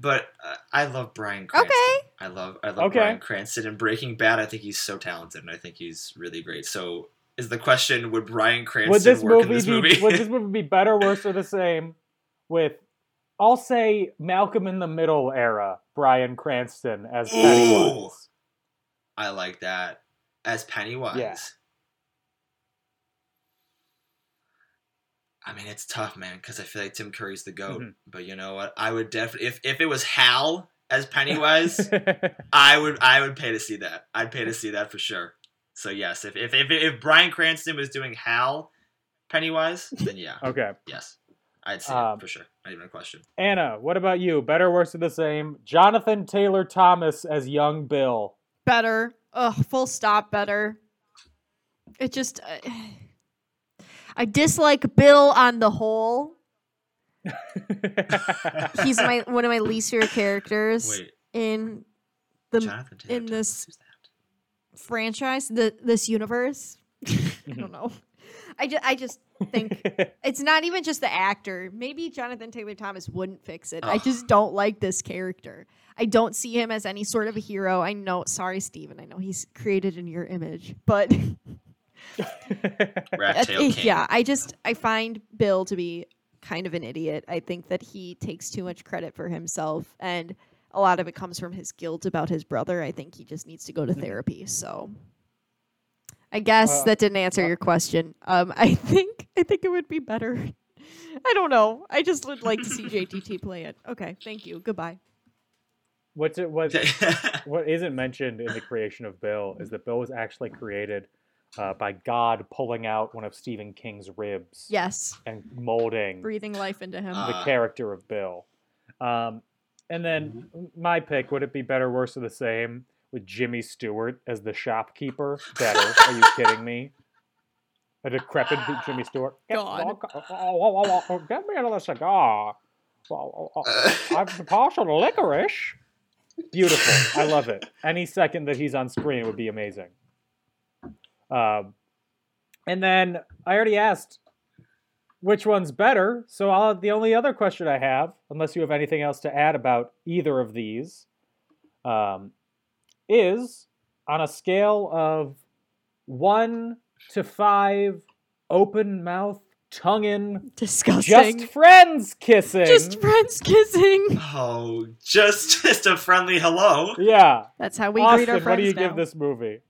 Speaker 8: But uh, I love Brian Cranston.
Speaker 7: Okay.
Speaker 8: I love I love
Speaker 6: Okay.
Speaker 8: Brian Cranston in Breaking Bad. I think he's so talented, and I think he's really great. So is the question: Would Brian Cranston
Speaker 6: would this
Speaker 8: work
Speaker 6: movie
Speaker 8: in this
Speaker 6: be
Speaker 8: movie?
Speaker 6: would this movie be better, worse, or the same with I'll say Malcolm in the Middle era, Brian Cranston as
Speaker 8: Ooh.
Speaker 6: Pennywise.
Speaker 8: I like that as Pennywise.
Speaker 6: Yeah.
Speaker 8: I mean, it's tough, man, because I feel like Tim Curry's the goat.
Speaker 6: Mhm.
Speaker 8: But you know what? I would definitely if if it was Hal as Pennywise, I would I would pay to see that. I'd pay to see that for sure. So yes, if if if, if Brian Cranston was doing Hal Pennywise, then yeah,
Speaker 6: okay.
Speaker 8: yes, I'd see
Speaker 6: Um,
Speaker 8: it for sure. Not even a question.
Speaker 6: Anna, what about you? Better, worse, or the same? Jonathan Taylor Thomas as young Bill.
Speaker 7: better. Ugh, full stop better. It just uh, I dislike Bill on the whole. He's my one of my least favorite characters
Speaker 8: Wait,
Speaker 7: in the
Speaker 8: Jonathan Taylor
Speaker 7: in this-
Speaker 8: Thomas, who's that?
Speaker 7: franchise, the this universe. I don't know. I just I just think it's not even just the actor. Maybe Jonathan Taylor Thomas wouldn't fix it. I
Speaker 8: Ugh.
Speaker 7: just don't like this character. I don't see him as any sort of a hero. I know, sorry, Steven. I know he's created in your image, but
Speaker 8: Rat
Speaker 7: I-
Speaker 8: Tail King.
Speaker 7: yeah, I just I find Bill to be kind of an idiot. I think that he takes too much credit for himself, and a lot of it comes from his guilt about his brother. I think he just needs to go to therapy. So, I guess
Speaker 6: Uh,
Speaker 7: that didn't answer
Speaker 6: uh,
Speaker 7: your question. Um, I think I think it would be better. I don't know. I just would like to see JTT play it. Okay, thank you. Goodbye.
Speaker 6: What's it? What what isn't mentioned in the creation of Bill is that Bill was actually created uh, by God pulling out one of Stephen King's ribs
Speaker 7: Yes,
Speaker 6: and molding
Speaker 7: breathing life into him.
Speaker 8: Uh,
Speaker 6: the character of Bill. Um, And then my pick would it be better, worse, or the same with Jimmy Stewart as the shopkeeper? Better. Are you kidding me? A decrepit Jimmy Stewart. Get,
Speaker 7: God.
Speaker 6: oh, oh, oh, oh, get me another cigar. Oh, oh, oh. I'm partial to licorice. Beautiful. I love it. Any second that he's on screen would be amazing. Um, and then I already asked which one's better. So I'll, the only other question I have, unless you have anything else to add about either of these, um, is on a scale of one to five, open mouth, tongue in,
Speaker 7: Disgusting.
Speaker 6: just friends kissing.
Speaker 7: Just friends kissing.
Speaker 8: Oh, just just a friendly hello.
Speaker 6: yeah.
Speaker 7: That's how we greet our
Speaker 6: Austin,
Speaker 7: friends
Speaker 6: what do you
Speaker 7: now.
Speaker 6: give this movie?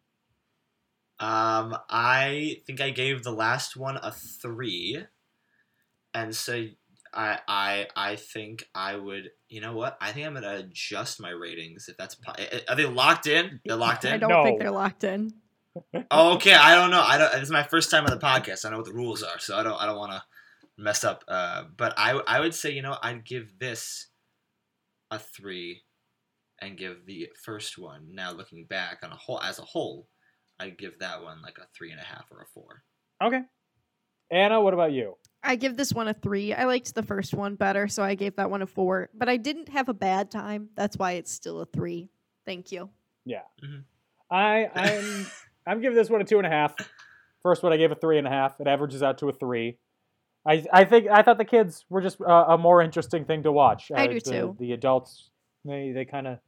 Speaker 8: Um, I think I gave the last one a three, and so I I I think I would. You know what? I think I'm gonna adjust my ratings if that's. Po- eh, eh, are they locked in? They're locked
Speaker 7: I
Speaker 8: in.
Speaker 7: don't think
Speaker 6: No.
Speaker 7: they're locked in.
Speaker 8: Oh, okay, I don't know. I don't. This is my first time on the podcast. I know what the rules are, so I don't. I don't want to mess up. Uh, but I I would say you know I'd give this a three, and give the first one. Now looking back on a whole as a whole, I'd give that one like a three and a half or a four.
Speaker 6: Okay. Anna, what about you?
Speaker 7: I give this one a three. I liked the first one better, so I gave that one a four. But I didn't have a bad time. That's why it's still a three. Thank you.
Speaker 6: I I'm I'm giving this one a two and a half. First one I gave a three and a half. It averages out to a three. I I think I thought the kids were just uh, a more interesting thing to watch.
Speaker 7: I
Speaker 6: Uh, the,
Speaker 7: do too.
Speaker 6: The adults they they kind of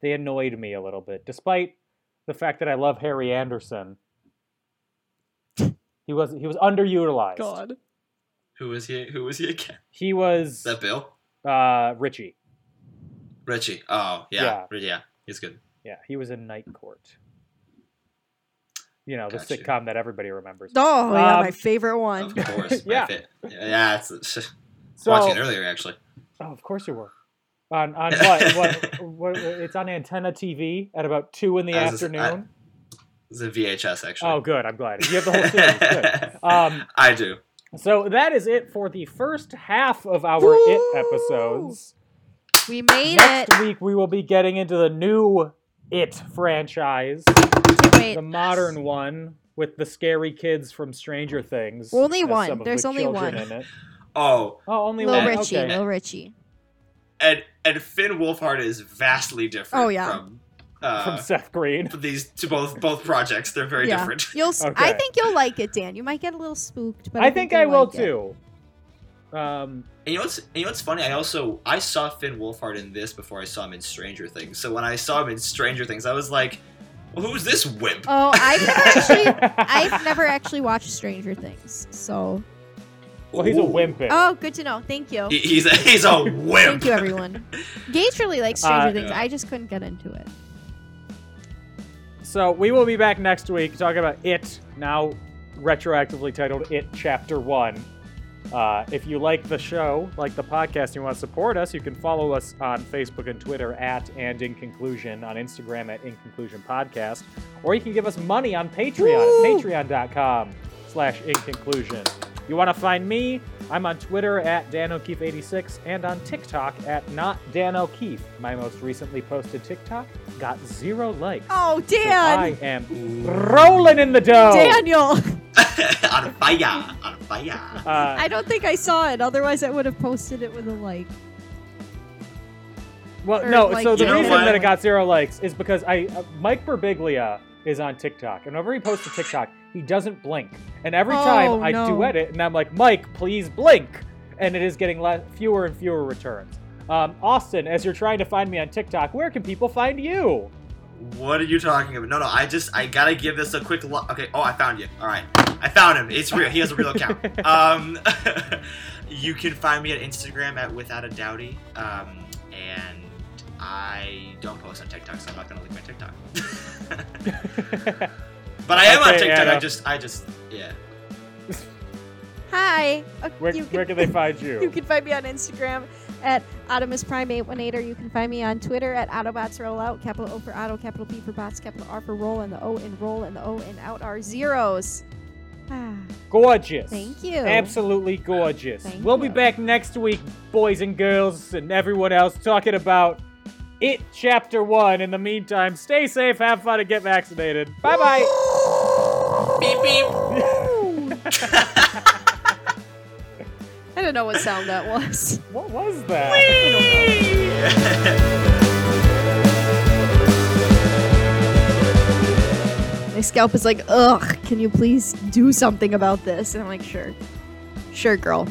Speaker 6: they annoyed me a little bit, despite the fact that I love Harry Anderson. He was he was underutilized.
Speaker 7: God.
Speaker 8: Who was he? Who was he again?
Speaker 6: He was
Speaker 8: Is that Bill?
Speaker 6: uh, Richie.
Speaker 8: Richie. Oh
Speaker 6: Yeah.
Speaker 8: yeah, Ri- yeah, he's good.
Speaker 6: Yeah, he was in Night Court. You know the
Speaker 8: Gotcha.
Speaker 6: sitcom that everybody remembers.
Speaker 7: Oh yeah, my
Speaker 6: Um,
Speaker 7: favorite one.
Speaker 8: Of course,
Speaker 6: Yeah.
Speaker 8: yeah, yeah. It's,
Speaker 6: So,
Speaker 8: watching it earlier actually.
Speaker 6: Oh, of course you were. On on what? what, what it's on antenna TV at about two in the
Speaker 8: I was just- I-
Speaker 6: afternoon.
Speaker 8: It's a VHS actually.
Speaker 6: oh, good. I'm glad you have the whole series. Good. Um,
Speaker 8: I do.
Speaker 6: so that is it for the first half of our
Speaker 7: Woo!
Speaker 6: It episodes.
Speaker 7: We made it.
Speaker 6: Next week we will be getting into the new It franchise,
Speaker 7: Wait,
Speaker 6: the modern one with the scary kids from Stranger Things.
Speaker 7: Only
Speaker 6: as
Speaker 7: one.
Speaker 6: some of
Speaker 7: There's
Speaker 6: the
Speaker 7: only
Speaker 6: children
Speaker 7: one.
Speaker 6: in it.
Speaker 8: Oh,
Speaker 6: Oh, only
Speaker 7: Lil
Speaker 6: one.
Speaker 7: Richie,
Speaker 6: Okay.
Speaker 7: Lil Richie.
Speaker 8: and and Finn Wolfhard is vastly different.
Speaker 7: Oh, yeah.
Speaker 8: From, uh,
Speaker 6: From Seth Green.
Speaker 8: these to both both projects, they're very
Speaker 7: yeah,
Speaker 8: different.
Speaker 7: you'll. s I
Speaker 6: Okay.
Speaker 7: I think you'll like it, Dan. You might get a little spooked, but I,
Speaker 6: I think I
Speaker 7: you'll
Speaker 6: will
Speaker 7: like it.
Speaker 6: too. Um,
Speaker 8: And you know what's and you know what's funny? I also I saw Finn Wolfhard in this before I saw him in Stranger Things. So when I saw him in Stranger Things, I was like, well, "Who's this wimp?"
Speaker 7: Oh, I've never actually, I've never actually watched Stranger Things, so.
Speaker 6: well, he's a
Speaker 8: Ooh.
Speaker 6: wimp.
Speaker 7: Oh, good to know. Thank you.
Speaker 8: He- He's a, he's a wimp.
Speaker 7: Thank you, everyone. Gage really likes Stranger
Speaker 6: Uh,
Speaker 7: Things.
Speaker 8: yeah.
Speaker 7: I just couldn't get into it.
Speaker 6: So we will be back next week talking about it now retroactively titled it chapter 1 uh, if you like the show like the podcast and you want to support us you can follow us on facebook and twitter at and in conclusion on instagram at in conclusion podcast or you can give us money on patreon
Speaker 7: Woo!
Speaker 6: at patreon.com slash in conclusion you want to find me i'm on twitter at dan o'keefe 86 and on tiktok at not dan o'keefe my most recently posted tiktok got zero likes
Speaker 7: Oh,
Speaker 6: so
Speaker 7: Dan!
Speaker 6: I am rolling in the dough.
Speaker 7: Daniel!
Speaker 8: on fire, on fire.
Speaker 6: Uh,
Speaker 7: I don't think I saw it. Otherwise, I would have posted it with a like.
Speaker 6: well,
Speaker 7: or,
Speaker 6: no.
Speaker 7: like,
Speaker 6: so the
Speaker 8: You know
Speaker 6: reason
Speaker 8: what?
Speaker 6: that it got zero likes is because I uh, Mike Birbiglia is on TikTok, and whenever he posts a TikTok, he doesn't blink. And every
Speaker 7: Oh,
Speaker 6: time I
Speaker 7: no.
Speaker 6: duet it, and I'm like, Mike, please blink, and it is getting le- fewer and fewer returns. Um, Austin, as you're trying to find me on TikTok, where can people find you?
Speaker 8: What are you talking about? No, no. I just I gotta give this a quick look. Okay. Oh, I found you. All right, I found him. It's real. He has a real account. Um, you can find me on Instagram at without a doubty. Um, and I don't post on TikTok, so I'm not gonna link my TikTok. but I am on
Speaker 6: Okay,
Speaker 8: TikTok.
Speaker 6: Anna.
Speaker 8: I just I just yeah.
Speaker 7: Hi! Uh,
Speaker 6: Where,
Speaker 7: you
Speaker 6: where can they find you?
Speaker 7: You can find me on Instagram at Optimus Prime 818, or you can find me on Twitter at Autobots Rollout, capital O for Auto, capital P for Bots, capital R for Roll, and the O in Roll, and the O in Out are zeros. Ah.
Speaker 6: Gorgeous.
Speaker 7: Thank you.
Speaker 6: Absolutely gorgeous.
Speaker 7: Thank
Speaker 6: we'll be
Speaker 7: you.
Speaker 6: back next week, boys and girls, and everyone else, talking about it, chapter one. In the meantime, stay safe, have fun, and get vaccinated. Bye bye.
Speaker 8: Beep beep.
Speaker 7: I don't know what sound that was.
Speaker 6: What was that?
Speaker 7: My scalp is like, ugh, can you please do something about this? And I'm like, sure. Sure, girl.